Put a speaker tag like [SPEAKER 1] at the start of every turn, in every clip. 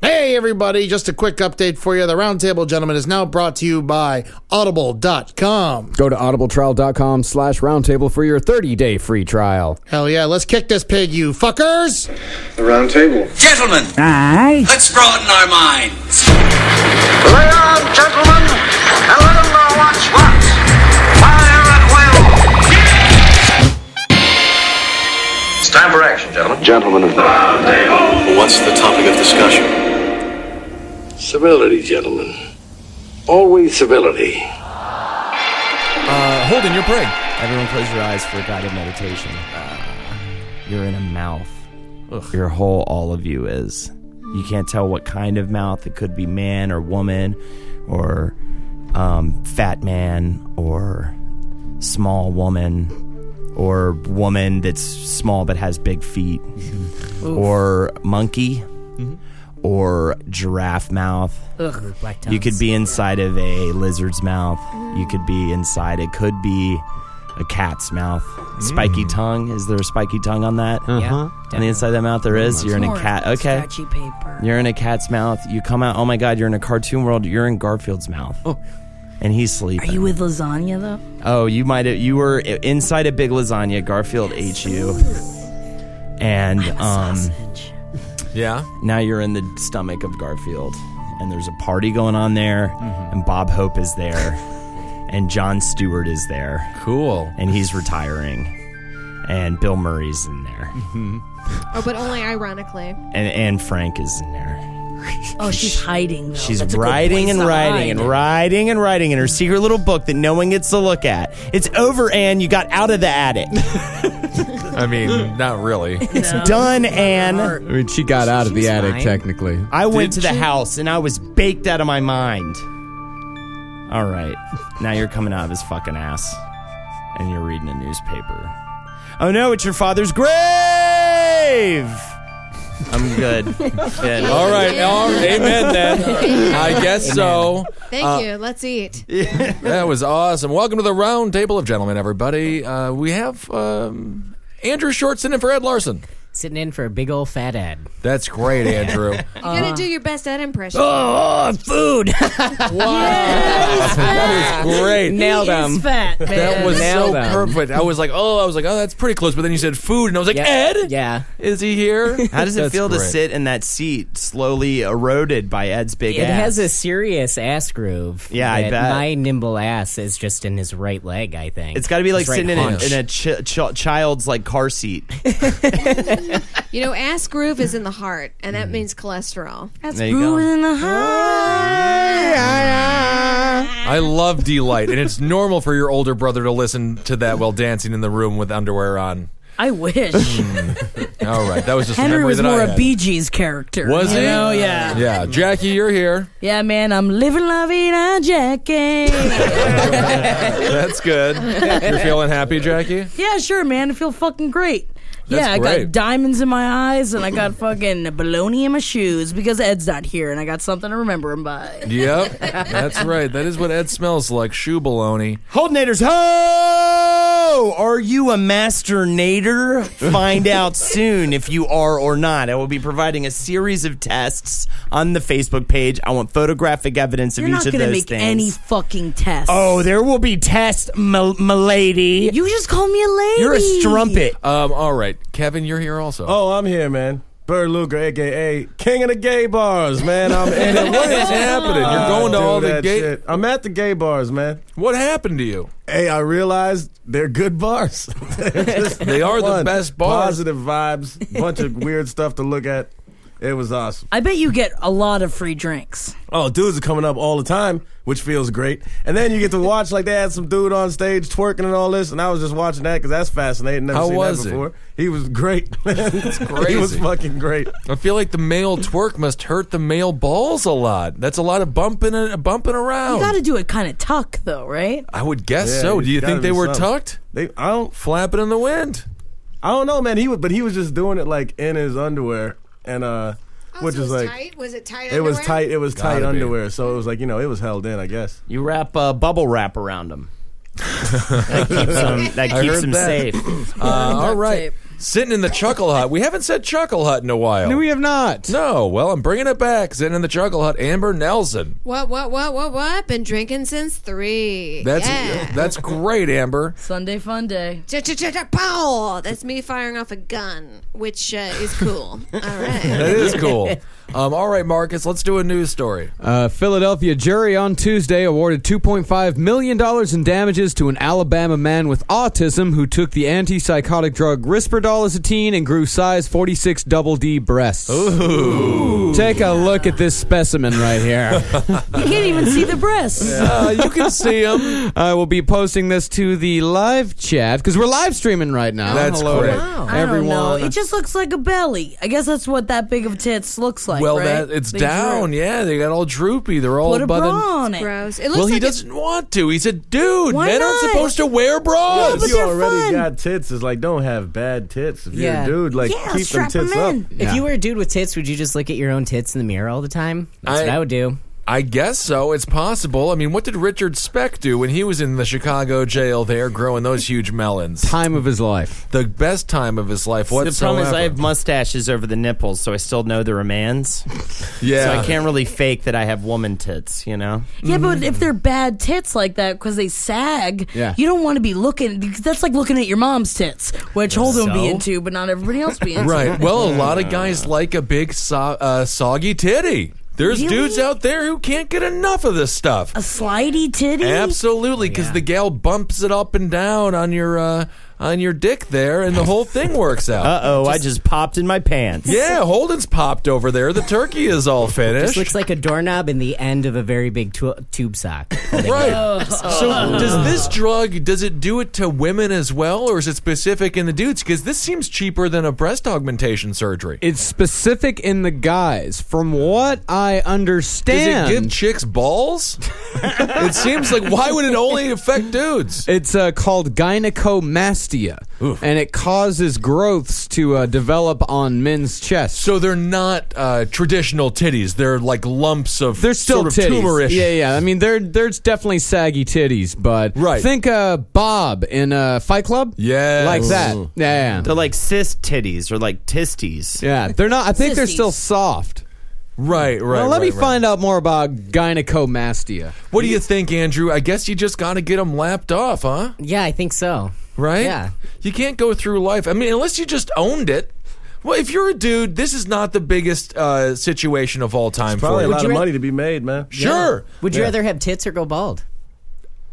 [SPEAKER 1] Hey, everybody, just a quick update for you. The Roundtable Gentleman is now brought to you by Audible.com.
[SPEAKER 2] Go to audibletrial.com slash roundtable for your 30-day free trial.
[SPEAKER 1] Hell yeah, let's kick this pig, you fuckers!
[SPEAKER 3] The round table.
[SPEAKER 4] Gentlemen, let's broaden our minds.
[SPEAKER 5] Lay on, gentlemen, and let 'em know what's what. Fire at will. It's time for action, gentlemen.
[SPEAKER 3] Gentlemen of the round table.
[SPEAKER 6] What's the topic of discussion?
[SPEAKER 7] Civility, gentlemen. Always civility.
[SPEAKER 8] Uh, Holden, you're praying.
[SPEAKER 2] Everyone close your eyes for guided meditation.
[SPEAKER 8] You're in a mouth. Your whole, all of you is. You can't tell what kind of mouth. It could be man or woman, or um, fat man, or small woman, or woman that's small but has big feet, or monkey, or giraffe mouth.
[SPEAKER 9] Black
[SPEAKER 8] You could be inside of a lizard's mouth. You could be inside. It could be a cat's mouth. Spiky tongue. Is there a spiky tongue on that?
[SPEAKER 9] Yeah.
[SPEAKER 8] On the inside of that mouth, there is. You're in a
[SPEAKER 9] More
[SPEAKER 8] cat. Okay.
[SPEAKER 9] Scratchy paper.
[SPEAKER 8] You're in a cat's mouth. You come out. Oh my God! You're in a cartoon world. You're in Garfield's mouth. And he's
[SPEAKER 9] Oh. Are
[SPEAKER 8] sleeping.
[SPEAKER 9] you with lasagna though?
[SPEAKER 8] oh, you might have. You were i- inside a big lasagna. Garfield ate you. And um,
[SPEAKER 9] Sausage.
[SPEAKER 10] Yeah.
[SPEAKER 8] now you're in the stomach of Garfield, and there's a party going on there, and Bob Hope is there, and John Stewart is there,
[SPEAKER 10] Cool.
[SPEAKER 8] and he's retiring, and Bill Murray's in there,
[SPEAKER 11] Oh, but only ironically.
[SPEAKER 8] and and Frank is in there.
[SPEAKER 9] Oh, she's hiding. Though.
[SPEAKER 8] She's
[SPEAKER 9] That's a good
[SPEAKER 8] writing
[SPEAKER 9] place
[SPEAKER 8] and
[SPEAKER 9] to
[SPEAKER 8] writing
[SPEAKER 9] hide.
[SPEAKER 8] and writing and writing in her secret little book that no one gets to look at. It's over, Anne. You got out of the attic.
[SPEAKER 10] I mean, not really.
[SPEAKER 8] It's done, Anne.
[SPEAKER 2] I mean, she got out of the
[SPEAKER 9] She's
[SPEAKER 2] attic,
[SPEAKER 9] fine.
[SPEAKER 2] technically.
[SPEAKER 8] I went to the house and I was baked out of my mind. All right. Now you're coming out of his fucking ass and you're reading a newspaper. Oh no, it's your father's grave. I'm good. Good.
[SPEAKER 10] All right. All right. Amen then. I guess so.
[SPEAKER 11] Thank
[SPEAKER 7] Uh,
[SPEAKER 11] you. Let's eat.
[SPEAKER 10] That was awesome. Welcome to the round table of gentlemen, everybody. Uh, we have um, Andrew Short sitting in for Ed Larson.
[SPEAKER 12] Sitting in for a big old fat ad.
[SPEAKER 10] That's great, Andrew.
[SPEAKER 11] You
[SPEAKER 7] uh,
[SPEAKER 11] gotta do your best at impression.
[SPEAKER 7] Ah!
[SPEAKER 12] Oh, food!
[SPEAKER 10] that is great.
[SPEAKER 12] Nailed
[SPEAKER 9] It's fat. Man.
[SPEAKER 10] That was so
[SPEAKER 12] Nailed him.
[SPEAKER 10] perfect. I was like, oh, I was like, oh, that's pretty close. But then you said food, and I was like, Ed,
[SPEAKER 12] Yeah.
[SPEAKER 10] is he here?
[SPEAKER 8] How does it
[SPEAKER 10] That's
[SPEAKER 8] feel to
[SPEAKER 10] great.
[SPEAKER 8] sit in that seat slowly eroded by Ed's big
[SPEAKER 12] It
[SPEAKER 8] ass?
[SPEAKER 12] has a serious ass groove.
[SPEAKER 8] Yeah, I
[SPEAKER 12] that
[SPEAKER 8] bet.
[SPEAKER 12] My nimble ass is just in his right leg, I think.
[SPEAKER 8] It's got to be like
[SPEAKER 12] His right
[SPEAKER 8] sitting in a,
[SPEAKER 12] haunch.
[SPEAKER 8] in a ch- ch- child's like car seat.
[SPEAKER 11] You know, ass groove is in the heart, and that means cholesterol.
[SPEAKER 9] That's
[SPEAKER 8] There you go.
[SPEAKER 9] brewing in the heart.
[SPEAKER 10] I love delight, and it's normal for your older brother to listen to that while dancing in the room with underwear on.
[SPEAKER 9] I wish
[SPEAKER 10] All right, that was just a
[SPEAKER 9] Henry
[SPEAKER 10] memory
[SPEAKER 9] was
[SPEAKER 10] that
[SPEAKER 9] more
[SPEAKER 10] I
[SPEAKER 9] a
[SPEAKER 10] had.
[SPEAKER 9] Bee Gees character.
[SPEAKER 10] Was
[SPEAKER 9] you
[SPEAKER 10] he?
[SPEAKER 9] know? yeah.
[SPEAKER 10] Yeah, Jackie, you're here.
[SPEAKER 9] Yeah, man, I'm living la vida, Jackie.
[SPEAKER 10] That's good. You're feeling happy, Jackie.
[SPEAKER 9] yeah, sure, man. I feel fucking great.
[SPEAKER 10] That's
[SPEAKER 9] yeah, I
[SPEAKER 10] great.
[SPEAKER 9] got diamonds in my eyes and I got fucking baloney in my shoes because Ed's not here and I got something to remember him by.
[SPEAKER 10] Yep, that's right. That is what Ed smells like: shoe baloney.
[SPEAKER 8] Holdenators, ho! Are you a master nader? Find out soon if you are or not. I will be providing a series of tests on the Facebook page. I want photographic evidence
[SPEAKER 9] You're
[SPEAKER 8] of
[SPEAKER 9] not
[SPEAKER 8] each of
[SPEAKER 9] gonna
[SPEAKER 8] those
[SPEAKER 9] make
[SPEAKER 8] things.
[SPEAKER 9] any fucking tests.
[SPEAKER 8] oh, there will be tests, m- milady.
[SPEAKER 9] You just called me a lady.
[SPEAKER 8] You're a strumpet.
[SPEAKER 10] Um, all right, Kevin, you're here also.
[SPEAKER 7] Oh, I'm here, man. Bird Luger, aka King of the Gay Bars, man. I'm in it.
[SPEAKER 10] what is happening? You're going to
[SPEAKER 7] do
[SPEAKER 10] all the
[SPEAKER 7] that
[SPEAKER 10] gay.
[SPEAKER 7] shit. I'm at the gay bars, man.
[SPEAKER 10] What happened to you?
[SPEAKER 7] Hey, I realized they're good bars. They're just
[SPEAKER 10] They are the
[SPEAKER 7] fun.
[SPEAKER 10] best bars.
[SPEAKER 7] Positive vibes, bunch of weird stuff to look at. It was awesome.
[SPEAKER 9] I bet you get a lot of free drinks.
[SPEAKER 7] Oh, dudes are coming up all the time, which feels great. And then you get to watch like they had some dude on stage twerking and all this, and I was just watching that because that's fascinating. Never
[SPEAKER 10] How
[SPEAKER 7] seen
[SPEAKER 10] was
[SPEAKER 7] that
[SPEAKER 10] it?
[SPEAKER 7] before. He was great. it's He was
[SPEAKER 10] crazy.
[SPEAKER 7] fucking great.
[SPEAKER 10] I feel like the male twerk must hurt the male balls a lot. That's a lot of bumping and bumping around.
[SPEAKER 9] You got to do it kind of tuck though, right?
[SPEAKER 10] I would guess
[SPEAKER 7] Yeah,
[SPEAKER 10] so.
[SPEAKER 7] it's
[SPEAKER 10] Do you
[SPEAKER 7] gotta
[SPEAKER 10] think they
[SPEAKER 7] be
[SPEAKER 10] were
[SPEAKER 7] something.
[SPEAKER 10] tucked?
[SPEAKER 7] They, I don't,
[SPEAKER 10] Flapping in the wind.
[SPEAKER 7] I don't know, man. He was, but he was just doing it like in his underwear, and uh, which
[SPEAKER 11] was
[SPEAKER 7] is like.
[SPEAKER 11] tight? Was Oh, it tight?
[SPEAKER 7] It was tight. It was tight
[SPEAKER 10] Gotta be.
[SPEAKER 7] underwear, so it was like you know, it was held in, I guess.
[SPEAKER 8] You wrap a bubble wrap around them. that keeps them, that keeps
[SPEAKER 10] heard
[SPEAKER 8] them
[SPEAKER 10] that.
[SPEAKER 8] safe.
[SPEAKER 10] Uh, all right.
[SPEAKER 9] tape.
[SPEAKER 10] Sitting in the Chuckle Hut. We haven't said Chuckle Hut in a while.
[SPEAKER 2] No, we have not.
[SPEAKER 10] No. Well, I'm bringing it back. Sitting in the Chuckle Hut. Amber Nelson.
[SPEAKER 11] What, what, what, what, what? Been drinking since three.
[SPEAKER 10] That's
[SPEAKER 11] yeah.
[SPEAKER 10] that's great, Amber.
[SPEAKER 9] Sunday fun day.
[SPEAKER 11] Pow! That's me firing off a gun, which uh, is cool. All right.
[SPEAKER 10] That is cool. Um, all right, Marcus. Let's do a news story.
[SPEAKER 9] Oh,
[SPEAKER 2] A Philadelphia jury on Tuesday awarded $2.5 million in damages to an Alabama man with autism who took the antipsychotic drug Risperdal as a teen and grew size 46 double D breasts. Ooh. Take a look at this specimen right here.
[SPEAKER 9] You can't even see the breasts.
[SPEAKER 10] you can see them.
[SPEAKER 2] I will be posting this to the live chat because we're live streaming right now.
[SPEAKER 10] That's
[SPEAKER 2] Hello to
[SPEAKER 10] correct.
[SPEAKER 9] I don't know.
[SPEAKER 2] Everyone.
[SPEAKER 9] It just looks like a belly. I guess that's what that big of tits looks like.
[SPEAKER 10] well,
[SPEAKER 9] right?
[SPEAKER 10] that it's
[SPEAKER 9] They
[SPEAKER 10] down.
[SPEAKER 9] droop.
[SPEAKER 10] Yeah, they got all droopy. They're all
[SPEAKER 9] Put a
[SPEAKER 10] buzzing.
[SPEAKER 9] bra on it.
[SPEAKER 11] Gross. It looks
[SPEAKER 10] Well, he
[SPEAKER 11] like
[SPEAKER 10] doesn't want to. He's a dude.
[SPEAKER 9] Why
[SPEAKER 10] Men aren't
[SPEAKER 9] not?
[SPEAKER 10] supposed to wear bras.
[SPEAKER 9] No, but
[SPEAKER 7] you
[SPEAKER 9] they're
[SPEAKER 7] already
[SPEAKER 9] fun.
[SPEAKER 7] got tits. It's like don't have bad tits. If you're
[SPEAKER 5] Yeah.
[SPEAKER 7] a dude, like
[SPEAKER 9] Yeah,
[SPEAKER 7] keep them
[SPEAKER 9] strap
[SPEAKER 7] tits
[SPEAKER 9] 'em
[SPEAKER 7] up.
[SPEAKER 9] in.
[SPEAKER 5] If you were a dude with tits, would you just look at your own tits in the mirror all the time? That's
[SPEAKER 10] I-
[SPEAKER 5] what I would do.
[SPEAKER 10] I guess so. It's possible. I mean, what did Richard Speck do when he was in the Chicago jail there growing those huge melons?
[SPEAKER 2] Time of his life.
[SPEAKER 10] The best time of his life whatsoever.
[SPEAKER 13] The problem is I have mustaches over the nipples, so I still know they're a man's.
[SPEAKER 10] yeah.
[SPEAKER 13] So I can't really fake that I have woman tits, you know?
[SPEAKER 9] Yeah, but if they're bad tits like that because they sag,
[SPEAKER 2] Yeah.
[SPEAKER 9] you don't want to be looking. because That's like looking at your mom's tits, which Holden would be
[SPEAKER 13] So?
[SPEAKER 9] into, but not everybody else be into.
[SPEAKER 10] Right. Well, a lot of guys like a big so- uh, soggy titty. There's
[SPEAKER 9] Really?
[SPEAKER 10] dudes out there who can't get enough of this stuff.
[SPEAKER 9] A slidey titty.
[SPEAKER 10] Absolutely, because the gal bumps it up and down on your uh, on your dick there, and the whole thing works out.
[SPEAKER 13] Uh oh, I just popped in my pants.
[SPEAKER 10] yeah, Holden's popped over there. The turkey is all
[SPEAKER 5] This
[SPEAKER 10] finished.
[SPEAKER 5] looks like a doorknob in the end of a very big tu- tube sock.
[SPEAKER 10] Right. So does this drug does it do it to women as well, or is it specific in the dudes? Because this seems cheaper than a breast augmentation surgery.
[SPEAKER 2] It's specific in the guys. From what I
[SPEAKER 10] Does
[SPEAKER 2] understand,
[SPEAKER 10] it give chicks balls? it seems like why would it only affect dudes?
[SPEAKER 2] It's uh, called gynecomastia, and it causes growths to uh, develop on men's chests.
[SPEAKER 10] So they're not uh, traditional titties. They're like lumps of
[SPEAKER 2] they're still
[SPEAKER 10] sort of
[SPEAKER 2] titties.
[SPEAKER 10] tumorish.
[SPEAKER 2] Yeah, yeah. I mean, they're there's definitely saggy titties, but
[SPEAKER 10] Right.
[SPEAKER 2] Think uh, Bob in uh, Fight Club.
[SPEAKER 10] Yes.
[SPEAKER 2] like that. Yeah, yeah.
[SPEAKER 13] They're like cis titties or like tisties.
[SPEAKER 2] yeah. They're not. I think they're
[SPEAKER 9] Sissies.
[SPEAKER 2] still soft.
[SPEAKER 10] Right, right.
[SPEAKER 2] well, let me
[SPEAKER 10] right, right.
[SPEAKER 2] find out more about gynecomastia.
[SPEAKER 10] What do you think, Andrew? I guess you just got to get them lapped off, huh?
[SPEAKER 5] yeah, I think so.
[SPEAKER 10] Right?
[SPEAKER 5] Yeah.
[SPEAKER 10] You can't go through life. I mean, unless you just owned it. Well, if you're a dude, this is not the biggest uh, situation of all time
[SPEAKER 7] Probably a
[SPEAKER 10] for you.
[SPEAKER 7] lot
[SPEAKER 5] you
[SPEAKER 7] of
[SPEAKER 5] ra-
[SPEAKER 7] money to be made, man.
[SPEAKER 10] Sure.
[SPEAKER 5] Would you rather have tits or go bald?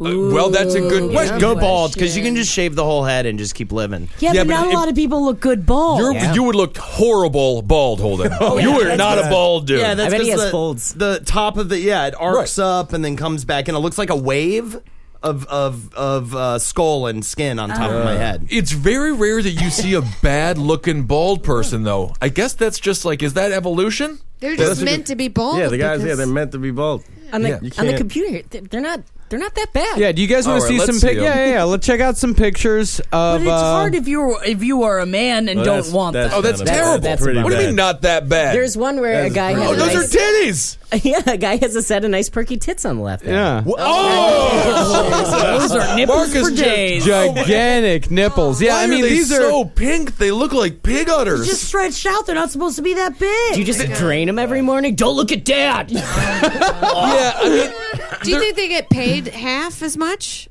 [SPEAKER 10] Uh, well, that's a good question.
[SPEAKER 13] Go bald, because you can just shave the whole head and just keep living.
[SPEAKER 9] Yeah,
[SPEAKER 10] Yeah,
[SPEAKER 9] but,
[SPEAKER 10] but
[SPEAKER 9] not
[SPEAKER 10] if-
[SPEAKER 9] a lot of people look good bald.
[SPEAKER 10] You're,
[SPEAKER 5] Yeah.
[SPEAKER 10] You would look horrible bald, Holden.
[SPEAKER 7] Oh,
[SPEAKER 10] you were not a bald dude.
[SPEAKER 13] Yeah, that's
[SPEAKER 5] I bet he
[SPEAKER 13] 'cause
[SPEAKER 5] has
[SPEAKER 13] the,
[SPEAKER 5] folds.
[SPEAKER 13] The top of the yeah, it arcs
[SPEAKER 10] Right.
[SPEAKER 13] up and then comes back, and it looks like a wave of of of uh, skull and skin on top
[SPEAKER 10] Uh.
[SPEAKER 13] of my head.
[SPEAKER 10] It's very rare that you see a bad looking bald person, though. I guess that's just like, is that evolution?
[SPEAKER 11] they're
[SPEAKER 7] that's
[SPEAKER 11] just
[SPEAKER 7] a
[SPEAKER 11] meant
[SPEAKER 7] good-
[SPEAKER 11] to be bold.
[SPEAKER 7] Yeah, the guys. Yeah,
[SPEAKER 11] because-
[SPEAKER 7] they're meant to be bald.
[SPEAKER 5] On the,
[SPEAKER 7] You
[SPEAKER 5] on the
[SPEAKER 7] can't-
[SPEAKER 5] computer, th- they're not. They're not that bad.
[SPEAKER 2] Yeah, do you guys want
[SPEAKER 10] All right,
[SPEAKER 2] to see
[SPEAKER 10] let's
[SPEAKER 2] some
[SPEAKER 10] see
[SPEAKER 2] pic?
[SPEAKER 10] 'em.
[SPEAKER 2] Yeah, yeah, yeah. Let's check out some pictures of.
[SPEAKER 9] but it's
[SPEAKER 2] uh,
[SPEAKER 9] hard if you're if you are a man and
[SPEAKER 7] Well,
[SPEAKER 9] don't
[SPEAKER 7] that's-
[SPEAKER 9] want
[SPEAKER 7] that's
[SPEAKER 9] that.
[SPEAKER 10] Oh, that's
[SPEAKER 7] Not a bad-
[SPEAKER 10] terrible.
[SPEAKER 5] that's Pretty
[SPEAKER 10] what do you
[SPEAKER 7] bad.
[SPEAKER 10] mean not that bad?
[SPEAKER 5] There's one where a
[SPEAKER 7] That's
[SPEAKER 5] guy.
[SPEAKER 10] oh,
[SPEAKER 5] Has a
[SPEAKER 10] those are
[SPEAKER 5] nice,
[SPEAKER 10] titties.
[SPEAKER 5] yeah, a guy has a set of nice perky tits on the left. there.
[SPEAKER 2] yeah.
[SPEAKER 10] Oh,
[SPEAKER 9] Those are nipples
[SPEAKER 10] Marcus
[SPEAKER 9] for
[SPEAKER 10] just
[SPEAKER 9] days.
[SPEAKER 2] Gigantic nipples. Yeah,
[SPEAKER 10] Why
[SPEAKER 2] I mean
[SPEAKER 10] are they
[SPEAKER 2] these are
[SPEAKER 10] so pink. They look like pig udders.
[SPEAKER 9] just stretched out. They're not supposed to be that big.
[SPEAKER 5] Do you just drain them every morning? Don't look at dad.
[SPEAKER 10] yeah, I mean,
[SPEAKER 11] Do you think they get paid half as much?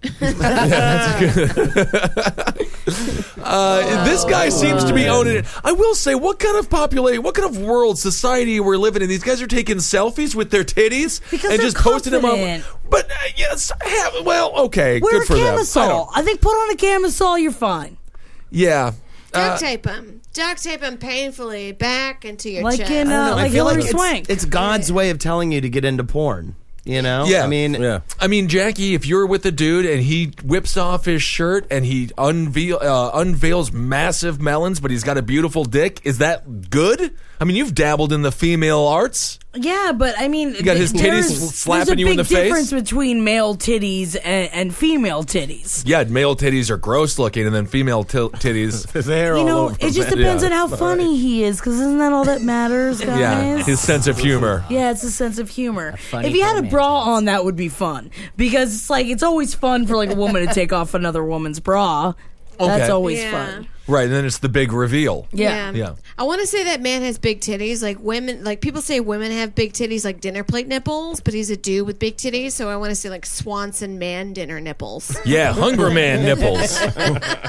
[SPEAKER 9] Oh,
[SPEAKER 10] Uh, this guy seems to be owning it. I will say, what kind of population, what kind of world, society we're living in? These guys are taking selfies with their titties
[SPEAKER 9] Because
[SPEAKER 10] and
[SPEAKER 9] they're
[SPEAKER 10] just posting them on.
[SPEAKER 9] confident.
[SPEAKER 10] But uh, yes, have, well, okay,
[SPEAKER 9] Wear
[SPEAKER 10] good
[SPEAKER 9] a
[SPEAKER 10] for them. I
[SPEAKER 9] camisole.
[SPEAKER 10] don't-
[SPEAKER 9] I, think put on a camisole, you're fine.
[SPEAKER 10] yeah,
[SPEAKER 11] Duct tape them. Duct tape them painfully back into your
[SPEAKER 9] Like
[SPEAKER 11] chest.
[SPEAKER 9] in, uh, like Hillary Swank.
[SPEAKER 13] it's God's way of telling you to get into porn. You know,
[SPEAKER 10] Yeah.
[SPEAKER 13] I mean,
[SPEAKER 7] Yeah.
[SPEAKER 10] Oh, I mean, Jackie, if you're with a dude and he whips off his shirt and he unveil, uh, unveils massive melons, but he's got a beautiful dick, is that good? I mean, you've dabbled in the female arts.
[SPEAKER 9] Yeah, but I mean,
[SPEAKER 10] got his titties
[SPEAKER 9] there's-
[SPEAKER 10] sl- slapping
[SPEAKER 9] there's a
[SPEAKER 10] you
[SPEAKER 9] big
[SPEAKER 10] in the face?
[SPEAKER 9] difference between male titties and, and female titties.
[SPEAKER 10] Yeah, male titties are gross looking, and then female til- titties.
[SPEAKER 7] His hair
[SPEAKER 9] You
[SPEAKER 7] all
[SPEAKER 9] know,
[SPEAKER 7] over
[SPEAKER 9] it just
[SPEAKER 7] him.
[SPEAKER 9] depends on how funny he is, because isn't that all that matters, guys?
[SPEAKER 10] Yeah, his sense of humor.
[SPEAKER 9] Yeah, it's a sense of humor.
[SPEAKER 5] funny
[SPEAKER 9] If you had a
[SPEAKER 5] romantic.
[SPEAKER 9] bra on, that would be fun because it's like it's always fun for like a woman to take off another woman's bra. That's always
[SPEAKER 11] Yeah.
[SPEAKER 9] fun.
[SPEAKER 10] Right, and then it's the big reveal.
[SPEAKER 11] Yeah.
[SPEAKER 10] Yeah.
[SPEAKER 11] I want to say that man has big titties. Like women, like people say women have big titties, like dinner plate nipples, but he's a dude with big titties. So I want to say like Swanson man dinner nipples.
[SPEAKER 10] Yeah, Hunger Man nipples.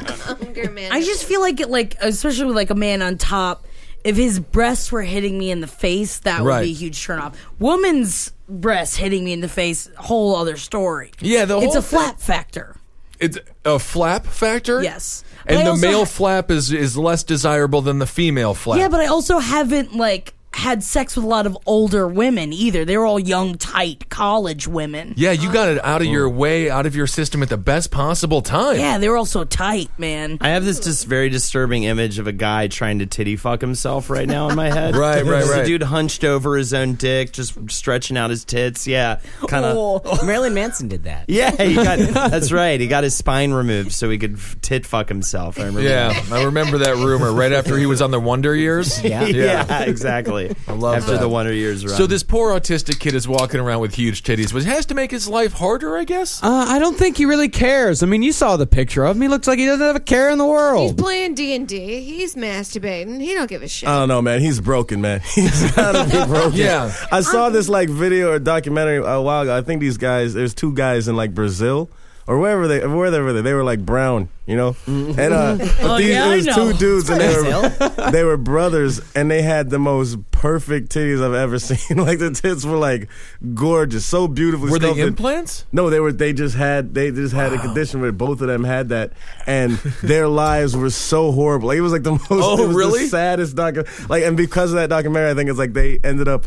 [SPEAKER 9] I just feel like it, like especially with like a man on top. If his breasts were hitting me in the face, that would
[SPEAKER 10] Right.
[SPEAKER 9] be a huge turnoff. Woman's breasts hitting me in the face, whole other story.
[SPEAKER 10] Yeah, the
[SPEAKER 9] it's
[SPEAKER 10] whole
[SPEAKER 9] a flap factor.
[SPEAKER 10] It's a flap factor?
[SPEAKER 9] Yes. But I
[SPEAKER 10] And the
[SPEAKER 9] also
[SPEAKER 10] male
[SPEAKER 9] ha-
[SPEAKER 10] flap is, is less desirable than the female flap.
[SPEAKER 9] Yeah, but I also haven't like had sex with a lot of older women either. They were all young, tight college women.
[SPEAKER 10] Yeah, you got it out of your way, out of your system at the best possible time.
[SPEAKER 9] Yeah, they were all so tight, man.
[SPEAKER 13] I have this just very disturbing image of a guy trying to titty fuck himself right now in my head.
[SPEAKER 10] Right, right,
[SPEAKER 13] Just a
[SPEAKER 10] right.
[SPEAKER 13] dude hunched over his own dick, just stretching out his tits. Yeah, kind of.
[SPEAKER 5] Oh, Marilyn Manson did that.
[SPEAKER 13] Yeah, he got, that's right. He got his spine removed so he could f- tit fuck himself. I remember.
[SPEAKER 10] Yeah, I remember that rumor right after he was on the Wonder Years.
[SPEAKER 13] Yeah. Yeah, exactly.
[SPEAKER 10] I love
[SPEAKER 13] After
[SPEAKER 10] that.
[SPEAKER 13] the Wonder Years run.
[SPEAKER 10] So this poor autistic kid is walking around with huge titties, which has to make his life harder, I guess.
[SPEAKER 2] Uh, I don't think he really cares. I mean, you saw the picture of him. He looks like he doesn't have a care in the
[SPEAKER 11] He's
[SPEAKER 2] world.
[SPEAKER 11] playing D and D. He's masturbating. He don't give a shit.
[SPEAKER 7] I don't know, man. He's broken, man. He's gotta be broken.
[SPEAKER 10] Yeah.
[SPEAKER 7] I saw this like video or documentary a while ago. I think these guys, there's two guys in like Brazil or wherever they, wherever they, they were like brown, you know. And uh,
[SPEAKER 14] Oh,
[SPEAKER 7] but these,
[SPEAKER 14] yeah, I
[SPEAKER 7] it was
[SPEAKER 14] know.
[SPEAKER 7] two dudes, and they
[SPEAKER 14] Brazil.
[SPEAKER 7] were, they were brothers, and they had the most perfect titties I've ever seen. like the tits were like gorgeous, so beautifully.
[SPEAKER 10] Were they
[SPEAKER 7] sculpted.
[SPEAKER 10] implants?
[SPEAKER 7] No, they were. They just had. They just had a condition where both of them had that, and their lives were so horrible. Like it was like the most.
[SPEAKER 10] Oh,
[SPEAKER 7] it was the
[SPEAKER 10] really?
[SPEAKER 7] saddest docu. Like, and because of that documentary, I think it's like they ended up.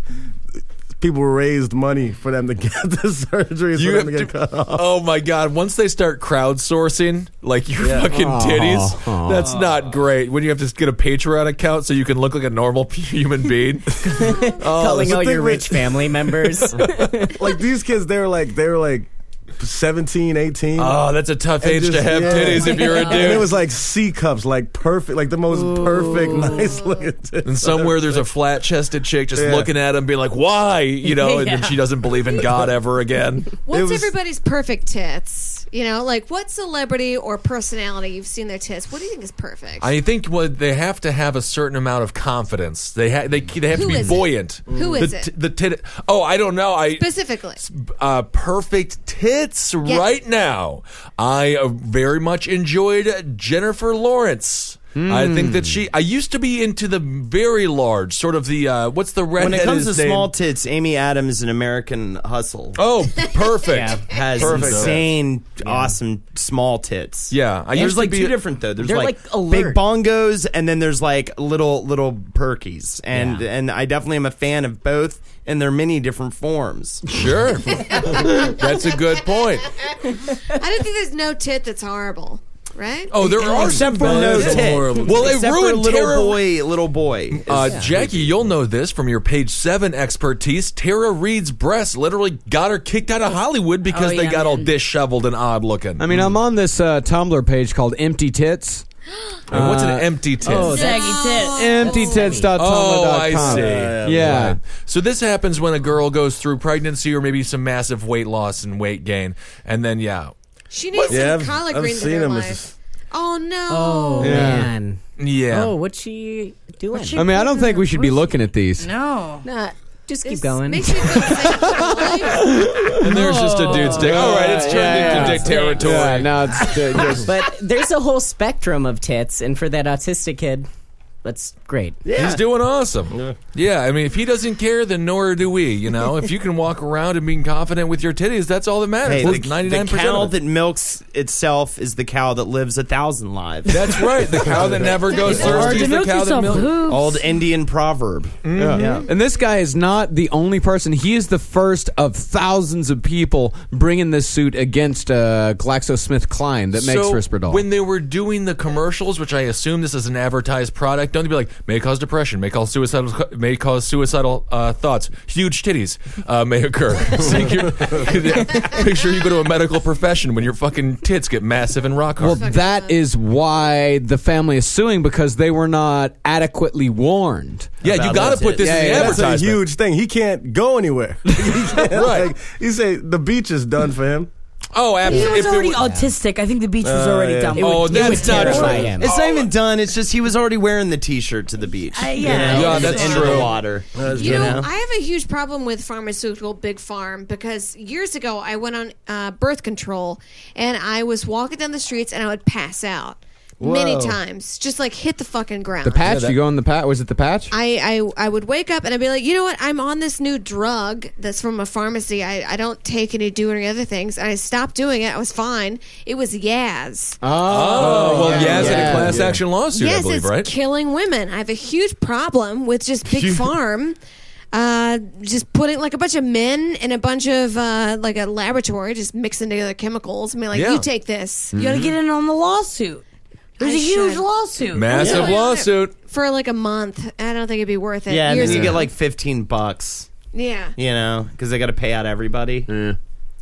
[SPEAKER 7] People raised money for them to get the surgeries for them to get cut off.
[SPEAKER 10] Oh my god! Once they start crowdsourcing, like your fucking
[SPEAKER 7] Aw.
[SPEAKER 10] titties, that's not great. When you have to get a Patreon account so you can look like a normal human being. oh,
[SPEAKER 5] Calling
[SPEAKER 10] that's-
[SPEAKER 5] all your rich family members.
[SPEAKER 7] like these kids, they were like they were like 17, 18.
[SPEAKER 10] Oh, that's a tough
[SPEAKER 7] And
[SPEAKER 10] age to
[SPEAKER 7] just-
[SPEAKER 10] have
[SPEAKER 7] yeah.
[SPEAKER 10] titties if you're a dude.
[SPEAKER 7] And it was like C cups, like perfect, like the most perfect, nice looking. tits.
[SPEAKER 10] And somewhere there's a flat chested chick just
[SPEAKER 7] Yeah.
[SPEAKER 10] looking at him, being like, why? You know, and then
[SPEAKER 11] Yeah.
[SPEAKER 10] she doesn't believe in God ever again.
[SPEAKER 11] What's everybody's perfect tits? You know, like what celebrity or personality you've seen their tits? What do you think is perfect?
[SPEAKER 10] I think what they have to have a certain amount of confidence. They ha- they they have
[SPEAKER 11] Who
[SPEAKER 10] to be
[SPEAKER 11] is it?
[SPEAKER 10] buoyant.
[SPEAKER 11] Who
[SPEAKER 10] the
[SPEAKER 11] is it?
[SPEAKER 10] The tit. Oh, I don't know. I
[SPEAKER 11] Specifically,
[SPEAKER 10] uh, perfect tits right now. I uh, very much enjoyed Jennifer Lawrence.
[SPEAKER 13] Hmm.
[SPEAKER 10] I think that she. I used to be into the very large, sort of the uh, what's the red.
[SPEAKER 13] when it comes to small tits, Amy Adams in American Hustle.
[SPEAKER 10] Oh, perfect.
[SPEAKER 13] Yeah, has
[SPEAKER 10] Perfect.
[SPEAKER 13] insane, awesome small tits.
[SPEAKER 10] Yeah, I
[SPEAKER 13] there's
[SPEAKER 10] used to
[SPEAKER 13] like
[SPEAKER 10] be-
[SPEAKER 13] two different though. There's
[SPEAKER 5] They're,
[SPEAKER 13] like,
[SPEAKER 5] like, alert.
[SPEAKER 13] big bongos, and then there's like little little perkies, and and I definitely am a fan of both in their many different forms.
[SPEAKER 10] Sure, that's a good point.
[SPEAKER 11] I don't think there's no tit that's horrible, right?
[SPEAKER 10] Oh, there are
[SPEAKER 13] Except for
[SPEAKER 10] some-
[SPEAKER 13] no
[SPEAKER 10] That's
[SPEAKER 13] tit.
[SPEAKER 10] horrible. Well, it
[SPEAKER 13] Except
[SPEAKER 10] ruined
[SPEAKER 13] for little
[SPEAKER 10] Terror-
[SPEAKER 13] boy. Little boy. is-
[SPEAKER 10] Uh, Jackie, you'll know this from your page seven expertise. Tara Reid's breasts literally got her kicked out of Hollywood because
[SPEAKER 9] Oh,
[SPEAKER 10] they
[SPEAKER 9] yeah,
[SPEAKER 10] got all disheveled and odd looking.
[SPEAKER 2] I mean, I'm on this uh, Tumblr page called Empty Tits.
[SPEAKER 10] And what's an empty tit?
[SPEAKER 2] oh,
[SPEAKER 9] Saggy tits.
[SPEAKER 2] Emptytits.tumblr.com.
[SPEAKER 10] Oh, I see.
[SPEAKER 2] Yeah.
[SPEAKER 10] Right. So this happens when a girl goes through pregnancy or maybe some massive weight loss and weight gain, and then yeah,
[SPEAKER 11] She needs some
[SPEAKER 7] Yeah, I've-
[SPEAKER 11] collard
[SPEAKER 7] I've
[SPEAKER 11] greens in
[SPEAKER 7] seen
[SPEAKER 11] her
[SPEAKER 7] them.
[SPEAKER 11] life.
[SPEAKER 7] It's-
[SPEAKER 11] Oh no!
[SPEAKER 5] Oh
[SPEAKER 2] Yeah.
[SPEAKER 5] man.
[SPEAKER 10] yeah.
[SPEAKER 5] Oh, what's she doing?
[SPEAKER 9] What she-
[SPEAKER 2] I mean, I don't think we should be looking at these.
[SPEAKER 9] No.
[SPEAKER 11] Nah,
[SPEAKER 5] Just keep
[SPEAKER 11] Uh, this
[SPEAKER 5] going.
[SPEAKER 11] Makes me feel sexual.
[SPEAKER 10] And there's just a dude's dick. All right, it's turned into dick territory.
[SPEAKER 2] Oh, Yeah, no, it's ju- just.
[SPEAKER 5] but there's a whole spectrum of tits, and for that autistic kid, that's great.
[SPEAKER 10] He's doing awesome. Yeah. I mean, if he doesn't care, then nor do we. You know, if you can walk around and being confident with your titties, that's all that matters.
[SPEAKER 13] Hey, the,
[SPEAKER 10] That's
[SPEAKER 13] the
[SPEAKER 10] 99%
[SPEAKER 13] cow
[SPEAKER 10] of it.
[SPEAKER 13] that milks itself is the cow that lives a thousand lives.
[SPEAKER 10] That's right. The cow that never goes
[SPEAKER 9] Hard
[SPEAKER 10] thirsty
[SPEAKER 9] to
[SPEAKER 10] is the
[SPEAKER 9] milk
[SPEAKER 10] cow that
[SPEAKER 9] yourself.
[SPEAKER 10] milks.
[SPEAKER 9] Hooves.
[SPEAKER 13] Old Indian proverb.
[SPEAKER 8] Mm-hmm.
[SPEAKER 13] Yeah.
[SPEAKER 2] And this guy is not the only person. He is the first of thousands of people bringing this suit against uh, GlaxoSmithKline that makes
[SPEAKER 10] so
[SPEAKER 2] Risperdal.
[SPEAKER 10] When they were doing the commercials, which I assume this is an advertised product, don't they be like, may cause depression, may cause suicidal, may cause suicidal uh, thoughts, huge titties uh, may occur. Seek your- make sure you go to a medical profession when your fucking tits get massive and rock
[SPEAKER 2] well,
[SPEAKER 10] hard.
[SPEAKER 2] that is why the family is suing because they were not adequately warned.
[SPEAKER 10] yeah, you
[SPEAKER 13] About
[SPEAKER 10] got
[SPEAKER 13] those
[SPEAKER 10] to put this
[SPEAKER 2] tits.
[SPEAKER 10] in
[SPEAKER 2] Yeah,
[SPEAKER 10] the
[SPEAKER 2] yeah,
[SPEAKER 7] That's a
[SPEAKER 10] advertisement.
[SPEAKER 7] huge thing. He can't go anywhere. He can't,
[SPEAKER 10] Right.
[SPEAKER 7] like, he say the beach is done for him.
[SPEAKER 10] Oh,
[SPEAKER 9] He
[SPEAKER 10] absolutely.
[SPEAKER 9] was already autistic. I think the beach was already
[SPEAKER 10] Oh,
[SPEAKER 9] done. It would- it would
[SPEAKER 10] that's not true.
[SPEAKER 9] terrify him.
[SPEAKER 8] It's not even done. It's just he was already wearing the T-shirt to the beach.
[SPEAKER 11] Uh, yeah.
[SPEAKER 8] you
[SPEAKER 11] Yeah,
[SPEAKER 8] know,
[SPEAKER 10] that's
[SPEAKER 8] into
[SPEAKER 10] true.
[SPEAKER 8] the water.
[SPEAKER 11] You know, I have a huge problem with pharmaceutical big farm because years ago I went on uh, birth control and I was walking down the streets and I would pass out many
[SPEAKER 2] Whoa.
[SPEAKER 11] times, just like hit the fucking ground.
[SPEAKER 2] The patch? you go on the patch? Was it the patch?
[SPEAKER 11] I, I I would wake up and I'd be like, you know what? I'm on this new drug that's from a pharmacy. I, I don't take any do any other things. And I stopped doing it. I was fine. It was Yaz.
[SPEAKER 2] Oh,
[SPEAKER 10] well, yeah, it's in a class
[SPEAKER 11] yeah.
[SPEAKER 10] action lawsuit,
[SPEAKER 11] yes,
[SPEAKER 10] I believe,
[SPEAKER 11] it's
[SPEAKER 10] right?
[SPEAKER 11] killing women. I have a huge problem with just big farm. Uh, just putting like a bunch of men in a bunch of uh, like a laboratory, just mixing together chemicals. I mean, like
[SPEAKER 10] Yeah.
[SPEAKER 11] you take this,
[SPEAKER 10] You gotta Mhm. get
[SPEAKER 11] in on the lawsuit.
[SPEAKER 9] There's
[SPEAKER 11] a
[SPEAKER 9] a huge lawsuit.
[SPEAKER 10] Massive lawsuit.
[SPEAKER 11] for like a month. I don't think it'd be worth it.
[SPEAKER 8] yeah, and
[SPEAKER 11] Years
[SPEAKER 8] then you
[SPEAKER 11] ago.
[SPEAKER 8] get like fifteen bucks.
[SPEAKER 11] Yeah.
[SPEAKER 8] You know, because they got to pay out everybody.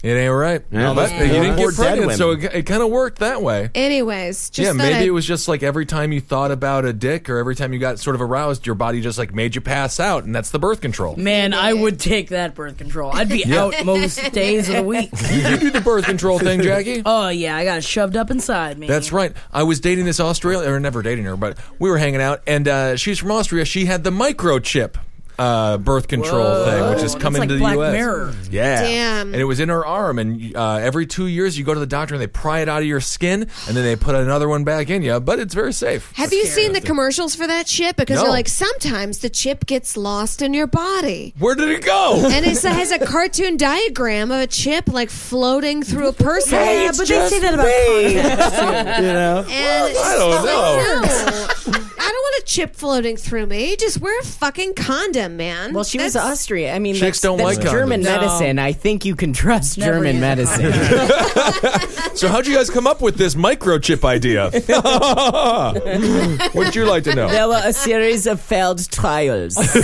[SPEAKER 10] It ain't right.
[SPEAKER 8] Yeah,
[SPEAKER 10] but
[SPEAKER 8] those
[SPEAKER 10] you
[SPEAKER 8] poor-
[SPEAKER 10] didn't
[SPEAKER 8] poor
[SPEAKER 10] get
[SPEAKER 8] dead
[SPEAKER 10] pregnant,
[SPEAKER 8] women.
[SPEAKER 10] so it, it kind of worked that way.
[SPEAKER 11] Anyways, just
[SPEAKER 10] yeah,
[SPEAKER 11] thought
[SPEAKER 10] maybe
[SPEAKER 11] I'd-
[SPEAKER 10] it was just like every time you thought about a dick or every time you got sort of aroused, your body just like made you pass out, and that's the birth control.
[SPEAKER 9] Man, I would take that birth control. I'd be
[SPEAKER 10] Yeah.
[SPEAKER 9] out most days of the week.
[SPEAKER 10] you do the birth control thing, Jackie?
[SPEAKER 9] Oh yeah, I got shoved up inside me.
[SPEAKER 10] That's right. I was dating this Australian, or never dating her, but we were hanging out, and uh, she's from Austria. She had the microchip uh, birth control thing, which is
[SPEAKER 9] That's
[SPEAKER 10] coming
[SPEAKER 9] like
[SPEAKER 10] to the
[SPEAKER 9] Black
[SPEAKER 10] U.S.
[SPEAKER 9] Mirror.
[SPEAKER 10] Yeah,
[SPEAKER 9] Damn.
[SPEAKER 10] And it was in her arm, and uh, every two years you go to the doctor and they pry it out of your skin, and then they put another one back in you. But it's very safe.
[SPEAKER 11] Have you seen the commercials for that chip? Because
[SPEAKER 10] No.
[SPEAKER 11] they're like, sometimes the chip gets lost in your body.
[SPEAKER 10] Where did it go?
[SPEAKER 11] and it has a cartoon diagram of a chip like floating through a person.
[SPEAKER 9] Hey, it's Yeah, but they say just that about me. condoms, too. You know?
[SPEAKER 11] And
[SPEAKER 9] I don't know.
[SPEAKER 11] No. I don't want a chip floating through me. Just wear a fucking condom, man.
[SPEAKER 5] Well, she was Austria. I mean,
[SPEAKER 10] Chicks
[SPEAKER 5] that's,
[SPEAKER 10] don't
[SPEAKER 5] that's
[SPEAKER 10] like condoms.
[SPEAKER 5] German
[SPEAKER 10] No.
[SPEAKER 5] medicine. I think you can trust
[SPEAKER 10] Never
[SPEAKER 5] German
[SPEAKER 10] use a
[SPEAKER 5] medicine.
[SPEAKER 10] So how'd you guys come up with this microchip idea? Would you like to know?
[SPEAKER 5] There were a series of failed trials.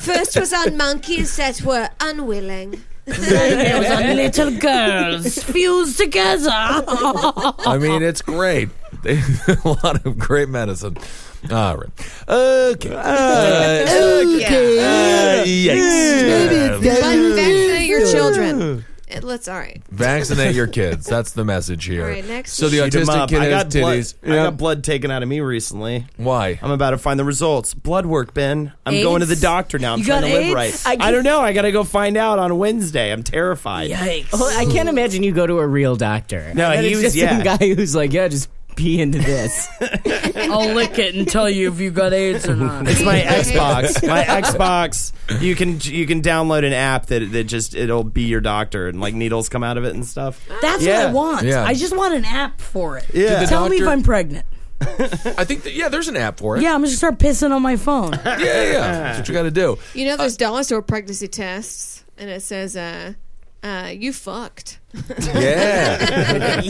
[SPEAKER 11] First was on monkeys that were unwilling.
[SPEAKER 9] It was on little girls fused together.
[SPEAKER 10] I mean, it's great. They- a lot of great medicine. All right. Okay. Uh, okay. Uh, yikes.
[SPEAKER 11] But vaccinate your children. It looks all right.
[SPEAKER 10] Vaccinate your kids. That's the message here.
[SPEAKER 11] All right, next.
[SPEAKER 10] So the
[SPEAKER 8] Shoot 'em
[SPEAKER 10] autistic
[SPEAKER 8] up.
[SPEAKER 10] kid
[SPEAKER 8] I
[SPEAKER 10] has
[SPEAKER 8] got
[SPEAKER 10] titties.
[SPEAKER 8] Blood, I got blood taken out of me recently.
[SPEAKER 10] Why?
[SPEAKER 8] I'm about to find the results. Blood work, Ben. I'm
[SPEAKER 10] AIDS?
[SPEAKER 8] going to the doctor now. I'm
[SPEAKER 5] You
[SPEAKER 8] trying
[SPEAKER 5] got
[SPEAKER 8] to live
[SPEAKER 5] AIDS?
[SPEAKER 8] right.
[SPEAKER 5] I
[SPEAKER 8] I,
[SPEAKER 5] get-
[SPEAKER 8] don't know. I got to go find out on Wednesday. I'm terrified.
[SPEAKER 5] Well, I can't imagine you go to a real doctor.
[SPEAKER 8] No,
[SPEAKER 5] I bet
[SPEAKER 8] he
[SPEAKER 5] it's
[SPEAKER 8] was-
[SPEAKER 5] just some
[SPEAKER 8] yeah.
[SPEAKER 5] guy who's like, yeah, just pee into this.
[SPEAKER 9] I'll lick it and tell you if you got AIDS or not.
[SPEAKER 8] It's my Xbox. My Xbox. You can you can download an app that that just it'll be your doctor and like needles come out of it and stuff.
[SPEAKER 9] That's what I
[SPEAKER 8] Yeah.
[SPEAKER 9] want.
[SPEAKER 8] Yeah.
[SPEAKER 9] I just want an app for it.
[SPEAKER 8] Did the
[SPEAKER 9] Tell me if
[SPEAKER 8] doctor-
[SPEAKER 9] I'm pregnant.
[SPEAKER 10] I think that, yeah, there's an app for it.
[SPEAKER 9] Yeah, I'm gonna start pissing on my phone.
[SPEAKER 10] Yeah, yeah, yeah. That's what you got to do.
[SPEAKER 11] You know, there's dollar store pregnancy tests, and it says, uh, uh, you fucked.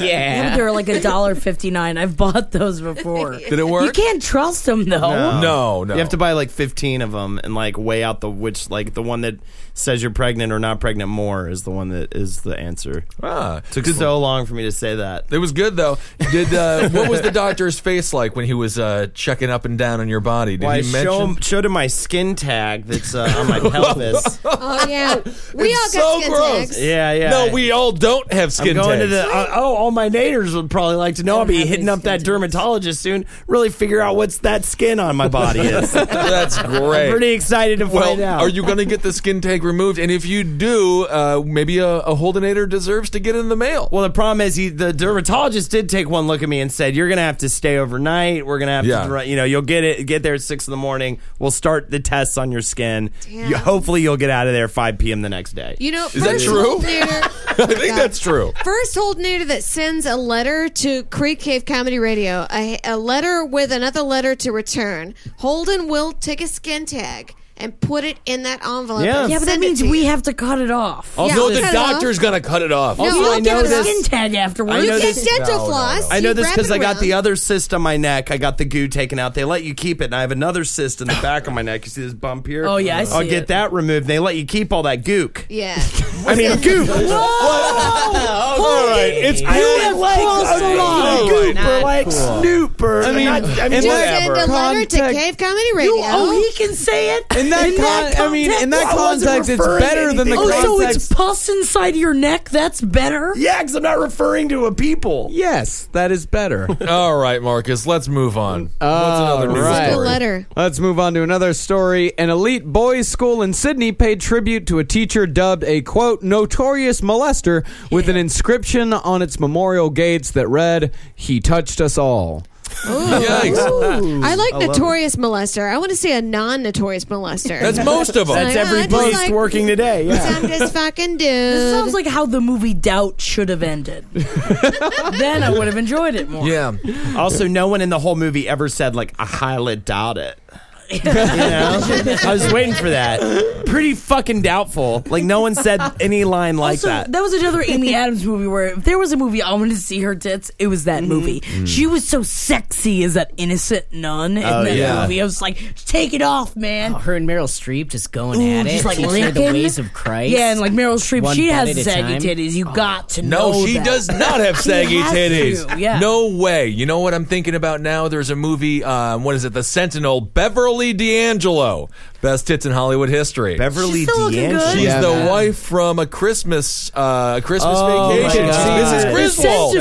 [SPEAKER 10] Yeah.
[SPEAKER 9] but they're like a dollar fifty nine. I've bought those before.
[SPEAKER 8] Did it work?
[SPEAKER 9] You can't trust them though.
[SPEAKER 10] No, no.
[SPEAKER 8] You have to buy like 15 of them and like weigh out the which like the one that says you're pregnant or not pregnant more is the one that is the answer.
[SPEAKER 10] Ah,
[SPEAKER 8] took
[SPEAKER 10] Did-
[SPEAKER 8] so long for me to say that.
[SPEAKER 10] It was good though. Did uh, what was the doctor's face like when he was uh, checking up and down on your body? Did
[SPEAKER 8] Well, I
[SPEAKER 10] he mention?
[SPEAKER 8] show, showed him my skin tag that's uh, on my pelvis.
[SPEAKER 11] Oh, yeah. We
[SPEAKER 10] It's so
[SPEAKER 11] all got skin
[SPEAKER 10] gross.
[SPEAKER 11] tags.
[SPEAKER 8] Yeah, yeah.
[SPEAKER 10] No, we all don't have
[SPEAKER 8] I'm
[SPEAKER 10] skin
[SPEAKER 8] going
[SPEAKER 10] tags.
[SPEAKER 8] to the uh, oh, all my neighbors would probably like to know. I'll be hitting up that dermatologist soon. Really figure out what's that skin on my body is.
[SPEAKER 10] That's great.
[SPEAKER 8] I'm pretty excited to
[SPEAKER 10] well,
[SPEAKER 8] find out.
[SPEAKER 10] are you going to get the skin tag removed? And if you do, uh, maybe a, a Holdenator deserves to get in the mail.
[SPEAKER 8] Well, the problem is, he, the dermatologist did take one look at me and said, "You're going to have to stay overnight. We're going to have
[SPEAKER 10] Yeah.
[SPEAKER 8] to, dri- you know, you'll get it, get there at six in the morning. We'll start the tests on your skin. You, hopefully, you'll get out of there five p.m. the next day.
[SPEAKER 11] You know,
[SPEAKER 8] Is that
[SPEAKER 11] first
[SPEAKER 8] true?
[SPEAKER 11] Holdenator,
[SPEAKER 10] I think that's true.
[SPEAKER 11] first Holdenator that sends a letter to Creek Cave Comedy Radio, a, a letter with another letter to return. Holden will take a skin tag and put it in that envelope.
[SPEAKER 10] Yeah.
[SPEAKER 11] and
[SPEAKER 10] Yeah, but that
[SPEAKER 11] send it
[SPEAKER 9] means
[SPEAKER 11] to you.
[SPEAKER 9] we have to cut it off.
[SPEAKER 2] Oh,
[SPEAKER 10] Also,
[SPEAKER 11] Yeah,
[SPEAKER 10] the
[SPEAKER 11] cut it
[SPEAKER 10] doctor's going to cut it off.
[SPEAKER 9] No,
[SPEAKER 8] Also,
[SPEAKER 9] you
[SPEAKER 8] I
[SPEAKER 9] don't get a
[SPEAKER 8] noticed-
[SPEAKER 9] skin tag afterwards.
[SPEAKER 8] I You noticed-
[SPEAKER 11] dental No, no, no. floss.
[SPEAKER 8] I know this
[SPEAKER 11] wrap
[SPEAKER 8] because
[SPEAKER 11] it
[SPEAKER 8] I got the
[SPEAKER 11] around.
[SPEAKER 8] other cyst on my neck. I got the goo taken out. They let you keep it, and I have another cyst in the back of my neck. You see this bump here?
[SPEAKER 9] Oh, yeah, I
[SPEAKER 8] will
[SPEAKER 9] see
[SPEAKER 8] get
[SPEAKER 9] it.
[SPEAKER 8] that removed. They let you keep all that gook.
[SPEAKER 11] Yeah.
[SPEAKER 8] I mean, goop. All right, it's
[SPEAKER 9] have false alarm.
[SPEAKER 8] Gooper, like Snooper.
[SPEAKER 11] Just send a letter to Cave Comedy Radio.
[SPEAKER 9] oh, he can say it.
[SPEAKER 10] And
[SPEAKER 2] in that con- I mean,
[SPEAKER 9] context-
[SPEAKER 2] in that I wasn't context, it's referring to better than the
[SPEAKER 9] Oh,
[SPEAKER 2] anything.
[SPEAKER 9] so
[SPEAKER 2] context-
[SPEAKER 9] it's pus inside your neck. That's better.
[SPEAKER 13] Yeah, because I'm not referring to a people.
[SPEAKER 2] Yes, that is better.
[SPEAKER 10] All right, Marcus, let's move on.
[SPEAKER 8] Uh,
[SPEAKER 10] What's another news
[SPEAKER 2] All right.
[SPEAKER 10] story?
[SPEAKER 2] Let's move on to another story. An elite boys' school in Sydney paid tribute to a teacher dubbed a quote notorious molester with an inscription on its memorial gates that read, "He touched us all." Yikes.
[SPEAKER 11] I like
[SPEAKER 2] I love
[SPEAKER 11] notorious molester. I want to see a non-notorious molester.
[SPEAKER 2] That's most of 'em.
[SPEAKER 11] It's
[SPEAKER 2] That's every
[SPEAKER 11] like, "Oh, I just
[SPEAKER 2] police
[SPEAKER 11] like-
[SPEAKER 13] working today.
[SPEAKER 11] I'm just fucking dude.
[SPEAKER 9] This sounds like how the movie Doubt should have ended. then I would have enjoyed it more.
[SPEAKER 10] Yeah.
[SPEAKER 13] Also, no one in the whole movie ever said like I highly doubt it. You know? I was waiting for that. Pretty fucking doubtful. Like no one said any line like
[SPEAKER 9] Also,
[SPEAKER 13] that.
[SPEAKER 9] was another Amy Adams movie where if there was a movie I wanted to see her tits, it was that movie.
[SPEAKER 13] Mm.
[SPEAKER 9] She was so sexy as that innocent nun in
[SPEAKER 5] Oh,
[SPEAKER 9] that
[SPEAKER 5] yeah.
[SPEAKER 9] movie. I was like, take it off, man.
[SPEAKER 5] her and Meryl Streep just going
[SPEAKER 9] Ooh,
[SPEAKER 5] at it,
[SPEAKER 9] just like
[SPEAKER 5] teaching her the
[SPEAKER 9] licking.
[SPEAKER 5] ways of Christ.
[SPEAKER 9] Yeah, and like Meryl Streep,
[SPEAKER 5] One
[SPEAKER 9] she
[SPEAKER 5] butt
[SPEAKER 9] has
[SPEAKER 5] at a
[SPEAKER 9] saggy
[SPEAKER 5] time. Oh.
[SPEAKER 9] titties. You got to
[SPEAKER 10] No,
[SPEAKER 9] know.
[SPEAKER 10] she
[SPEAKER 9] that.
[SPEAKER 10] does not have
[SPEAKER 9] She
[SPEAKER 10] saggy
[SPEAKER 9] has
[SPEAKER 10] titties.
[SPEAKER 9] to, yeah.
[SPEAKER 10] No way. You know what I'm thinking about now? There's a movie, um, what is it? The Sentinel, Beverly D'Angelo. Best tits in Hollywood history.
[SPEAKER 13] Beverly She's still looking good. D'Angelo.
[SPEAKER 10] She's
[SPEAKER 13] Yeah,
[SPEAKER 10] the
[SPEAKER 13] man.
[SPEAKER 10] wife from a Christmas uh, a Christmas
[SPEAKER 2] Oh, my
[SPEAKER 10] vacation. She's
[SPEAKER 2] God.
[SPEAKER 10] Mrs. Griswold.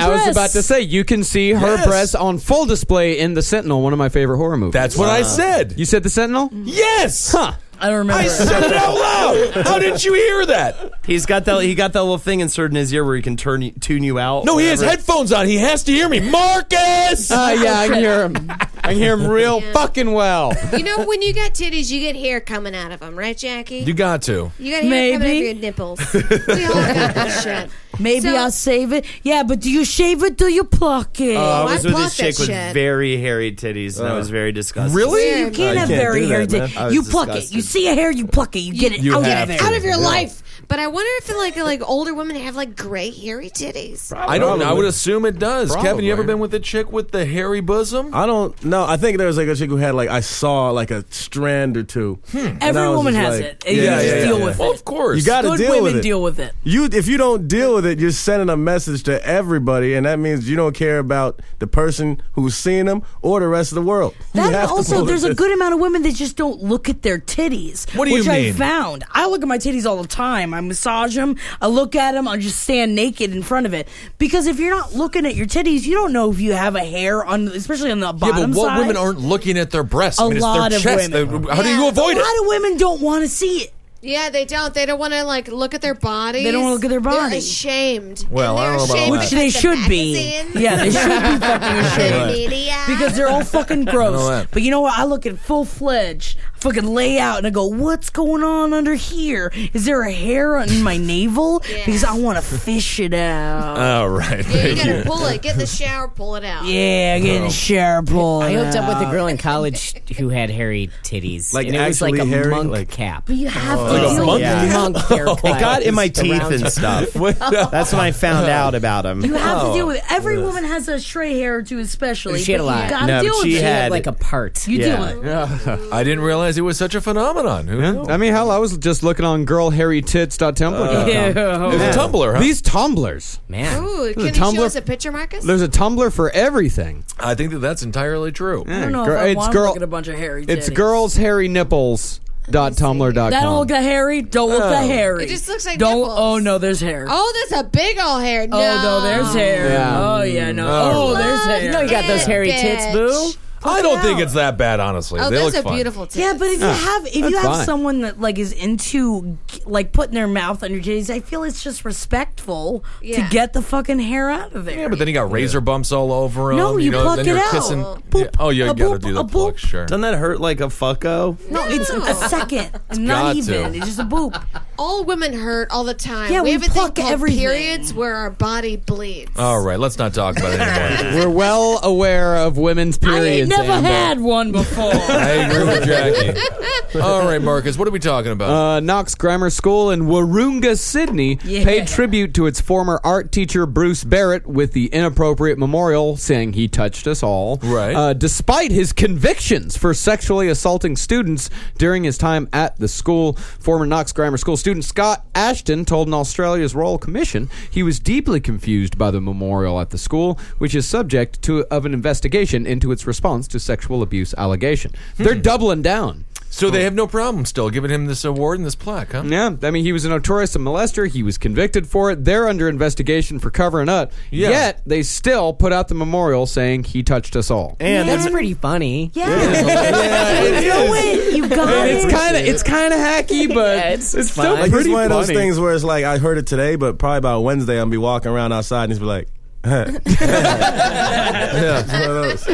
[SPEAKER 2] I was about to say you can see her breasts on full display in The Sentinel, one of my favorite horror movies.
[SPEAKER 10] That's what I Wow. said.
[SPEAKER 2] You said The Sentinel?
[SPEAKER 10] Yes.
[SPEAKER 2] Huh.
[SPEAKER 9] I don't remember.
[SPEAKER 10] I said it out loud. How did you hear that?
[SPEAKER 8] He's got that. He got that little thing inserted in his ear where he can turn you- tune you out.
[SPEAKER 10] No, he has
[SPEAKER 8] whatever.
[SPEAKER 10] headphones on. He has to hear me. Marcus!
[SPEAKER 2] Uh, yeah, I can hear him. I can hear him real fucking well.
[SPEAKER 11] you know, when you got titties, you get hair coming out of them, right, Jackie?
[SPEAKER 10] You got to.
[SPEAKER 11] You got hair coming out of
[SPEAKER 9] Maybe.
[SPEAKER 11] your nipples. we all got that shit.
[SPEAKER 9] Maybe
[SPEAKER 11] So-
[SPEAKER 9] I'll save it. Yeah, but do you shave it? Do you pluck it?
[SPEAKER 8] Uh, I was with
[SPEAKER 9] pluck
[SPEAKER 8] this chick
[SPEAKER 9] that
[SPEAKER 8] with
[SPEAKER 9] shit.
[SPEAKER 8] very hairy titties, and I was very disgusted.
[SPEAKER 9] You can't have very hairy. titties. You pluck it. You see a hair, you pluck it. You get it
[SPEAKER 8] You
[SPEAKER 9] out
[SPEAKER 8] have
[SPEAKER 9] of there.
[SPEAKER 8] to.
[SPEAKER 11] out of your
[SPEAKER 8] Yeah.
[SPEAKER 11] life. But I wonder if like like older women have like gray hairy titties.
[SPEAKER 10] I don't know. I would assume it does. Kevin, you ever
[SPEAKER 7] Probably.
[SPEAKER 10] been with a chick with the hairy bosom?
[SPEAKER 7] I don't know. I think there was like a chick who had like I saw like a strand or two. And
[SPEAKER 10] Every
[SPEAKER 7] I was
[SPEAKER 10] woman
[SPEAKER 7] just
[SPEAKER 10] has it. You just deal with Well, it. of course.
[SPEAKER 7] you got to
[SPEAKER 10] Good
[SPEAKER 7] deal with
[SPEAKER 10] women
[SPEAKER 7] it.
[SPEAKER 10] deal with it.
[SPEAKER 7] You if you don't deal with it, you're sending a message to everybody, and that means you don't care about the person who's seeing them or the rest of the world. You
[SPEAKER 9] That
[SPEAKER 7] have to
[SPEAKER 9] also,
[SPEAKER 7] pull
[SPEAKER 9] there's a
[SPEAKER 7] this.
[SPEAKER 9] good amount of women that just don't look at their titties.
[SPEAKER 7] What do you
[SPEAKER 9] which I
[SPEAKER 7] mean?
[SPEAKER 9] found. I look at my titties all the time. I massage them. I look at them. I just stand naked in front of it because if you're not looking at your titties, you don't know if you have a hair on, especially on the
[SPEAKER 10] Yeah,
[SPEAKER 9] bottom
[SPEAKER 10] but what
[SPEAKER 9] side.
[SPEAKER 10] women aren't looking at their breasts?
[SPEAKER 9] A
[SPEAKER 10] I mean, it's
[SPEAKER 9] lot
[SPEAKER 10] their
[SPEAKER 9] of
[SPEAKER 10] chest.
[SPEAKER 9] women.
[SPEAKER 10] They- How do
[SPEAKER 11] Yeah.
[SPEAKER 10] you avoid
[SPEAKER 9] a
[SPEAKER 10] it?
[SPEAKER 9] lot of women don't want to see it.
[SPEAKER 11] Yeah, they don't. They don't want to like look at their bodies.
[SPEAKER 9] They don't wanna look at their
[SPEAKER 11] They're
[SPEAKER 9] body.
[SPEAKER 11] ashamed.
[SPEAKER 10] Well, I don't know about all
[SPEAKER 9] Which
[SPEAKER 10] that.
[SPEAKER 9] they should be. Yeah, they should be fucking ashamed. Because they're all fucking
[SPEAKER 10] I know
[SPEAKER 9] gross.
[SPEAKER 10] that.
[SPEAKER 9] But you know what? I look at full fledged, fucking lay out, and I go, what's going on under here? Is there a hair on my navel? Because I want to fish it out.
[SPEAKER 10] All right.
[SPEAKER 11] Yeah, you
[SPEAKER 10] thank
[SPEAKER 11] gotta
[SPEAKER 10] you.
[SPEAKER 11] pull it. Get in the shower. Pull it out.
[SPEAKER 9] Yeah, get in the shower, pull
[SPEAKER 5] I
[SPEAKER 9] it
[SPEAKER 5] hooked up with a
[SPEAKER 9] out.
[SPEAKER 5] girl in college who had hairy titties,
[SPEAKER 8] Like
[SPEAKER 5] and it was like a
[SPEAKER 8] actually hairy?
[SPEAKER 5] monk
[SPEAKER 8] Like-
[SPEAKER 5] cap.
[SPEAKER 9] But you have
[SPEAKER 8] Oh.
[SPEAKER 5] to
[SPEAKER 8] Like a
[SPEAKER 5] deal
[SPEAKER 8] monk
[SPEAKER 5] with
[SPEAKER 8] cap?
[SPEAKER 5] monk haircut.
[SPEAKER 8] It got in my
[SPEAKER 5] Just
[SPEAKER 8] teeth
[SPEAKER 5] around-
[SPEAKER 8] and stuff. That's when I found out about him.
[SPEAKER 9] You have to deal with it. Every woman has a stray hair or two, especially.
[SPEAKER 5] She had
[SPEAKER 9] but
[SPEAKER 5] a lot.
[SPEAKER 9] You gotta
[SPEAKER 8] No,
[SPEAKER 9] deal
[SPEAKER 8] but
[SPEAKER 9] with
[SPEAKER 8] she
[SPEAKER 9] it.
[SPEAKER 8] had- Like a
[SPEAKER 5] part.
[SPEAKER 9] You
[SPEAKER 8] Yeah.
[SPEAKER 9] deal with it.
[SPEAKER 10] I didn't realize it was such a phenomenon. Who knew?
[SPEAKER 2] I mean, hell, I was just looking on
[SPEAKER 9] Uh,
[SPEAKER 2] girlhairytits.tumblr.com.
[SPEAKER 10] Ew. It's a Tumblr, huh?
[SPEAKER 2] These tumblers.
[SPEAKER 5] Man.
[SPEAKER 11] Ooh,
[SPEAKER 2] There's
[SPEAKER 11] can
[SPEAKER 2] a
[SPEAKER 11] you show
[SPEAKER 2] Tumblr-
[SPEAKER 11] us a picture, Marcus?
[SPEAKER 2] There's a Tumblr for everything.
[SPEAKER 10] I think that that's entirely true.
[SPEAKER 2] Yeah, gir- it's girl- It's
[SPEAKER 9] titties.
[SPEAKER 2] girls hairy nipples. Dot tumblr.com.
[SPEAKER 9] That don't look that hairy. Don't look that
[SPEAKER 2] Oh.
[SPEAKER 9] hairy.
[SPEAKER 11] It just looks like
[SPEAKER 9] Don't.
[SPEAKER 11] nipples.
[SPEAKER 9] Oh no, there's hair.
[SPEAKER 11] Oh, that's a big old hair. No.
[SPEAKER 9] Oh, no, there's hair.
[SPEAKER 10] Yeah.
[SPEAKER 9] Oh yeah, no.
[SPEAKER 10] Mm.
[SPEAKER 9] Oh, there's hair.
[SPEAKER 5] You know you got those hairy tits, boo.
[SPEAKER 10] I don't think it's that bad,
[SPEAKER 9] Oh,
[SPEAKER 11] Oh,
[SPEAKER 10] honestly. they look fine.
[SPEAKER 9] Yeah, but if you
[SPEAKER 10] Yeah,
[SPEAKER 9] have if you
[SPEAKER 10] that's
[SPEAKER 9] have
[SPEAKER 10] fine.
[SPEAKER 9] someone that like is into like putting their mouth on your titties, I feel it's just respectful
[SPEAKER 11] Yeah.
[SPEAKER 9] to get the fucking hair out of there.
[SPEAKER 10] Yeah, but then you got razor bumps all over him.
[SPEAKER 9] No, you
[SPEAKER 10] know,
[SPEAKER 9] pluck
[SPEAKER 10] then
[SPEAKER 9] it
[SPEAKER 10] you're
[SPEAKER 9] out.
[SPEAKER 10] Kissing. Yeah. Oh, yeah, you gotta do the pluck, sure.
[SPEAKER 8] Doesn't that hurt like a fucko?
[SPEAKER 9] No, it's a second.
[SPEAKER 8] got
[SPEAKER 9] Not
[SPEAKER 8] to.
[SPEAKER 9] even. It's just a boop.
[SPEAKER 11] All women hurt all the time.
[SPEAKER 9] Yeah,
[SPEAKER 11] we,
[SPEAKER 9] we
[SPEAKER 11] have a thing
[SPEAKER 9] pluck
[SPEAKER 11] called
[SPEAKER 9] everything.
[SPEAKER 11] periods where our body bleeds.
[SPEAKER 10] All right, let's not talk about it anymore.
[SPEAKER 2] We're well aware of women's periods. Amber.
[SPEAKER 9] one before.
[SPEAKER 10] I agree with Jackie. All right, Marcus, what are we talking about?
[SPEAKER 2] Uh, Knox Grammar School in Warunga, Sydney,
[SPEAKER 10] Yeah.
[SPEAKER 2] paid tribute to its former art teacher Bruce Barrett with the inappropriate memorial saying he touched us all. Right. Uh, despite his convictions for sexually assaulting students during his time at the school, former Knox Grammar School student Scott Ashton told an Australia's Royal Commission he was deeply confused by the memorial at the school, which is subject to of an investigation into its response to sexual abuse allegation. They're doubling down.
[SPEAKER 10] So they have no problem still giving him this award and this plaque, huh?
[SPEAKER 2] Yeah, I mean, he was a notorious molester. He was convicted for it. They're under investigation for covering up.
[SPEAKER 10] Yeah.
[SPEAKER 2] Yet they still put out the memorial saying he touched us all.
[SPEAKER 5] that's pretty funny.
[SPEAKER 9] Yeah,
[SPEAKER 5] it is.
[SPEAKER 9] You got
[SPEAKER 5] And
[SPEAKER 9] it.
[SPEAKER 5] it's kinda- it's
[SPEAKER 2] kind of hacky, but it's,
[SPEAKER 7] I think it's one of those things where it's like I heard it today, but probably by Wednesday I'm be walking around outside and he's be like, yeah, it's one of those.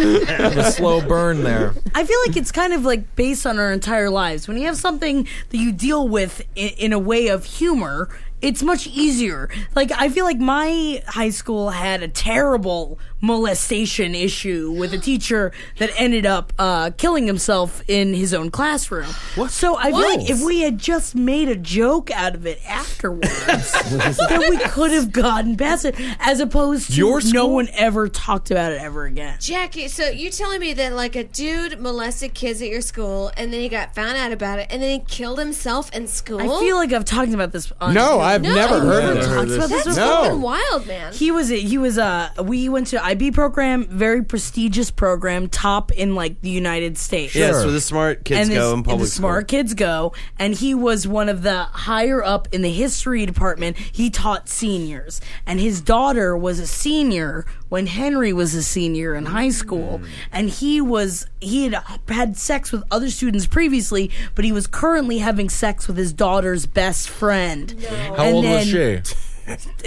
[SPEAKER 10] The slow burn there.
[SPEAKER 9] I feel like it's kind of like based on our entire lives. When you have something that you deal with in, in a way of humor, it's much easier. Like I feel like my high school had a terrible molestation issue with a teacher that ended up uh, killing himself in his own classroom. What? So I feel like if we had just made a joke out of it afterwards, that we could have gotten past it, as opposed to
[SPEAKER 11] Your
[SPEAKER 9] no
[SPEAKER 11] school?
[SPEAKER 9] one ever talked about it ever again.
[SPEAKER 11] Jackie, so you telling me that like a dude molested kids at your school and then he got found out about it and then he killed himself in school?
[SPEAKER 9] I feel like I've talked about this. On
[SPEAKER 2] No, I've never heard of this.
[SPEAKER 9] talked about this.
[SPEAKER 11] That's
[SPEAKER 9] before.
[SPEAKER 11] fucking wild, man.
[SPEAKER 9] He was he was uh we went to IB program, very prestigious program, top in like the United States.
[SPEAKER 8] Yeah, Sure. so the smart kids
[SPEAKER 9] and
[SPEAKER 8] go
[SPEAKER 9] this-
[SPEAKER 8] in public
[SPEAKER 9] and the smart kids go, and he was one of the higher up in the history department. He taught seniors, and his daughter was a senior when Henry was a senior in high school, and he was he had had sex with other students previously, but he was currently having sex with his daughter's best friend.
[SPEAKER 10] How
[SPEAKER 9] And
[SPEAKER 10] old was she?
[SPEAKER 9] then- it-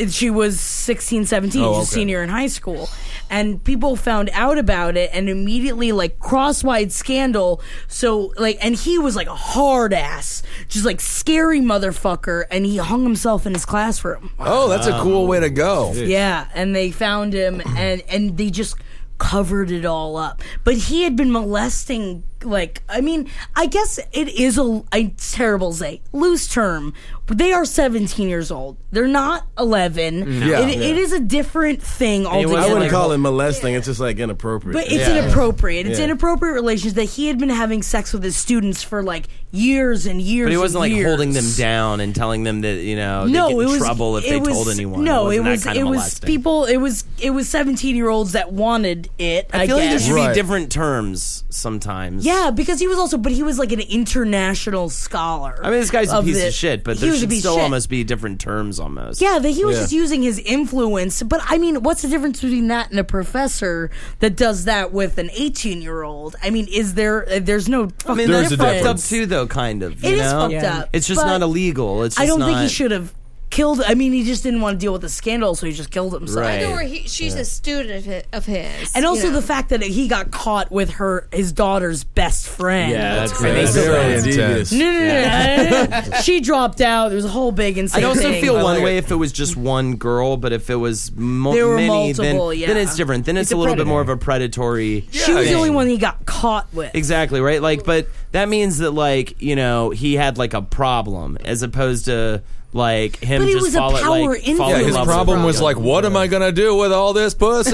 [SPEAKER 9] she was 16 17
[SPEAKER 10] Oh,
[SPEAKER 9] she's a
[SPEAKER 10] okay.
[SPEAKER 9] senior in high school and people found out about it and immediately like crosswide scandal so like and he was like a hard ass just like scary motherfucker and he hung himself in his classroom
[SPEAKER 10] Oh, that's a cool way to go.
[SPEAKER 9] yeah and they found him and and they just covered it all up but he had been molesting like i mean i guess it is a it's terrible to say loose term but they are 17 years old they're not 11
[SPEAKER 7] Mm. Yeah.
[SPEAKER 9] It- it
[SPEAKER 7] Yeah.
[SPEAKER 9] is a different thing
[SPEAKER 7] I
[SPEAKER 9] altogether
[SPEAKER 7] wouldn't call it molesting. It's just like inappropriate.
[SPEAKER 9] but it's inappropriate. It's
[SPEAKER 7] Yeah.
[SPEAKER 9] inappropriate relations that he had been having sex with his students for like years and years.
[SPEAKER 8] But he wasn't
[SPEAKER 9] and
[SPEAKER 8] like
[SPEAKER 9] years.
[SPEAKER 8] holding them down and telling them that you know
[SPEAKER 9] no,
[SPEAKER 8] they get
[SPEAKER 9] it
[SPEAKER 8] in
[SPEAKER 9] was
[SPEAKER 8] trouble if
[SPEAKER 9] it
[SPEAKER 8] they
[SPEAKER 9] was-
[SPEAKER 8] told anyone.
[SPEAKER 9] No, it
[SPEAKER 8] wasn't that
[SPEAKER 9] was
[SPEAKER 8] kind
[SPEAKER 9] it
[SPEAKER 8] of
[SPEAKER 9] was
[SPEAKER 8] molesting.
[SPEAKER 9] people. It was it was seventeen year olds that wanted it. I,
[SPEAKER 8] I feel like there
[SPEAKER 9] guess.
[SPEAKER 8] should be different terms sometimes.
[SPEAKER 9] Yeah, because he was also, but he was like an international scholar.
[SPEAKER 8] I mean, this guy's a
[SPEAKER 9] of
[SPEAKER 8] piece
[SPEAKER 9] the-
[SPEAKER 8] of shit, but
[SPEAKER 9] he
[SPEAKER 8] there
[SPEAKER 9] was a
[SPEAKER 8] should
[SPEAKER 9] piece of
[SPEAKER 8] still
[SPEAKER 9] shit.
[SPEAKER 8] almost be different terms almost.
[SPEAKER 9] Yeah, that he was just using his influence. But I mean, what's the difference between that and a professor that does that with an eighteen-year-old? I mean, is there? uh, There's no.
[SPEAKER 8] I
[SPEAKER 9] Fucking
[SPEAKER 8] mean, that's fucked
[SPEAKER 9] difference.
[SPEAKER 8] up too, though. Kind of.
[SPEAKER 9] It
[SPEAKER 8] you
[SPEAKER 9] is
[SPEAKER 8] know?
[SPEAKER 9] fucked Yeah. up,
[SPEAKER 8] It's just
[SPEAKER 9] but
[SPEAKER 8] not illegal. It's. Just
[SPEAKER 9] I don't think he
[SPEAKER 8] not-
[SPEAKER 9] should have killed. I mean, he just didn't want to deal with the scandal, so he just killed himself.
[SPEAKER 11] I know where he, she's a student of his. Of his
[SPEAKER 9] and also
[SPEAKER 11] you know.
[SPEAKER 9] the fact that he got caught with her his daughter's best friend.
[SPEAKER 8] Yeah, that's That's crazy. crazy.
[SPEAKER 7] Very
[SPEAKER 8] That's
[SPEAKER 7] devious.
[SPEAKER 9] No, no, no, no, no. she dropped out. There was a whole big insane.
[SPEAKER 8] I'd also
[SPEAKER 9] thing.
[SPEAKER 8] feel one way if it was just one girl, but if it was mo-
[SPEAKER 9] There were
[SPEAKER 8] many,
[SPEAKER 9] multiple,
[SPEAKER 8] then,
[SPEAKER 9] yeah.
[SPEAKER 8] then it's different. Then it's,
[SPEAKER 9] It's
[SPEAKER 8] a
[SPEAKER 9] a
[SPEAKER 8] little
[SPEAKER 9] predator.
[SPEAKER 8] bit more of a predatory.
[SPEAKER 9] She was the
[SPEAKER 8] thing.
[SPEAKER 9] only one he got caught with.
[SPEAKER 8] Exactly right. Like, but that means that like you know he had like a problem as opposed to like him
[SPEAKER 9] But he
[SPEAKER 8] just
[SPEAKER 9] was a
[SPEAKER 8] follow,
[SPEAKER 9] power
[SPEAKER 8] like falling
[SPEAKER 10] Yeah,
[SPEAKER 8] in
[SPEAKER 10] his
[SPEAKER 8] love
[SPEAKER 10] problem was like, what am I gonna do with all this pussy?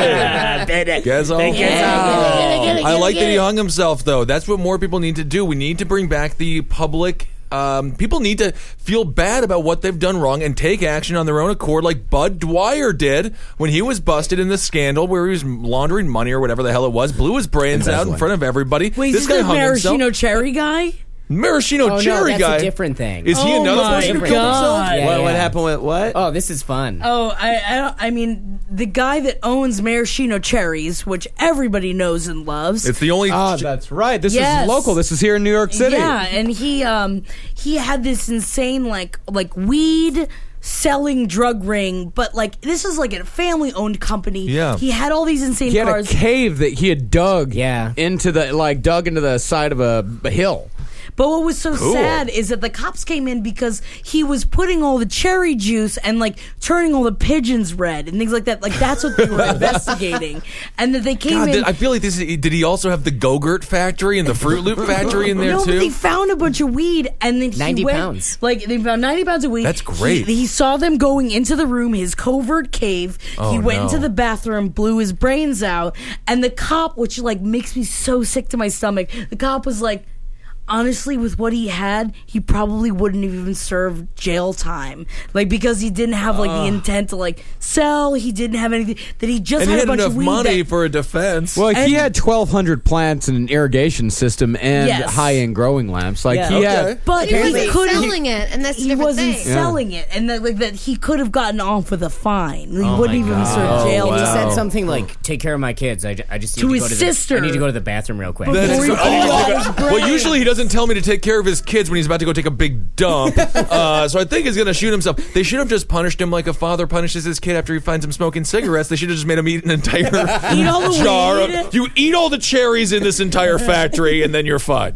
[SPEAKER 10] Guess I'll-
[SPEAKER 8] Get it, get it,
[SPEAKER 10] I
[SPEAKER 8] get it,
[SPEAKER 10] like
[SPEAKER 8] get
[SPEAKER 10] that he
[SPEAKER 8] it.
[SPEAKER 10] hung himself though. That's what more people need to do. We need to bring back the public. Um, people need to feel bad about what they've done wrong and take action on their own accord, like Bud Dwyer did when he was busted in the scandal where he was laundering money or whatever the hell it was, blew his brains out in front of everybody.
[SPEAKER 9] Wait,
[SPEAKER 10] this
[SPEAKER 9] is
[SPEAKER 10] guy
[SPEAKER 9] this the
[SPEAKER 10] hung himself.
[SPEAKER 9] maraschino cherry guy?
[SPEAKER 10] Maraschino
[SPEAKER 5] Oh, no,
[SPEAKER 10] cherry
[SPEAKER 5] that's a
[SPEAKER 10] guy.
[SPEAKER 5] different thing.
[SPEAKER 10] Is he
[SPEAKER 9] Oh
[SPEAKER 10] another
[SPEAKER 9] my
[SPEAKER 10] person who killed
[SPEAKER 9] God.
[SPEAKER 10] himself?
[SPEAKER 5] Yeah, What- what yeah. happened
[SPEAKER 8] with what?
[SPEAKER 5] Oh, this is fun.
[SPEAKER 2] Ah,
[SPEAKER 9] Oh, I, I, don't- I mean, the guy that owns maraschino cherries, which everybody knows and loves.
[SPEAKER 10] It's the only.
[SPEAKER 2] Ah, that's right. This
[SPEAKER 9] Yes.
[SPEAKER 2] is local. This is here in New York City.
[SPEAKER 9] Yeah, and he um he had this insane like like weed selling drug ring, but like this is like a family owned company.
[SPEAKER 2] Yeah.
[SPEAKER 9] he had all these insane
[SPEAKER 2] He had a
[SPEAKER 9] cars.
[SPEAKER 2] cave that he had dug yeah. into the like dug into the side of a, a hill.
[SPEAKER 9] But what was so
[SPEAKER 2] Cool.
[SPEAKER 9] sad is that the cops came in because he was putting all the cherry juice and like turning all the pigeons red and things like that. Like that's what they were investigating, and that they came
[SPEAKER 10] God,
[SPEAKER 9] in.
[SPEAKER 10] did- I feel like this. Is, did he also have the Go-Gurt factory and the Fruit Loop factory in there
[SPEAKER 9] no,
[SPEAKER 10] too?
[SPEAKER 9] but they found a bunch of weed, and then he
[SPEAKER 10] 90
[SPEAKER 9] went,
[SPEAKER 10] pounds.
[SPEAKER 9] Like they found ninety pounds of weed.
[SPEAKER 10] That's great.
[SPEAKER 9] He, he saw them going into the room, his covert cave. he
[SPEAKER 10] Oh,
[SPEAKER 9] went
[SPEAKER 10] no.
[SPEAKER 9] into the bathroom, blew his brains out, and the cop, which like makes me so sick to my stomach, the cop was like. honestly, with what he had, he probably wouldn't have even serve jail time. Like because he didn't have like
[SPEAKER 10] Ah.
[SPEAKER 9] the intent to like sell. He didn't have anything. That he just
[SPEAKER 10] and he
[SPEAKER 9] had, a
[SPEAKER 10] had
[SPEAKER 9] bunch
[SPEAKER 10] enough
[SPEAKER 9] of weed.
[SPEAKER 10] money
[SPEAKER 9] that-
[SPEAKER 10] for a defense.
[SPEAKER 2] Well, he
[SPEAKER 9] And-
[SPEAKER 2] had 1,200 plants and an irrigation system and
[SPEAKER 9] Yes.
[SPEAKER 2] high-end growing lamps. Like
[SPEAKER 9] Yeah.
[SPEAKER 2] he had,
[SPEAKER 9] but he
[SPEAKER 2] apparently-
[SPEAKER 9] couldn't
[SPEAKER 11] selling it, and that's a
[SPEAKER 9] he
[SPEAKER 11] different
[SPEAKER 9] wasn't
[SPEAKER 11] thing.
[SPEAKER 2] Yeah.
[SPEAKER 9] selling it, and that like that he could have gotten off with a fine. He
[SPEAKER 5] Oh
[SPEAKER 9] wouldn't
[SPEAKER 5] my
[SPEAKER 9] even
[SPEAKER 5] God.
[SPEAKER 9] serve jail.
[SPEAKER 5] If He
[SPEAKER 9] time.
[SPEAKER 5] said something like, "Take care of my kids. I, ju- I just need
[SPEAKER 9] To
[SPEAKER 5] to,
[SPEAKER 9] his
[SPEAKER 5] go to
[SPEAKER 9] sister.
[SPEAKER 5] The, I need to go to the bathroom real quick."
[SPEAKER 10] That's
[SPEAKER 5] Before he
[SPEAKER 10] so- Oh well, usually he doesn't tell me to take care of his kids when he's about to go take a big dump. uh, so I think he's going to shoot himself. They should have just punished him like a father punishes his kid after he finds him smoking cigarettes. They should have just made him eat an entire
[SPEAKER 9] Eat all the
[SPEAKER 10] jar
[SPEAKER 9] weed.
[SPEAKER 10] of. You eat all the cherries in this entire factory, and then you're fine.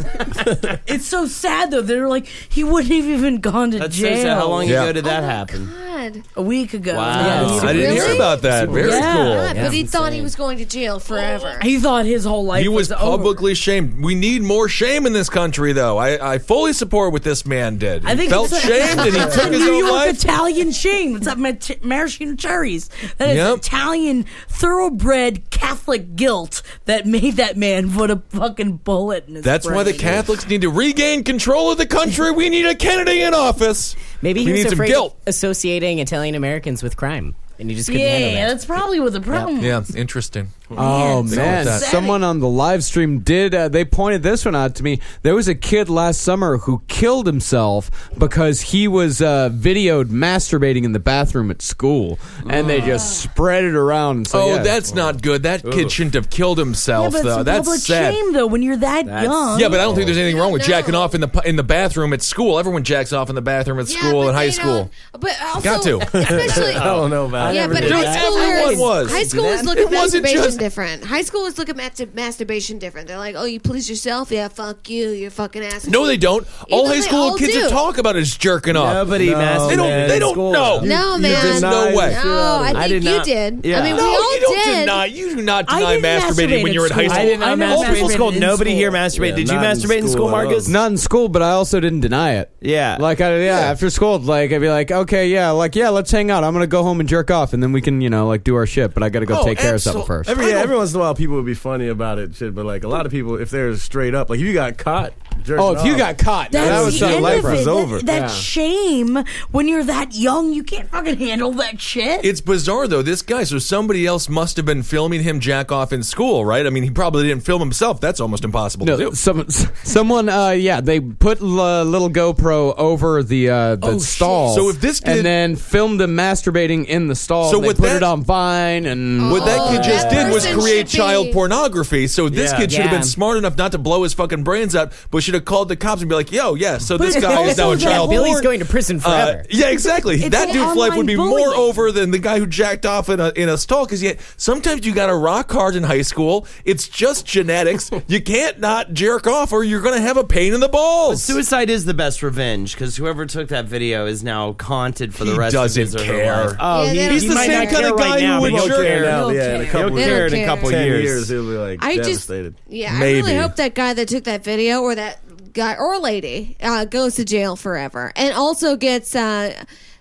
[SPEAKER 9] It's so sad though. They're like he wouldn't have even gone to
[SPEAKER 10] That's so
[SPEAKER 9] jail.
[SPEAKER 10] sad. How long
[SPEAKER 8] How long ago did that happen?
[SPEAKER 11] God.
[SPEAKER 9] A week ago.
[SPEAKER 8] Wow.
[SPEAKER 10] I didn't hear
[SPEAKER 8] Really?
[SPEAKER 10] about that.
[SPEAKER 8] Super
[SPEAKER 10] Very
[SPEAKER 8] weird.
[SPEAKER 11] Yeah,
[SPEAKER 10] cool.
[SPEAKER 11] but he thought he was going to jail forever.
[SPEAKER 9] He thought his whole life
[SPEAKER 10] he was,
[SPEAKER 9] was over.
[SPEAKER 10] publicly shamed. We need more shame in this country, though. I, I fully support what this man did.
[SPEAKER 9] I
[SPEAKER 10] He
[SPEAKER 9] think
[SPEAKER 10] felt
[SPEAKER 9] it's a-
[SPEAKER 10] shamed and he
[SPEAKER 9] it's
[SPEAKER 10] took
[SPEAKER 9] a
[SPEAKER 10] his
[SPEAKER 9] New
[SPEAKER 10] own
[SPEAKER 9] York
[SPEAKER 10] life.
[SPEAKER 9] Italian shame. It's like mat- maraschino cherries. That is
[SPEAKER 10] Yep.
[SPEAKER 9] Italian thoroughbred Catholic guilt that made that man put a fucking bullet in his.
[SPEAKER 10] That's why the
[SPEAKER 9] brain.
[SPEAKER 10] Catholics need to regain control of the country. We need a Kennedy in office.
[SPEAKER 5] Maybe
[SPEAKER 10] we
[SPEAKER 5] he
[SPEAKER 10] need
[SPEAKER 5] was
[SPEAKER 10] some
[SPEAKER 5] afraid
[SPEAKER 10] guilt.
[SPEAKER 5] of associating Italian Americans with crime, and he just couldn't handle
[SPEAKER 9] Yeah,
[SPEAKER 5] that.
[SPEAKER 9] that's probably what the problem. was.
[SPEAKER 10] Yeah, interesting.
[SPEAKER 2] Oh man! Someone on the live stream did. Uh, they pointed this one out to me. There was a kid last summer who killed himself because he was uh, videoed masturbating in the bathroom at school, and they just spread it around. And so,
[SPEAKER 10] oh,
[SPEAKER 2] yeah.
[SPEAKER 10] that's not good. That kid shouldn't have killed
[SPEAKER 9] Yeah,
[SPEAKER 10] himself,
[SPEAKER 9] but it's
[SPEAKER 10] though.
[SPEAKER 9] a
[SPEAKER 10] That's
[SPEAKER 9] public
[SPEAKER 10] sad.
[SPEAKER 9] shame though when you're that young.
[SPEAKER 10] Yeah, but I don't think there's anything wrong with jacking off in the pu- in the bathroom at school. Everyone jacks off in the bathroom at school in high school.
[SPEAKER 11] But also,
[SPEAKER 10] Got to.
[SPEAKER 11] especially-
[SPEAKER 10] I don't know about
[SPEAKER 11] yeah,
[SPEAKER 10] it.
[SPEAKER 11] but
[SPEAKER 10] Dude,
[SPEAKER 11] high
[SPEAKER 10] everyone
[SPEAKER 11] schoolers,
[SPEAKER 10] was.
[SPEAKER 11] high schoolers
[SPEAKER 10] It
[SPEAKER 11] look at
[SPEAKER 10] wasn't
[SPEAKER 11] masturbation
[SPEAKER 10] just-
[SPEAKER 11] different. High schoolers look at mastur- masturbation different. They're like, "Oh, you please yourself? Yeah, fuck you, you're fucking ass."
[SPEAKER 10] No, they don't. all
[SPEAKER 11] Even
[SPEAKER 10] high
[SPEAKER 11] they
[SPEAKER 10] school
[SPEAKER 11] all
[SPEAKER 10] kids
[SPEAKER 11] do.
[SPEAKER 10] that talk about is jerking off.
[SPEAKER 8] Nobody No, masturbates
[SPEAKER 10] They don't. They
[SPEAKER 8] in
[SPEAKER 10] don't
[SPEAKER 8] school.
[SPEAKER 10] know.
[SPEAKER 11] No, You man.
[SPEAKER 10] There's no
[SPEAKER 11] denied
[SPEAKER 10] way.
[SPEAKER 11] it. No, I think you did. I mean, we
[SPEAKER 10] no,
[SPEAKER 11] all
[SPEAKER 10] you don't
[SPEAKER 11] did.
[SPEAKER 10] deny. You do not
[SPEAKER 11] I
[SPEAKER 10] deny
[SPEAKER 11] didn't
[SPEAKER 10] masturbating
[SPEAKER 11] masturbate
[SPEAKER 10] when
[SPEAKER 11] at
[SPEAKER 10] you were in high
[SPEAKER 11] school.
[SPEAKER 10] school.
[SPEAKER 11] I did not
[SPEAKER 10] All people
[SPEAKER 8] masturbated
[SPEAKER 10] school-
[SPEAKER 8] in Nobody here masturbated.
[SPEAKER 10] Yeah,
[SPEAKER 8] Did you
[SPEAKER 10] not in
[SPEAKER 8] masturbate in
[SPEAKER 10] school
[SPEAKER 8] school,
[SPEAKER 10] at all.
[SPEAKER 8] Marcus?
[SPEAKER 2] Not in school, but I also didn't deny it.
[SPEAKER 8] Yeah.
[SPEAKER 2] Like I yeah, after school, like I'd be like, okay, yeah, like yeah, let's hang out. I'm gonna go home and jerk off, and then we can you know like do our shit. But I gotta go
[SPEAKER 7] Oh,
[SPEAKER 2] take care of something
[SPEAKER 7] absol-
[SPEAKER 2] first.
[SPEAKER 7] Every, yeah, every once in a while, people would be funny about it, shit. But like a lot of people, if they're straight up, like if you got caught. jerking
[SPEAKER 2] Oh, if you
[SPEAKER 7] off,
[SPEAKER 2] got caught,
[SPEAKER 7] that,
[SPEAKER 9] That's
[SPEAKER 7] was
[SPEAKER 9] the
[SPEAKER 7] your
[SPEAKER 9] end
[SPEAKER 7] life
[SPEAKER 9] of it.
[SPEAKER 7] was
[SPEAKER 9] That-
[SPEAKER 7] over.
[SPEAKER 9] That, shame when you're that young, you can't fucking handle that shit.
[SPEAKER 10] It's bizarre though. This guy, so somebody else must have been filming him jack off in school, right? I mean, he probably didn't film himself. That's almost impossible to
[SPEAKER 2] No,
[SPEAKER 10] do.
[SPEAKER 2] some, someone, uh, yeah, they put l- uh, little GoPro over the uh, the
[SPEAKER 10] Oh, shit.
[SPEAKER 2] stall.
[SPEAKER 10] So if this kid-
[SPEAKER 2] and then filmed them masturbating in the stall,
[SPEAKER 10] So
[SPEAKER 2] and they
[SPEAKER 10] what
[SPEAKER 2] put
[SPEAKER 10] that-
[SPEAKER 2] it on Vine, and
[SPEAKER 10] What that kid just did was
[SPEAKER 11] person
[SPEAKER 10] create
[SPEAKER 11] should be-
[SPEAKER 10] child pornography. So this
[SPEAKER 2] Yeah.
[SPEAKER 10] kid should have
[SPEAKER 2] Yeah.
[SPEAKER 10] been smart enough not to blow his fucking brains out, but should have called the cops and be like, "Yo, yeah, so
[SPEAKER 5] But
[SPEAKER 10] this
[SPEAKER 5] it's
[SPEAKER 10] guy is
[SPEAKER 5] also
[SPEAKER 10] now a
[SPEAKER 5] that
[SPEAKER 10] child
[SPEAKER 5] Billy's
[SPEAKER 10] porn."
[SPEAKER 5] going to prison
[SPEAKER 10] Uh,
[SPEAKER 5] forever.
[SPEAKER 10] yeah, exactly.
[SPEAKER 5] It's
[SPEAKER 10] that
[SPEAKER 5] the
[SPEAKER 10] dude's life would be
[SPEAKER 5] online
[SPEAKER 10] more
[SPEAKER 5] bullying.
[SPEAKER 10] over than the guy who jacked off in a in a stall. Because yet sometimes you got to rock hard in high school. It's just genetics. you can't not jerk off, or you're going to have a pain in the balls.
[SPEAKER 8] Suicide is the best revenge because whoever took that video is now haunted for the
[SPEAKER 10] He
[SPEAKER 8] rest
[SPEAKER 10] doesn't
[SPEAKER 8] of his or her
[SPEAKER 10] care.
[SPEAKER 8] life.
[SPEAKER 10] Yeah, they don't- He's the
[SPEAKER 8] might
[SPEAKER 10] same
[SPEAKER 8] not
[SPEAKER 10] kind of
[SPEAKER 8] care
[SPEAKER 10] guy
[SPEAKER 8] right
[SPEAKER 10] who
[SPEAKER 8] now,
[SPEAKER 10] would
[SPEAKER 8] but he'll
[SPEAKER 10] jerk.
[SPEAKER 8] care now.
[SPEAKER 10] He'll
[SPEAKER 8] Yeah, in a
[SPEAKER 10] care.
[SPEAKER 8] couple
[SPEAKER 11] They don't
[SPEAKER 8] care in a
[SPEAKER 11] care.
[SPEAKER 8] couple
[SPEAKER 11] 10
[SPEAKER 8] years.
[SPEAKER 11] years,
[SPEAKER 7] he'll be like
[SPEAKER 11] I just, yeah, I really hope that guy that took that video or that guy or lady uh, goes to jail forever and also gets uh,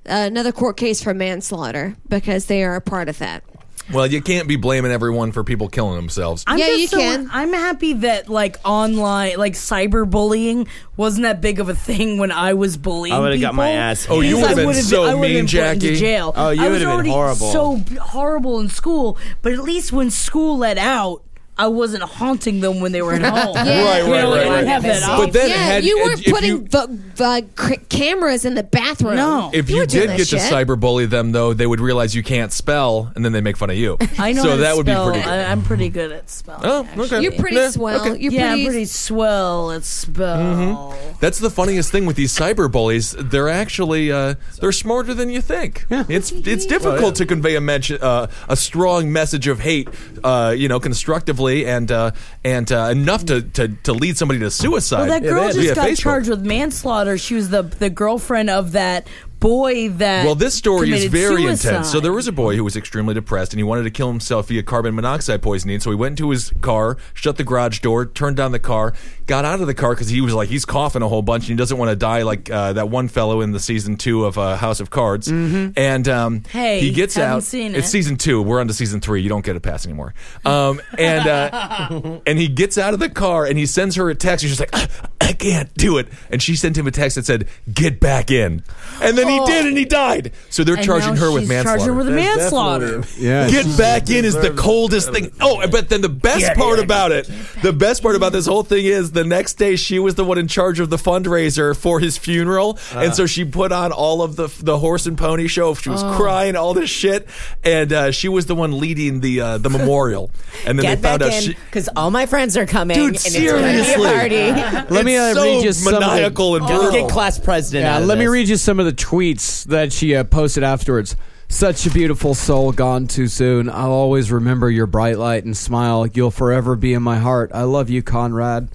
[SPEAKER 11] another court case for manslaughter because they are a part of that.
[SPEAKER 10] Well, you can't be blaming everyone for people killing themselves.
[SPEAKER 9] I'm
[SPEAKER 11] Yeah,
[SPEAKER 9] just
[SPEAKER 11] you
[SPEAKER 9] so-
[SPEAKER 11] can.
[SPEAKER 9] I'm happy that like online, like cyberbullying wasn't that big of a thing when I was bullying.
[SPEAKER 8] I would've
[SPEAKER 9] people.
[SPEAKER 8] got my ass
[SPEAKER 10] Oh, you
[SPEAKER 9] Because
[SPEAKER 10] would've
[SPEAKER 9] I
[SPEAKER 10] been
[SPEAKER 9] would've
[SPEAKER 10] so
[SPEAKER 9] I would've
[SPEAKER 10] mean,
[SPEAKER 9] been put into
[SPEAKER 10] Jackie.
[SPEAKER 9] Jail.
[SPEAKER 8] Oh, you
[SPEAKER 9] I was
[SPEAKER 8] would've been
[SPEAKER 9] already
[SPEAKER 8] horrible.
[SPEAKER 9] So b- horrible in school, but at least when school let out. I wasn't haunting them when they were at home.
[SPEAKER 10] Right,
[SPEAKER 9] You
[SPEAKER 10] right,
[SPEAKER 9] know, like,
[SPEAKER 10] right,
[SPEAKER 9] I
[SPEAKER 10] right.
[SPEAKER 9] have that
[SPEAKER 10] But
[SPEAKER 9] option.
[SPEAKER 10] then
[SPEAKER 11] yeah,
[SPEAKER 10] had-
[SPEAKER 11] you
[SPEAKER 10] if-
[SPEAKER 11] weren't
[SPEAKER 10] if
[SPEAKER 11] putting
[SPEAKER 10] you-
[SPEAKER 11] v- v- cr- cameras in the bathroom. No,
[SPEAKER 10] If you, did get to cyberbully them, though, they would realize you can't spell, and then they make fun of you.
[SPEAKER 9] I know.
[SPEAKER 10] So
[SPEAKER 9] how to
[SPEAKER 10] that would be
[SPEAKER 9] spell.
[SPEAKER 10] pretty. Good.
[SPEAKER 9] I, I'm pretty good at spelling.
[SPEAKER 10] Oh, okay.
[SPEAKER 9] actually.
[SPEAKER 10] You're pretty Yeah, swell. okay. You're
[SPEAKER 9] yeah,
[SPEAKER 10] pretty-
[SPEAKER 9] I'm pretty swell at spell.
[SPEAKER 10] That's the funniest thing with these cyberbullies. They're actually uh, they're smarter than you think. It's it's difficult to convey a mention, uh, a strong message of hate, uh, you know, constructively and uh, and uh, enough to, to, to lead somebody to suicide.
[SPEAKER 9] Well, that girl
[SPEAKER 10] via
[SPEAKER 9] just got
[SPEAKER 10] Facebook.
[SPEAKER 9] charged with manslaughter. She was the the girlfriend of that boy that
[SPEAKER 10] Well, this story is
[SPEAKER 9] committed
[SPEAKER 10] very
[SPEAKER 9] suicide.
[SPEAKER 10] intense. So there was a boy who was extremely depressed and he wanted to kill himself via carbon monoxide poisoning. So he went into his car, shut the garage door, turned down the car, got out of the car because he was like he's coughing a whole bunch and he doesn't want to die like uh, that one fellow in the season two of uh, House of Cards. And um,
[SPEAKER 9] Mm-hmm. Hey,
[SPEAKER 10] he gets
[SPEAKER 9] haven't
[SPEAKER 10] out.
[SPEAKER 9] seen
[SPEAKER 10] it's
[SPEAKER 9] it.
[SPEAKER 10] season two. We're on to season three. You don't get a pass anymore. Um, and uh, and he gets out of the car and he sends her a text. She's just like, "Ah, I can't do it. And she sent him a text that said, Get back in. And then he did, and he died. So they're
[SPEAKER 9] Oh. And
[SPEAKER 10] charging
[SPEAKER 9] now
[SPEAKER 10] her with
[SPEAKER 9] she's
[SPEAKER 10] manslaughter.
[SPEAKER 9] charging her with That's manslaughter. definitely-
[SPEAKER 2] Yeah,
[SPEAKER 10] Get
[SPEAKER 2] she's-
[SPEAKER 10] back in is the coldest thing. Oh, but then the best
[SPEAKER 2] Get
[SPEAKER 10] part
[SPEAKER 2] in.
[SPEAKER 10] about it, the best part about this whole thing is the next day she was the one in charge of the fundraiser for his funeral,
[SPEAKER 2] Ah.
[SPEAKER 10] and so she put on all of the the horse and pony show. She was
[SPEAKER 2] Oh.
[SPEAKER 10] crying, all this shit, and uh, she was the one leading the uh, the memorial. And then
[SPEAKER 5] Get
[SPEAKER 10] they found
[SPEAKER 5] back
[SPEAKER 10] out
[SPEAKER 5] in
[SPEAKER 10] she.
[SPEAKER 5] because all my friends are coming.
[SPEAKER 10] Dude,
[SPEAKER 5] and It's
[SPEAKER 10] seriously.
[SPEAKER 5] gonna be a party.
[SPEAKER 2] Let me uh,
[SPEAKER 10] It's so
[SPEAKER 2] read you some
[SPEAKER 10] maniacal
[SPEAKER 2] of
[SPEAKER 10] and
[SPEAKER 2] the,
[SPEAKER 10] brutal.
[SPEAKER 5] Don't get class president
[SPEAKER 2] Yeah,
[SPEAKER 5] out of
[SPEAKER 2] let me
[SPEAKER 5] this.
[SPEAKER 2] read you some of the tweets that she uh, posted afterwards. Such a beautiful soul gone too soon. I'll always remember your bright light and smile. You'll forever be in my heart. I love you, Conrad.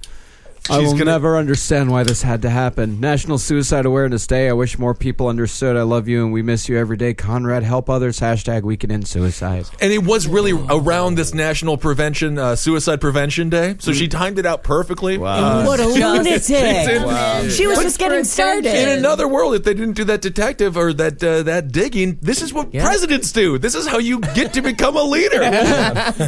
[SPEAKER 2] I
[SPEAKER 10] She's
[SPEAKER 2] will
[SPEAKER 10] gonna-
[SPEAKER 2] never understand why this had to happen. National Suicide Awareness Day. I wish more people understood. I love you and we miss you every day. Conrad, help others. Hashtag we can end suicide.
[SPEAKER 10] And it was really around this National Prevention uh, Suicide Prevention Day, so
[SPEAKER 2] Mm.
[SPEAKER 10] she timed it out perfectly.
[SPEAKER 5] And what a
[SPEAKER 10] She did.
[SPEAKER 5] lunatic! She was
[SPEAKER 10] But
[SPEAKER 5] just getting started.
[SPEAKER 10] In another world, if they didn't do that detective or that uh, that digging, this is what presidents do. This is how you get to become a leader.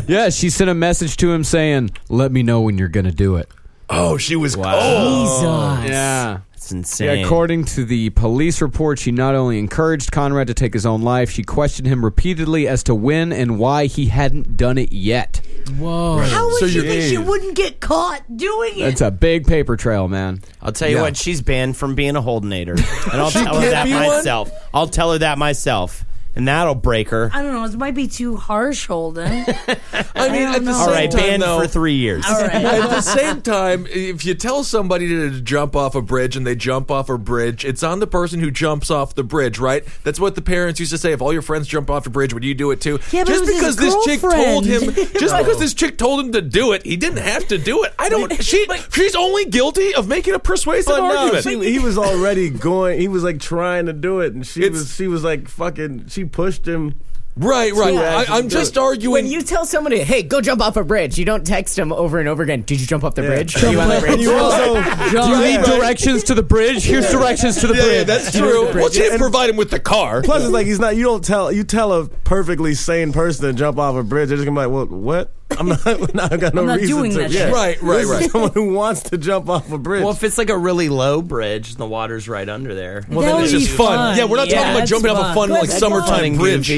[SPEAKER 2] yeah, she sent a message to him saying, "Let me know when you're gonna do it."
[SPEAKER 10] Oh, she was
[SPEAKER 2] wow.
[SPEAKER 10] oh.
[SPEAKER 5] Jesus.
[SPEAKER 2] Yeah.
[SPEAKER 13] It's insane.
[SPEAKER 2] according to the police report, she not only encouraged Conrad to take his own life, she questioned him repeatedly as to when and why he hadn't done it yet.
[SPEAKER 5] Whoa.
[SPEAKER 9] How would
[SPEAKER 2] So
[SPEAKER 9] you
[SPEAKER 2] you're-
[SPEAKER 9] think she
[SPEAKER 2] Jeez.
[SPEAKER 9] wouldn't get caught doing it?
[SPEAKER 2] That's a big paper trail, man.
[SPEAKER 13] I'll tell you
[SPEAKER 2] Yeah.
[SPEAKER 13] what, she's banned from being a holdenator. And I'll
[SPEAKER 9] She
[SPEAKER 13] tell her
[SPEAKER 9] can't
[SPEAKER 13] that
[SPEAKER 9] be one?
[SPEAKER 13] myself. I'll tell her that myself. And that'll break her.
[SPEAKER 9] I don't know. It might be too harsh, Holden.
[SPEAKER 10] I mean, at the
[SPEAKER 13] All
[SPEAKER 10] same
[SPEAKER 13] right,
[SPEAKER 10] time,
[SPEAKER 13] banned
[SPEAKER 10] though-
[SPEAKER 13] for three years.
[SPEAKER 10] At the same time, if you tell somebody to jump off a bridge and they jump off a bridge, it's on the person who jumps off the bridge, right? That's what the parents used to say. If all your friends jump off a bridge, would you do it too?
[SPEAKER 9] Yeah, but
[SPEAKER 10] just
[SPEAKER 9] it was his
[SPEAKER 10] because this chick told
[SPEAKER 9] girlfriend.
[SPEAKER 10] him, just because this chick told him to do it, he didn't have to do it. I don't. She she's only guilty of making a persuasive
[SPEAKER 7] But no,
[SPEAKER 10] argument.
[SPEAKER 7] she, he was already going. He was like trying to do it, and she
[SPEAKER 10] It's-
[SPEAKER 7] was she was like fucking. She pushed him.
[SPEAKER 10] Right, right.
[SPEAKER 7] to
[SPEAKER 10] I,
[SPEAKER 7] actually
[SPEAKER 10] I'm
[SPEAKER 7] do
[SPEAKER 10] just
[SPEAKER 7] it.
[SPEAKER 10] arguing.
[SPEAKER 5] When you tell somebody, "Hey, go jump off a bridge," you don't text them over and over again. Did you jump off the bridge? Are you on the bridge?
[SPEAKER 7] You also-
[SPEAKER 2] Do you need directions to the bridge? Here's directions to the
[SPEAKER 10] Yeah,
[SPEAKER 2] bridge.
[SPEAKER 10] yeah, that's true. Well, she didn't provide him with the car.
[SPEAKER 7] Plus, it's like he's not. You don't tell. You tell a perfectly sane person to jump off a bridge. They're just gonna be like, "Well, what? I'm not. not I got no
[SPEAKER 9] I'm not
[SPEAKER 7] reason
[SPEAKER 9] doing
[SPEAKER 7] to."
[SPEAKER 9] that
[SPEAKER 7] yeah.
[SPEAKER 9] shit.
[SPEAKER 10] Right, right,
[SPEAKER 7] This is
[SPEAKER 10] right.
[SPEAKER 7] Someone who wants to jump off a bridge.
[SPEAKER 8] Well, if it's like a really low bridge and the water's right under there,
[SPEAKER 10] Well, then it's just fun. Yeah, we're not talking about jumping off a fun like summertime bridge.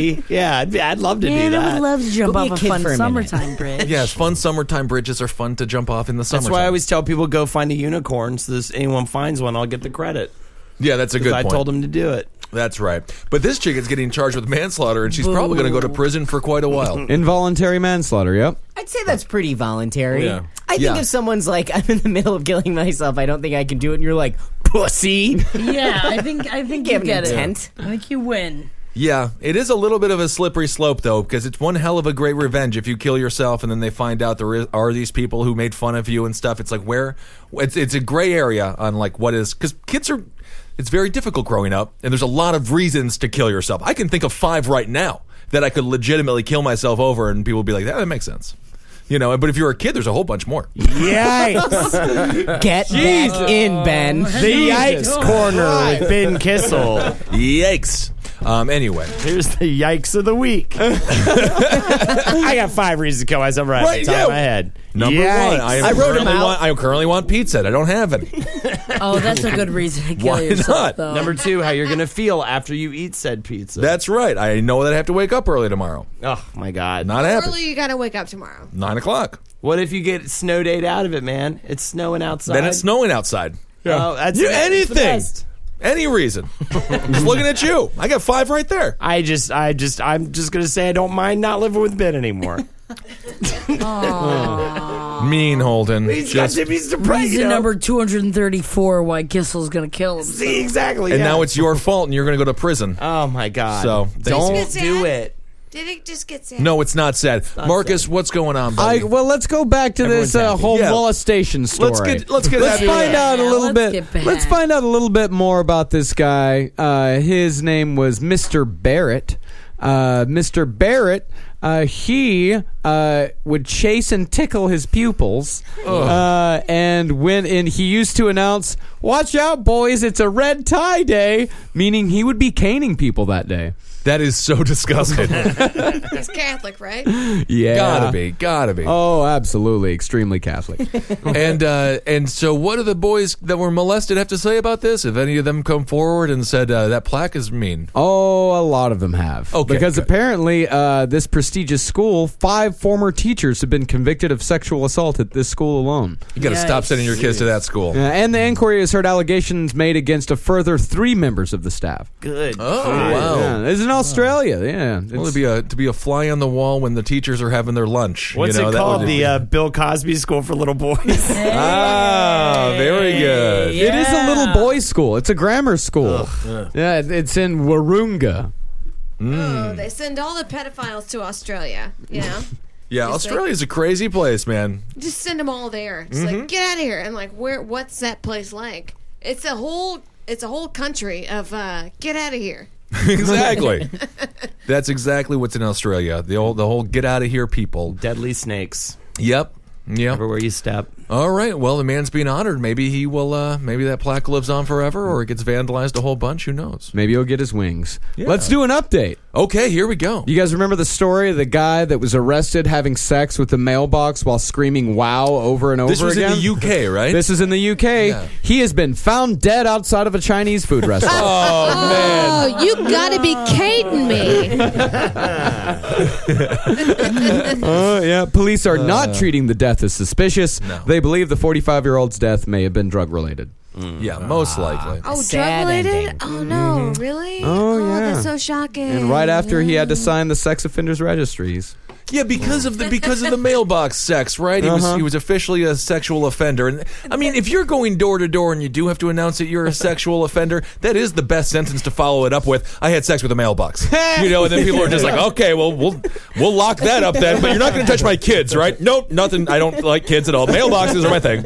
[SPEAKER 8] Yeah, I'd, I'd love to
[SPEAKER 9] Man,
[SPEAKER 8] do
[SPEAKER 9] I
[SPEAKER 8] that.
[SPEAKER 9] would love to jump
[SPEAKER 5] Go be
[SPEAKER 9] off
[SPEAKER 5] a
[SPEAKER 9] a
[SPEAKER 5] kid
[SPEAKER 9] fun
[SPEAKER 5] for a minute.
[SPEAKER 9] summertime bridge.
[SPEAKER 10] Yes, fun summertime bridges are fun to jump off in the summer.
[SPEAKER 8] That's why I always tell people go find a unicorn. So this anyone finds one, I'll get the credit.
[SPEAKER 10] Yeah, that's a
[SPEAKER 8] 'Cause
[SPEAKER 10] good
[SPEAKER 8] I
[SPEAKER 10] point.
[SPEAKER 8] told him to do it.
[SPEAKER 10] That's right. But this chick is getting charged with manslaughter, and she's probably going to go to prison for quite a while.
[SPEAKER 2] Involuntary manslaughter. Yep.
[SPEAKER 5] I'd say that's pretty voluntary.
[SPEAKER 10] Yeah.
[SPEAKER 5] I think
[SPEAKER 10] Yeah.
[SPEAKER 5] if someone's like, "I'm in the middle of killing myself. I don't think I can do it," and you're like, "Pussy."
[SPEAKER 9] Yeah, I think I think
[SPEAKER 5] You
[SPEAKER 9] you
[SPEAKER 5] have an
[SPEAKER 9] get
[SPEAKER 5] intent.
[SPEAKER 9] it. I think you win.
[SPEAKER 10] yeah, it is a little bit of a slippery slope, though, because it's one hell of a great revenge if you kill yourself and then they find out there is, are these people who made fun of you and stuff. It's like where it's it's a gray area on like what is because kids are. It's very difficult growing up, and there's a lot of reasons to kill yourself. I can think of five right now that I could legitimately kill myself over, and people would be like, "That makes sense," you know. But if you're a kid, there's a whole bunch more.
[SPEAKER 5] Yikes! Get back in, Ben.
[SPEAKER 13] The Yikes Corner with Ben Kissel.
[SPEAKER 10] Yikes. Um, anyway.
[SPEAKER 13] Here's the Yikes of the Week. I got five reasons to kill myself right,
[SPEAKER 10] Right,
[SPEAKER 13] off the top
[SPEAKER 10] yeah.
[SPEAKER 13] of my head.
[SPEAKER 10] Number
[SPEAKER 13] Yikes.
[SPEAKER 10] one, I, am
[SPEAKER 5] I wrote 'em
[SPEAKER 10] currently
[SPEAKER 5] out.
[SPEAKER 10] Want, I currently want pizza. And I don't have any.
[SPEAKER 9] Oh, that's a good reason to kill
[SPEAKER 10] Why
[SPEAKER 9] yourself,
[SPEAKER 10] not?
[SPEAKER 9] though.
[SPEAKER 8] Number two, how you're gonna feel after you eat said pizza.
[SPEAKER 10] That's right. I know that I have to wake up early tomorrow.
[SPEAKER 8] oh my god.
[SPEAKER 10] Not happening.
[SPEAKER 11] Early, you gotta wake up tomorrow.
[SPEAKER 10] Nine o'clock.
[SPEAKER 8] What if you get snow date out of it, man? It's snowing outside.
[SPEAKER 10] Then it's snowing outside.
[SPEAKER 8] Oh, that's
[SPEAKER 10] You
[SPEAKER 8] that's the
[SPEAKER 10] anything?
[SPEAKER 8] best.
[SPEAKER 10] Any reason? Just looking at you. I got five right there.
[SPEAKER 8] I just, I just, I'm just gonna say I don't mind not living with Ben anymore.
[SPEAKER 10] Mean Holden.
[SPEAKER 8] he's
[SPEAKER 10] Just-
[SPEAKER 8] got to be surprised.
[SPEAKER 9] Reason
[SPEAKER 8] you know?
[SPEAKER 9] number 234 why Kissel's going to kill him.
[SPEAKER 8] See, exactly.
[SPEAKER 10] and
[SPEAKER 8] yeah.
[SPEAKER 10] Uh, now it's your fault, and you're going to go to prison.
[SPEAKER 8] Oh my god.
[SPEAKER 10] So,
[SPEAKER 8] don't
[SPEAKER 10] thanks.
[SPEAKER 8] do it.
[SPEAKER 11] Did it just get sad?
[SPEAKER 10] No, it's not sad. Marcus, what's going on, buddy?
[SPEAKER 2] I, well, let's go back to
[SPEAKER 10] Everyone's
[SPEAKER 2] this uh,
[SPEAKER 10] happy.
[SPEAKER 2] whole
[SPEAKER 10] Yeah.
[SPEAKER 2] molestation story.
[SPEAKER 10] Let's get- let's get
[SPEAKER 2] let's
[SPEAKER 10] happy.
[SPEAKER 2] find
[SPEAKER 10] Yeah,
[SPEAKER 2] out a little
[SPEAKER 10] let's
[SPEAKER 2] bit.
[SPEAKER 10] get back.
[SPEAKER 2] Let's find out a little bit more about this guy. Uh, his name was Mr. Barrett. Uh, Mr. Barrett, uh, he uh, would chase and tickle his pupils, uh, and when and he used to announce, "Watch out, boys! It's a red tie day," meaning he would be caning people that day.
[SPEAKER 10] That is so disgusting.
[SPEAKER 11] He's Catholic, right?
[SPEAKER 10] Mm.
[SPEAKER 2] yeah,
[SPEAKER 10] Gotta be, gotta be.
[SPEAKER 2] Oh, absolutely, extremely Catholic.
[SPEAKER 10] and uh, and so, what do the boys that were molested have to say about this? If any of them come forward and said uh, that plaque is mean,
[SPEAKER 2] Oh, a lot of them have.
[SPEAKER 10] Okay,
[SPEAKER 2] Because
[SPEAKER 10] good.
[SPEAKER 2] apparently, uh, this prestigious school, five former teachers have been convicted of sexual assault at this school alone.
[SPEAKER 10] you got to stop sending your kids to that school.
[SPEAKER 2] Uh, and the inquiry has heard allegations made against a further three members of the staff.
[SPEAKER 10] Good. Oh wow.
[SPEAKER 2] Yeah, this is in Australia. Yeah.
[SPEAKER 10] Well, to be a to be a fly on the wall when the teachers are having their lunch.
[SPEAKER 8] What's
[SPEAKER 10] you know,
[SPEAKER 8] it
[SPEAKER 10] that
[SPEAKER 8] called?
[SPEAKER 10] would be-
[SPEAKER 8] The uh, Bill Cosby School for Little Boys.
[SPEAKER 10] ah, very good.
[SPEAKER 2] It is a little boys' school. It's a grammar school. Yeah, it- it's in Warunga.
[SPEAKER 11] Oh, they send all the pedophiles to Australia. You know,
[SPEAKER 10] Yeah,
[SPEAKER 11] Just like-
[SPEAKER 10] Australia's a crazy place, man.
[SPEAKER 11] just send them all there. It's
[SPEAKER 10] Mhm.
[SPEAKER 11] like get out of here. And like, where? What's that place like? It's a whole. It's a whole country of uh, get out of here.
[SPEAKER 10] exactly. That's exactly what's in Australia. The old, the whole get out of here people.
[SPEAKER 8] Deadly snakes.
[SPEAKER 10] Yep. Yep.
[SPEAKER 8] Everywhere you step.
[SPEAKER 10] All right. Well, the man's being honored. Maybe he will. Uh, maybe that plaque lives on forever, or it gets vandalized a whole bunch. Who knows?
[SPEAKER 2] Maybe he'll get his wings. Let's do an update.
[SPEAKER 10] Okay, here we go.
[SPEAKER 2] You guys remember the story of the guy that was arrested having sex with the mailbox while screaming wow over and over
[SPEAKER 10] This was in
[SPEAKER 2] again?
[SPEAKER 10] the UK, right?
[SPEAKER 2] This is in the UK. He has been found dead outside of a Chinese food restaurant.
[SPEAKER 10] oh,
[SPEAKER 11] Oh, you gotta be kidding me!
[SPEAKER 2] Uh, yeah, police are not
[SPEAKER 10] Uh.
[SPEAKER 2] treating the death as suspicious. They believe the 45 year old's death may have been drug related.
[SPEAKER 10] Yeah, most likely.
[SPEAKER 11] Oh, drug related? Oh no, really?
[SPEAKER 2] Oh, yeah.
[SPEAKER 11] that's so shocking.
[SPEAKER 2] And right after he had to sign the sex offenders registries.
[SPEAKER 10] Yeah, because of the because of the mailbox sex, right? He was
[SPEAKER 2] Uh-huh.
[SPEAKER 10] he was officially a sexual offender, and I mean, if you're going door to door and you do have to announce that you're a sexual offender, that is the best sentence to follow it up with. I had sex with a mailbox, you know, and then people are just like, okay, well, we'll we'll lock that up then, but you're not going to touch my kids, right? Nope, nothing. I don't like kids at all. Mailboxes are my thing.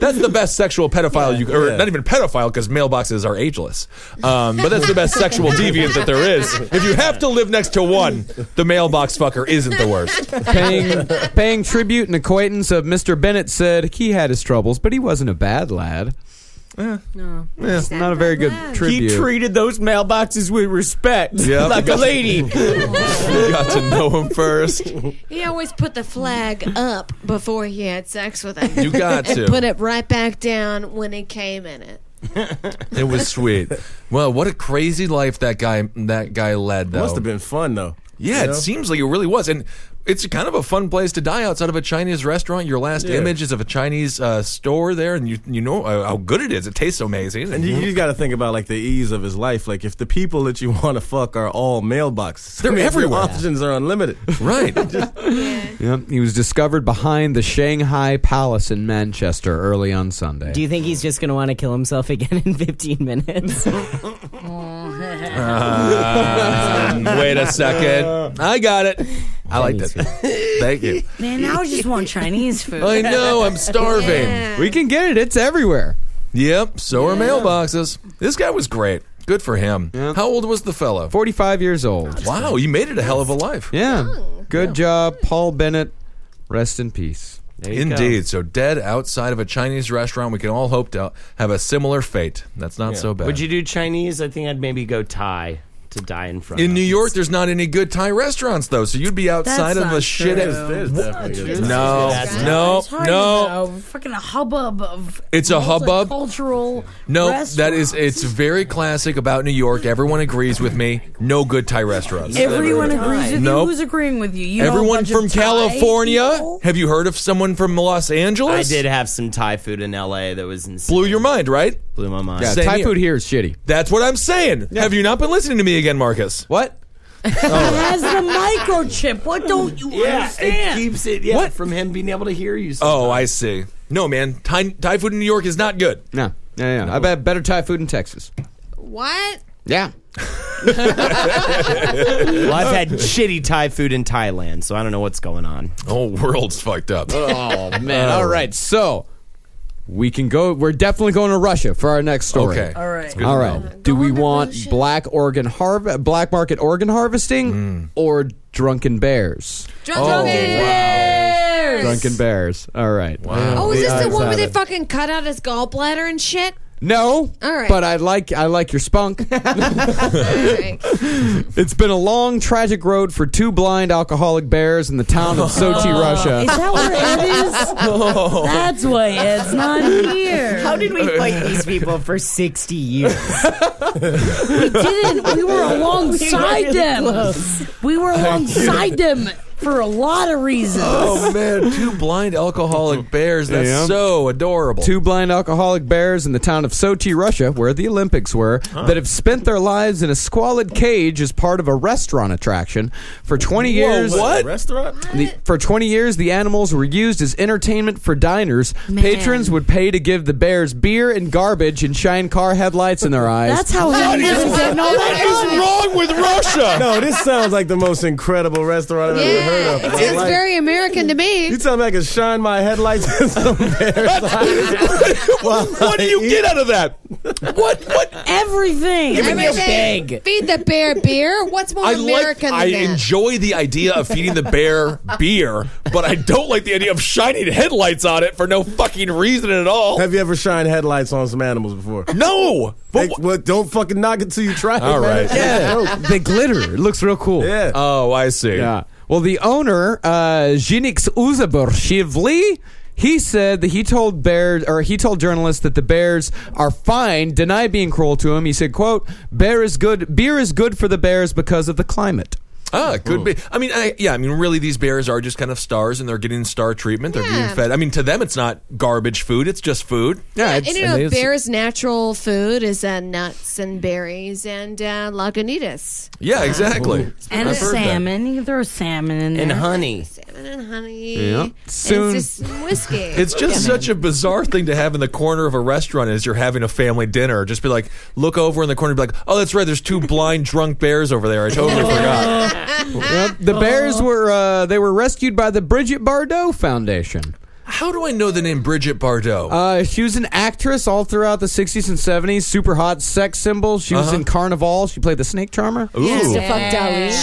[SPEAKER 10] That's the best sexual pedophile you, or not even pedophile, because mailboxes are ageless. Um, but that's the best sexual deviant that there is. If you have to live next to one, the mailbox fucker isn't the worst.
[SPEAKER 2] paying, paying tribute, an acquaintance of Mr. Bennett said he had his troubles, but he wasn't a bad lad.
[SPEAKER 9] No.
[SPEAKER 2] Yeah, not a very good tribute.
[SPEAKER 5] He treated those mailboxes with respect,
[SPEAKER 2] Yep.
[SPEAKER 5] like a lady.
[SPEAKER 10] You got to know him first.
[SPEAKER 11] He always put the flag up before he had sex with him.
[SPEAKER 10] You got
[SPEAKER 11] and
[SPEAKER 10] to.
[SPEAKER 11] put it right back down when it came in it.
[SPEAKER 10] It was sweet. Well, what a crazy life that guy that guy led. Though
[SPEAKER 7] Must have been fun though.
[SPEAKER 10] Yeah,
[SPEAKER 7] You
[SPEAKER 10] it
[SPEAKER 7] know?
[SPEAKER 10] seems like it really was, and it's kind of a fun place to die outside of a Chinese restaurant. Your last
[SPEAKER 7] Yeah.
[SPEAKER 10] image is of a Chinese uh, store there, and you you know uh, how good it is. It tastes amazing.
[SPEAKER 7] And you, you got to think about like the ease of his life. Like if the people that you want to fuck are all mailboxes,
[SPEAKER 10] They're
[SPEAKER 7] I mean, your
[SPEAKER 10] everywhere.
[SPEAKER 7] Options are unlimited.
[SPEAKER 10] right.
[SPEAKER 2] Yep, he was discovered behind the Shanghai Palace in Manchester early on Sunday.
[SPEAKER 5] Do you think he's just going to want to kill himself again in 15 minutes?
[SPEAKER 10] Um, wait a second. I got it. I liked it. Thank you.
[SPEAKER 9] Man, now I just want Chinese food.
[SPEAKER 10] I know. I'm starving.
[SPEAKER 2] We can get it. It's everywhere.
[SPEAKER 10] Yep. So are mailboxes. This guy was great. Good for him. How old was the fellow?
[SPEAKER 2] 45 years old.
[SPEAKER 10] Wow, you made it a hell of a life.
[SPEAKER 2] Yeah. Good job, Paul Bennett. Rest in peace.
[SPEAKER 10] Indeed. So dead outside of a Chinese restaurant. We can all hope to have a similar fate. That's not so bad.
[SPEAKER 8] Would you do Chinese? I think I'd maybe go Thai to die in front.
[SPEAKER 10] in
[SPEAKER 8] of.
[SPEAKER 10] New York, there's not any good Thai restaurants though, so you'd be outside
[SPEAKER 9] That's
[SPEAKER 10] of the
[SPEAKER 9] not
[SPEAKER 10] shit.
[SPEAKER 9] true.
[SPEAKER 10] Wha-
[SPEAKER 9] There's
[SPEAKER 10] no, no,
[SPEAKER 9] It's hard
[SPEAKER 10] no,
[SPEAKER 9] to know. Fucking a hubbub of
[SPEAKER 10] It's a hubbub.
[SPEAKER 9] cultural.
[SPEAKER 10] no. That is, it's very classic about New York. Everyone agrees with me. No good Thai restaurants.
[SPEAKER 9] Everyone agrees with
[SPEAKER 10] Nope.
[SPEAKER 9] you. Who's agreeing with you? you know a
[SPEAKER 10] Everyone
[SPEAKER 9] bunch of
[SPEAKER 10] from
[SPEAKER 9] Thai
[SPEAKER 10] California.
[SPEAKER 9] people?
[SPEAKER 10] Have you heard of someone from Los
[SPEAKER 8] I
[SPEAKER 10] Angeles?
[SPEAKER 8] did have some Thai food in L.A. that was insane.
[SPEAKER 10] Blew your mind, right?
[SPEAKER 8] Blew my mind.
[SPEAKER 10] Yeah,
[SPEAKER 8] Same
[SPEAKER 10] Thai
[SPEAKER 8] here.
[SPEAKER 10] food
[SPEAKER 2] here is shitty.
[SPEAKER 10] That's what I'm saying. Have you not been listening to me again, Marcus?
[SPEAKER 2] What?
[SPEAKER 9] Has the microchip? What don't you
[SPEAKER 8] Yeah, it
[SPEAKER 9] understand?
[SPEAKER 8] keeps it. Yeah, from him being able to hear you.
[SPEAKER 10] Oh, I see. No, man, Thai, Thai food in New York is not good.
[SPEAKER 2] No. Yeah, yeah. I bet better Thai food in Texas.
[SPEAKER 11] What?
[SPEAKER 2] Yeah.
[SPEAKER 8] well, I've had shitty Thai food in Thailand, so I don't know what's going on.
[SPEAKER 10] Whole world's fucked up.
[SPEAKER 2] Oh man! All right, so we can go. We're definitely going to Russia for our next story.
[SPEAKER 10] Okay. All right. That's good
[SPEAKER 2] All
[SPEAKER 10] to
[SPEAKER 2] right. Do we want black organ harv- black market organ harvesting, or drunken bears?
[SPEAKER 11] Drunken bears.
[SPEAKER 2] Drunken bears. All right.
[SPEAKER 11] Oh, is this the one where they fucking cut out his gallbladder and shit?
[SPEAKER 2] No.
[SPEAKER 11] All right.
[SPEAKER 2] But I like I like your spunk. it's been a long tragic road for two blind alcoholic bears in the town of Sochi,
[SPEAKER 11] Oh.
[SPEAKER 2] Russia.
[SPEAKER 9] Is that where Ed is? That's why Ed's not here.
[SPEAKER 5] How did we fight these people for 60 years?
[SPEAKER 9] We didn't. We were
[SPEAKER 5] We were
[SPEAKER 9] alongside them.
[SPEAKER 5] close.
[SPEAKER 9] We were alongside them for a lot of reasons.
[SPEAKER 10] Oh man, two blind alcoholic bears. That's
[SPEAKER 2] Yeah.
[SPEAKER 10] so adorable.
[SPEAKER 2] Two blind alcoholic bears in the town of Sochi, Russia, where the Olympics were, that have spent their lives in a squalid cage as part of a restaurant attraction for 20
[SPEAKER 10] Oh,
[SPEAKER 2] years.
[SPEAKER 7] Restaurant?
[SPEAKER 2] The, for 20 years, the animals were used as entertainment for diners. Patrons would pay to give the bears beer and garbage and shine car headlights in their eyes.
[SPEAKER 9] That's how Ed
[SPEAKER 11] Oh,
[SPEAKER 9] is getting all that money.
[SPEAKER 10] wrong with Russia?
[SPEAKER 7] No, this sounds like the most incredible restaurant I've ever heard of.
[SPEAKER 11] It sounds
[SPEAKER 7] Like,
[SPEAKER 11] very American to me.
[SPEAKER 7] you tell me I can shine my headlights in some bear's eyes?
[SPEAKER 10] what do you get out of that? What? What?
[SPEAKER 9] Everything.
[SPEAKER 11] Everything. Feed the bear beer. What's more
[SPEAKER 10] I like.
[SPEAKER 11] American
[SPEAKER 10] I
[SPEAKER 11] than that?
[SPEAKER 10] enjoy the idea of feeding the bear beer, but I don't like the idea of shining headlights on it for no fucking reason at all.
[SPEAKER 7] Have you ever shined headlights on some animals before?
[SPEAKER 10] No. But
[SPEAKER 7] Hey, well, don't fucking knock it till you try it.
[SPEAKER 10] All
[SPEAKER 7] man.
[SPEAKER 10] right.
[SPEAKER 2] yeah, they glitter. It looks real cool.
[SPEAKER 7] Yeah.
[SPEAKER 10] Oh, I see.
[SPEAKER 2] Yeah. Well, the owner, uh, Zhenix Uzaborshivli, he said that he told bears, or he told journalists that the bears are fine, deny being cruel to him. He said, "quote Bear is good. Beer is good for the bears because of the climate."
[SPEAKER 10] Ah, could be. I mean, I, yeah. I mean, really, these bears are just kind of stars, and they're getting star treatment. They're
[SPEAKER 11] Yeah.
[SPEAKER 10] being fed. I mean, to them, it's not garbage food; it's just food.
[SPEAKER 2] Yeah,
[SPEAKER 11] And you know, bear's natural food is uh, nuts and berries and uh, lagunitas.
[SPEAKER 10] Yeah, exactly.
[SPEAKER 9] And a
[SPEAKER 10] I've heard that.
[SPEAKER 9] salmon. You can throw a salmon in there.
[SPEAKER 8] And honey.
[SPEAKER 11] Salmon and honey.
[SPEAKER 2] Yeah.
[SPEAKER 11] And
[SPEAKER 2] Soon-
[SPEAKER 11] it's just whiskey.
[SPEAKER 10] It's just
[SPEAKER 11] Yeah.
[SPEAKER 10] such a bizarre thing to have in the corner of a restaurant as you're having a family dinner. Just be like, look over in the corner, and be like, oh, that's right, there's two blind drunk bears over there. I totally forgot.
[SPEAKER 2] Yep. The bears were uh, they were rescued by the Bridget Bardot Foundation.
[SPEAKER 10] How do I know the name Bridget Bardot?
[SPEAKER 2] Uh, she was an actress all throughout the '60s and '70s. Super hot sex symbol. She was in Carnival. She played the snake charmer.
[SPEAKER 10] Ooh,
[SPEAKER 11] uh,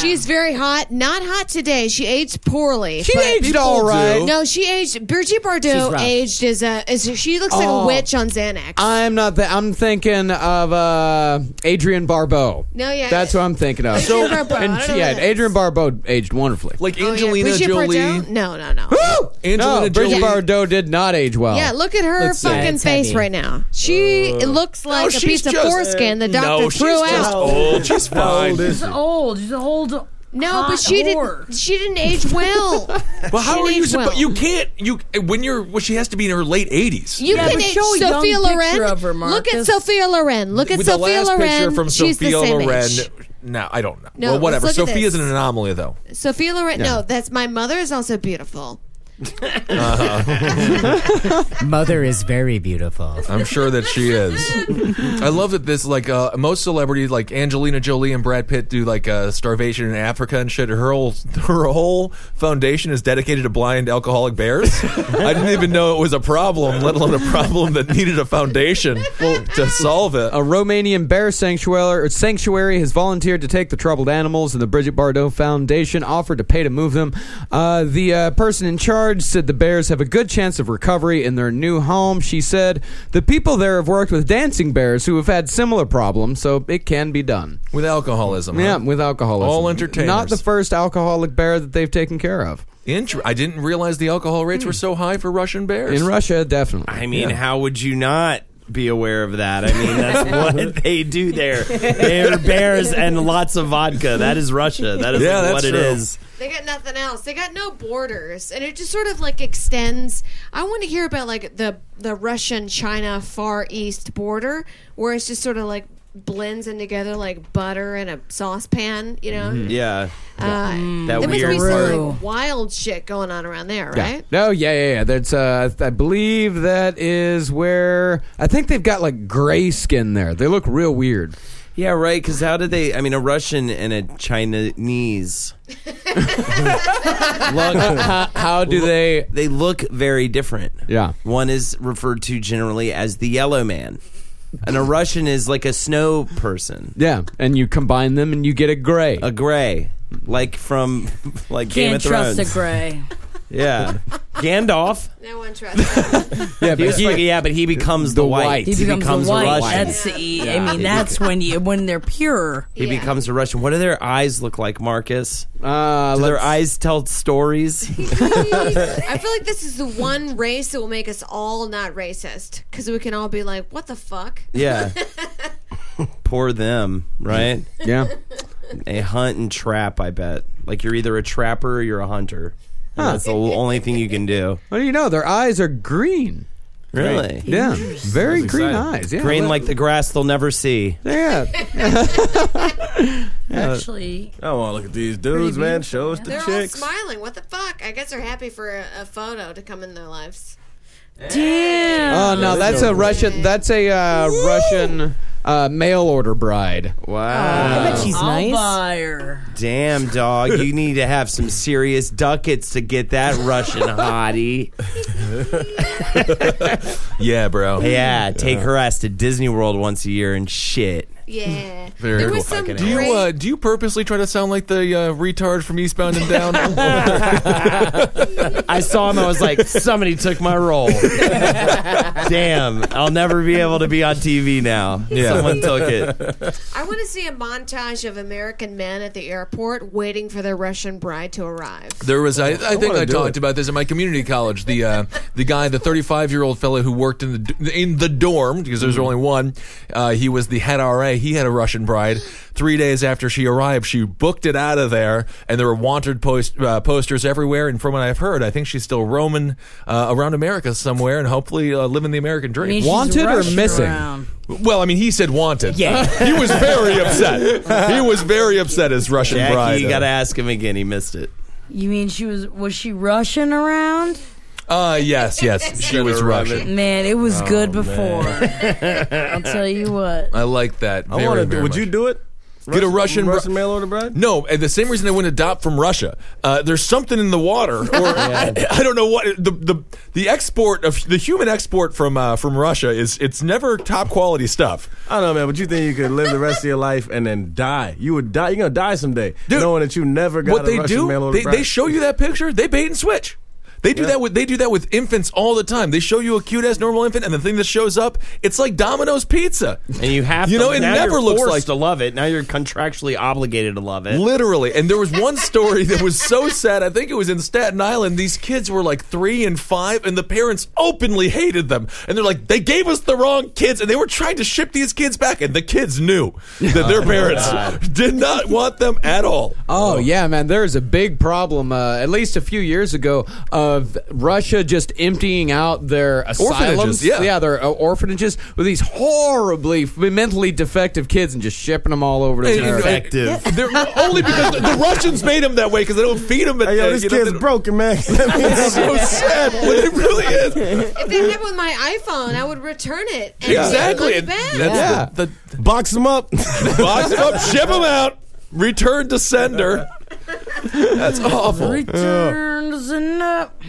[SPEAKER 11] She's very hot. Not hot today. She aged poorly.
[SPEAKER 2] She
[SPEAKER 11] but-
[SPEAKER 2] aged
[SPEAKER 10] people
[SPEAKER 2] all right.
[SPEAKER 10] do.
[SPEAKER 11] No, she aged. Bridget Bardot aged as a. As a- she looks like
[SPEAKER 2] Oh. Uh,
[SPEAKER 11] a witch on Xanax.
[SPEAKER 2] I'm not that. I'm thinking of uh, Adrian Barbeau.
[SPEAKER 11] No, yeah.
[SPEAKER 2] that's what I'm thinking of.
[SPEAKER 11] Adrian Barbeau, I
[SPEAKER 2] and
[SPEAKER 11] don't know
[SPEAKER 2] yeah,
[SPEAKER 11] who that is.
[SPEAKER 2] Adrian Barbeau aged wonderfully.
[SPEAKER 10] like
[SPEAKER 11] Oh, yeah.
[SPEAKER 10] Angelina
[SPEAKER 11] Bridget
[SPEAKER 10] Jolie.
[SPEAKER 11] Bardot? No, no, no.
[SPEAKER 2] Woo!
[SPEAKER 10] Angelina
[SPEAKER 2] no, Bridget
[SPEAKER 10] Jolie.
[SPEAKER 2] Bardot did not age well.
[SPEAKER 11] Yeah, look at her
[SPEAKER 2] Let's see.
[SPEAKER 11] fucking
[SPEAKER 5] It's
[SPEAKER 11] face
[SPEAKER 5] heavy.
[SPEAKER 11] right now. She looks like a
[SPEAKER 10] she's
[SPEAKER 11] piece of
[SPEAKER 10] just- uh,
[SPEAKER 11] foreskin the doctor
[SPEAKER 10] no,
[SPEAKER 11] threw
[SPEAKER 10] she's just
[SPEAKER 11] out.
[SPEAKER 10] old. She's
[SPEAKER 7] How
[SPEAKER 10] fine.
[SPEAKER 7] old is
[SPEAKER 9] She's
[SPEAKER 7] she?
[SPEAKER 9] old. She's an old.
[SPEAKER 11] No,
[SPEAKER 9] hot
[SPEAKER 11] but she
[SPEAKER 9] whore.
[SPEAKER 11] didn't. She didn't age well.
[SPEAKER 10] Well, how
[SPEAKER 11] She
[SPEAKER 10] are you
[SPEAKER 11] aged
[SPEAKER 10] supposed?
[SPEAKER 11] well.
[SPEAKER 10] You can't. You when you're. Well, she has to be in her late eighties.
[SPEAKER 11] You
[SPEAKER 9] Yeah,
[SPEAKER 11] can
[SPEAKER 9] but
[SPEAKER 11] age
[SPEAKER 9] show a young
[SPEAKER 11] Sophia
[SPEAKER 9] picture
[SPEAKER 11] Loren.
[SPEAKER 9] of her,
[SPEAKER 11] Look at
[SPEAKER 9] Marcus.
[SPEAKER 11] Sophia Loren. Look at
[SPEAKER 10] With the
[SPEAKER 11] Sophia
[SPEAKER 10] last
[SPEAKER 11] Loren.
[SPEAKER 10] picture from
[SPEAKER 11] She's
[SPEAKER 10] Sophia
[SPEAKER 11] the same
[SPEAKER 10] Loren.
[SPEAKER 11] age.
[SPEAKER 10] No, I don't know.
[SPEAKER 11] No,
[SPEAKER 10] well, whatever.
[SPEAKER 11] let's look at
[SPEAKER 10] Sophia's an
[SPEAKER 11] this.
[SPEAKER 10] anomaly, though.
[SPEAKER 11] Sophia Loren. No, that's my mother is also beautiful.
[SPEAKER 5] Mother is very beautiful.
[SPEAKER 10] I'm sure that she is. I love that this like uh, most celebrities like Angelina Jolie and Brad Pitt do like uh, starvation in Africa and shit. Her whole her whole foundation is dedicated to blind alcoholic bears. I didn't even know it was a problem, let alone a problem that needed a foundation to solve it. Um,
[SPEAKER 2] A Romanian bear sanctuary, or sanctuary has volunteered to take the troubled animals, and the Bridget Bardot Foundation offered to pay to move them. Uh, the uh, person in charge said the bears have a good chance of recovery in their new home. She said the people there have worked with dancing bears who have had similar problems, so it can be done.
[SPEAKER 10] With alcoholism,
[SPEAKER 2] Yeah,
[SPEAKER 10] huh?
[SPEAKER 2] with alcoholism.
[SPEAKER 10] All entertainers.
[SPEAKER 2] Not the first alcoholic bear that they've taken care of.
[SPEAKER 10] Inter- I didn't realize the alcohol rates were so high for Russian bears.
[SPEAKER 2] In Russia, definitely.
[SPEAKER 8] I mean, how would you not be aware of that? I mean, that's what they do there. They're bears and lots of vodka. That is Russia. That is
[SPEAKER 10] Yeah, that's
[SPEAKER 8] what it
[SPEAKER 10] true.
[SPEAKER 8] is.
[SPEAKER 11] They got nothing else. They got no borders, and it just sort of like extends. I want to hear about like the the Russian China Far East border, where it's just sort of like blends in together like butter in a saucepan. You know,
[SPEAKER 9] Mm-hmm.
[SPEAKER 8] Yeah.
[SPEAKER 9] Mm.
[SPEAKER 11] uh,
[SPEAKER 8] That
[SPEAKER 11] there must be
[SPEAKER 8] weird
[SPEAKER 11] some
[SPEAKER 8] part.
[SPEAKER 11] like, wild shit going on around there,
[SPEAKER 2] Yeah.
[SPEAKER 11] right?
[SPEAKER 2] No, yeah, yeah, yeah. That's uh, I believe that is where I think they've got like gray skin there. They look real weird.
[SPEAKER 8] Yeah, right. Because how did they? I mean, a Russian and a Chinese. look,
[SPEAKER 2] how, do they?
[SPEAKER 8] They look very different.
[SPEAKER 2] Yeah.
[SPEAKER 8] One is referred to generally as the yellow man, and a Russian is like a snow person.
[SPEAKER 2] Yeah, and you combine them and you get a gray.
[SPEAKER 8] A gray, like from like Game
[SPEAKER 9] Can't
[SPEAKER 8] of Thrones.
[SPEAKER 9] trust a gray.
[SPEAKER 8] Yeah, Gandalf.
[SPEAKER 11] No one trusts. him.
[SPEAKER 8] Yeah, but he, yeah, but he becomes the, white.
[SPEAKER 9] He becomes,
[SPEAKER 8] a
[SPEAKER 9] a white.
[SPEAKER 8] Russian.
[SPEAKER 9] That's the, E.
[SPEAKER 8] Yeah.
[SPEAKER 9] I mean,
[SPEAKER 8] He
[SPEAKER 9] that's
[SPEAKER 8] beca-
[SPEAKER 9] when you when they're pure.
[SPEAKER 8] He becomes a Russian. What do their eyes look like, Marcus?
[SPEAKER 2] Uh,
[SPEAKER 8] do their eyes tell stories?
[SPEAKER 11] I feel like this is the one race that will make us all not racist because we can all be like, "What the fuck?"
[SPEAKER 8] Yeah. Poor them, right?
[SPEAKER 2] Yeah.
[SPEAKER 8] They hunt and trap, I bet. Like you're either a trapper or you're a hunter. And
[SPEAKER 2] Huh.
[SPEAKER 8] That's the only thing you can do.
[SPEAKER 2] What do you know? Their eyes are green.
[SPEAKER 8] Really?
[SPEAKER 2] Yeah. Very green eyes. Yeah.
[SPEAKER 8] Green
[SPEAKER 2] Look-
[SPEAKER 8] like the grass they'll never see.
[SPEAKER 2] Yeah.
[SPEAKER 9] Actually,
[SPEAKER 7] Oh, well, look at these dudes, man. Show us the
[SPEAKER 11] They're
[SPEAKER 7] chicks.
[SPEAKER 11] all smiling. What the fuck? I guess they're happy for a, a photo to come in their lives.
[SPEAKER 2] Oh no, that's a Russian. That's a uh, Russian uh, mail order bride.
[SPEAKER 8] Wow.
[SPEAKER 9] I bet she's I'll
[SPEAKER 5] nice.
[SPEAKER 9] buy her.
[SPEAKER 8] Damn, dog. You need to have some serious ducats to get that Russian hottie.
[SPEAKER 10] yeah, bro.
[SPEAKER 8] Yeah, take her ass to Disney World once a year and shit.
[SPEAKER 11] Yeah.
[SPEAKER 10] Very
[SPEAKER 11] There
[SPEAKER 10] cool.
[SPEAKER 11] was some
[SPEAKER 10] do you
[SPEAKER 11] great-
[SPEAKER 10] uh, do you purposely try to sound like the uh, retard from Eastbound and Down?
[SPEAKER 8] I saw him. I was like, somebody took my role. Damn, I'll never be able to be on TV now.
[SPEAKER 10] Yeah.
[SPEAKER 8] Someone took it.
[SPEAKER 11] I want to see a montage of American men at the airport waiting for their Russian bride to arrive.
[SPEAKER 10] There was, I, I think
[SPEAKER 7] wanna
[SPEAKER 10] I
[SPEAKER 7] do it.
[SPEAKER 10] talked about this at my community college. The uh, the guy, the 35 year old fellow who worked in the d- in the dorm because
[SPEAKER 7] Mm-hmm.
[SPEAKER 10] there's only one. Uh, he was the head RA. He had a Russian bride. Three days after she arrived, she booked it out of there, and there were wanted post, uh, posters everywhere. And from what I've heard, I think she's still roaming uh, around America somewhere, and hopefully uh, living the American
[SPEAKER 9] I
[SPEAKER 10] dream.
[SPEAKER 9] mean, she's
[SPEAKER 2] Wanted or
[SPEAKER 9] Russian
[SPEAKER 2] missing?
[SPEAKER 9] around.
[SPEAKER 10] Well, I mean, he said wanted.
[SPEAKER 5] Yeah.
[SPEAKER 10] he was very upset. He was very upset. His Russian bride.
[SPEAKER 8] Jackie, you got to ask him again. He missed it.
[SPEAKER 9] You mean she was was she Russian around?
[SPEAKER 10] Uh, yes, yes, she was Russian.
[SPEAKER 9] Man, it was good before. I'll tell you what.
[SPEAKER 10] I like that.
[SPEAKER 7] I
[SPEAKER 10] Very,
[SPEAKER 7] want to do
[SPEAKER 10] very
[SPEAKER 7] Would
[SPEAKER 10] much.
[SPEAKER 7] you do it?
[SPEAKER 10] Get a Russian bri-
[SPEAKER 7] Russian mail order bride?
[SPEAKER 10] No, and the same reason I wouldn't adopt from Russia. Uh, there's something in the water, or I, I don't know what the, the the export of the human export from uh, from Russia is. It's never top quality stuff.
[SPEAKER 7] I don't know, man, but you think you could live the rest of your life and then die? You would die. You're gonna die someday, knowing that you never got
[SPEAKER 10] what
[SPEAKER 7] a
[SPEAKER 10] they
[SPEAKER 7] Russian mail
[SPEAKER 10] do,
[SPEAKER 7] order
[SPEAKER 10] they,
[SPEAKER 7] bride.
[SPEAKER 10] they show you that picture, they bait and switch. They do that with they do that with infants all the time. They show you a cute ass normal infant, and the thing that shows up, it's like Domino's pizza.
[SPEAKER 8] And you have
[SPEAKER 10] You
[SPEAKER 8] to.
[SPEAKER 10] know, it
[SPEAKER 8] now
[SPEAKER 10] never
[SPEAKER 8] you're
[SPEAKER 10] looks
[SPEAKER 8] forced
[SPEAKER 10] like-
[SPEAKER 8] to love it. Now you're contractually obligated to love it.
[SPEAKER 10] Literally. And there was one story that was so sad. I think it was in Staten Island. These kids were like three and five, and the parents openly hated them. And they're like, they gave us the wrong kids, and they were trying to ship these kids back. And the kids knew that their parents did not want them at all.
[SPEAKER 2] Oh yeah, man. There is a big problem. Uh, at least a few years ago, of Russia just emptying out their asylums,
[SPEAKER 10] Orphanages, yeah.
[SPEAKER 2] their uh, orphanages with these horribly f- mentally defective kids and just shipping them all over to
[SPEAKER 10] And- and-
[SPEAKER 2] America.
[SPEAKER 8] Effective.
[SPEAKER 10] They're only because the, the Russians made them that way because they don't feed them. At,
[SPEAKER 7] Hey, yo,
[SPEAKER 10] uh,
[SPEAKER 7] this
[SPEAKER 10] you know,
[SPEAKER 7] kid's
[SPEAKER 10] they-
[SPEAKER 7] broken, man. Let me
[SPEAKER 10] It's so sad, but it really is.
[SPEAKER 11] If that happened with my iPhone, I would return it. And
[SPEAKER 10] Exactly.
[SPEAKER 11] It would
[SPEAKER 10] That's
[SPEAKER 11] be back.
[SPEAKER 2] Yeah.
[SPEAKER 10] the, the,
[SPEAKER 7] Box them up.
[SPEAKER 10] Box them up, ship them out, return to sender. That's awful.
[SPEAKER 9] Returns and up.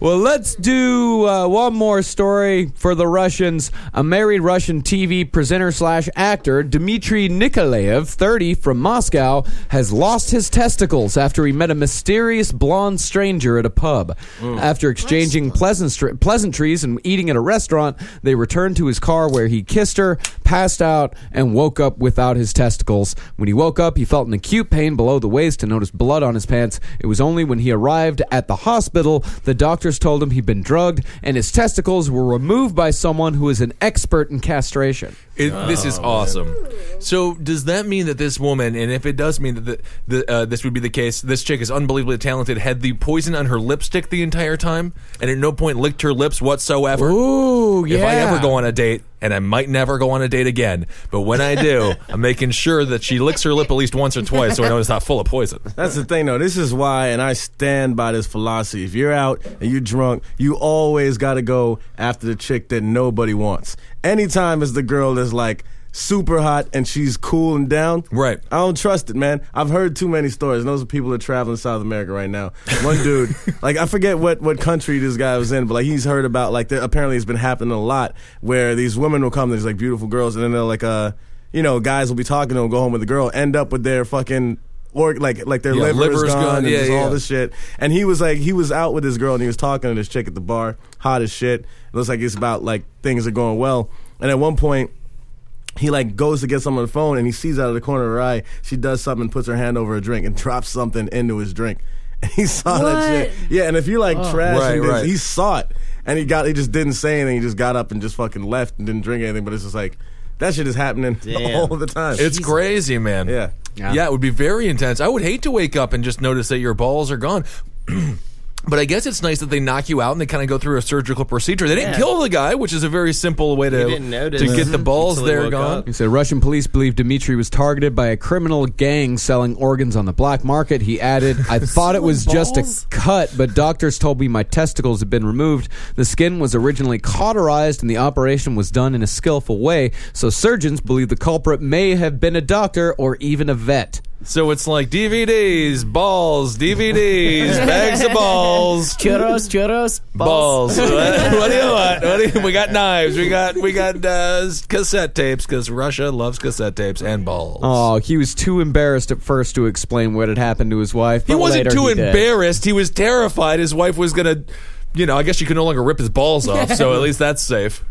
[SPEAKER 2] Well, let's do uh, one more story for the Russians. A married Russian TV presenter slash actor, Dmitry Nikolaev, 30, from Moscow, has lost his testicles after he met a mysterious blonde stranger at a pub. After exchanging pleasantry- pleasantries and eating at a restaurant, they returned to his car where he kissed her, passed out, and woke up without his testicles. When he woke up, he felt an acute pain below the waist and noticed blood on his pants. It was only when he arrived at the hospital the doctors told him he'd been drugged and his testicles were removed by someone who is an expert in castration.
[SPEAKER 10] It, this is awesome. So does that mean that this woman, and if it does mean that the, the, uh, this would be the case, this chick is unbelievably talented, had the poison on her lipstick the entire time, and at no point licked her lips whatsoever.
[SPEAKER 2] Ooh,
[SPEAKER 10] If I ever go on a date, and I might never go on a date again, but when I do, I'm making sure that she licks her lip at least once or twice so I know it's not full of poison.
[SPEAKER 7] That's the thing, though. This is why, and I stand by this philosophy. If you're out and you're drunk, you always got to go after the chick that nobody wants. Anytime it's the girl that's like super hot and she's cool and down.
[SPEAKER 10] Right.
[SPEAKER 7] I don't trust it, man. I've heard too many stories. And those are people that are traveling South America right now. One dude, like I forget what what country this guy was in, but like he's heard about like there, apparently it's been happening a lot where these women will come, these like beautiful girls, and then they're like uh you know, guys will be talking to them, go home with a girl, end up with their fucking or like like their
[SPEAKER 10] Yeah,
[SPEAKER 7] liver
[SPEAKER 10] liver's
[SPEAKER 7] is gone,
[SPEAKER 10] gone.
[SPEAKER 7] and
[SPEAKER 10] Yeah,
[SPEAKER 7] just
[SPEAKER 10] yeah.
[SPEAKER 7] all this shit. And he was like, he was out with this girl and he was talking to this chick at the bar, hot as shit. looks like it's about like things are going well. And at one point, he like goes to get something on the phone and he sees out of the corner of her eye, she does something, puts her hand over a drink, and drops something into his drink. And he saw that
[SPEAKER 10] What?
[SPEAKER 7] shit. Yeah, and if you like
[SPEAKER 10] Oh.
[SPEAKER 7] trash,
[SPEAKER 10] Right,
[SPEAKER 7] and this-
[SPEAKER 10] right.
[SPEAKER 7] he saw it, and he got he just didn't say anything. He just got up and just fucking left and didn't drink anything. But it's just like that shit is happening all the time.
[SPEAKER 10] It's crazy, man.
[SPEAKER 7] Yeah.
[SPEAKER 10] yeah, It would be very intense. I would hate to wake up and just notice that your balls are gone. But I guess it's nice that they knock you out and they kind of go through a surgical procedure. They didn't
[SPEAKER 8] Yeah.
[SPEAKER 10] kill the guy, which is a very simple way to,
[SPEAKER 8] didn't notice.
[SPEAKER 10] to get the balls
[SPEAKER 8] Until he
[SPEAKER 10] there
[SPEAKER 8] woke
[SPEAKER 10] gone.
[SPEAKER 2] He said Russian police believe Dmitri was targeted by a criminal gang selling organs on the black market. He added, I thought it was just a cut, but doctors told me my testicles had been removed. The skin was originally cauterized and the operation was done in a skillful way, so surgeons believe the culprit may have been a doctor or even a vet.
[SPEAKER 10] So it's like DVDs, balls, DVDs, bags of balls,
[SPEAKER 5] churros, churros,
[SPEAKER 10] balls. what, what do you want? What do you, we got knives. We got we got uh, cassette tapes because Russia loves cassette tapes and balls.
[SPEAKER 2] Oh, he was too embarrassed at first to explain what had happened to his wife.
[SPEAKER 10] He
[SPEAKER 2] but
[SPEAKER 10] wasn't
[SPEAKER 2] later
[SPEAKER 10] too
[SPEAKER 2] he did.
[SPEAKER 10] embarrassed. He was terrified his wife was gonna. You know, I guess you can no longer rip his balls off, so at least that's safe.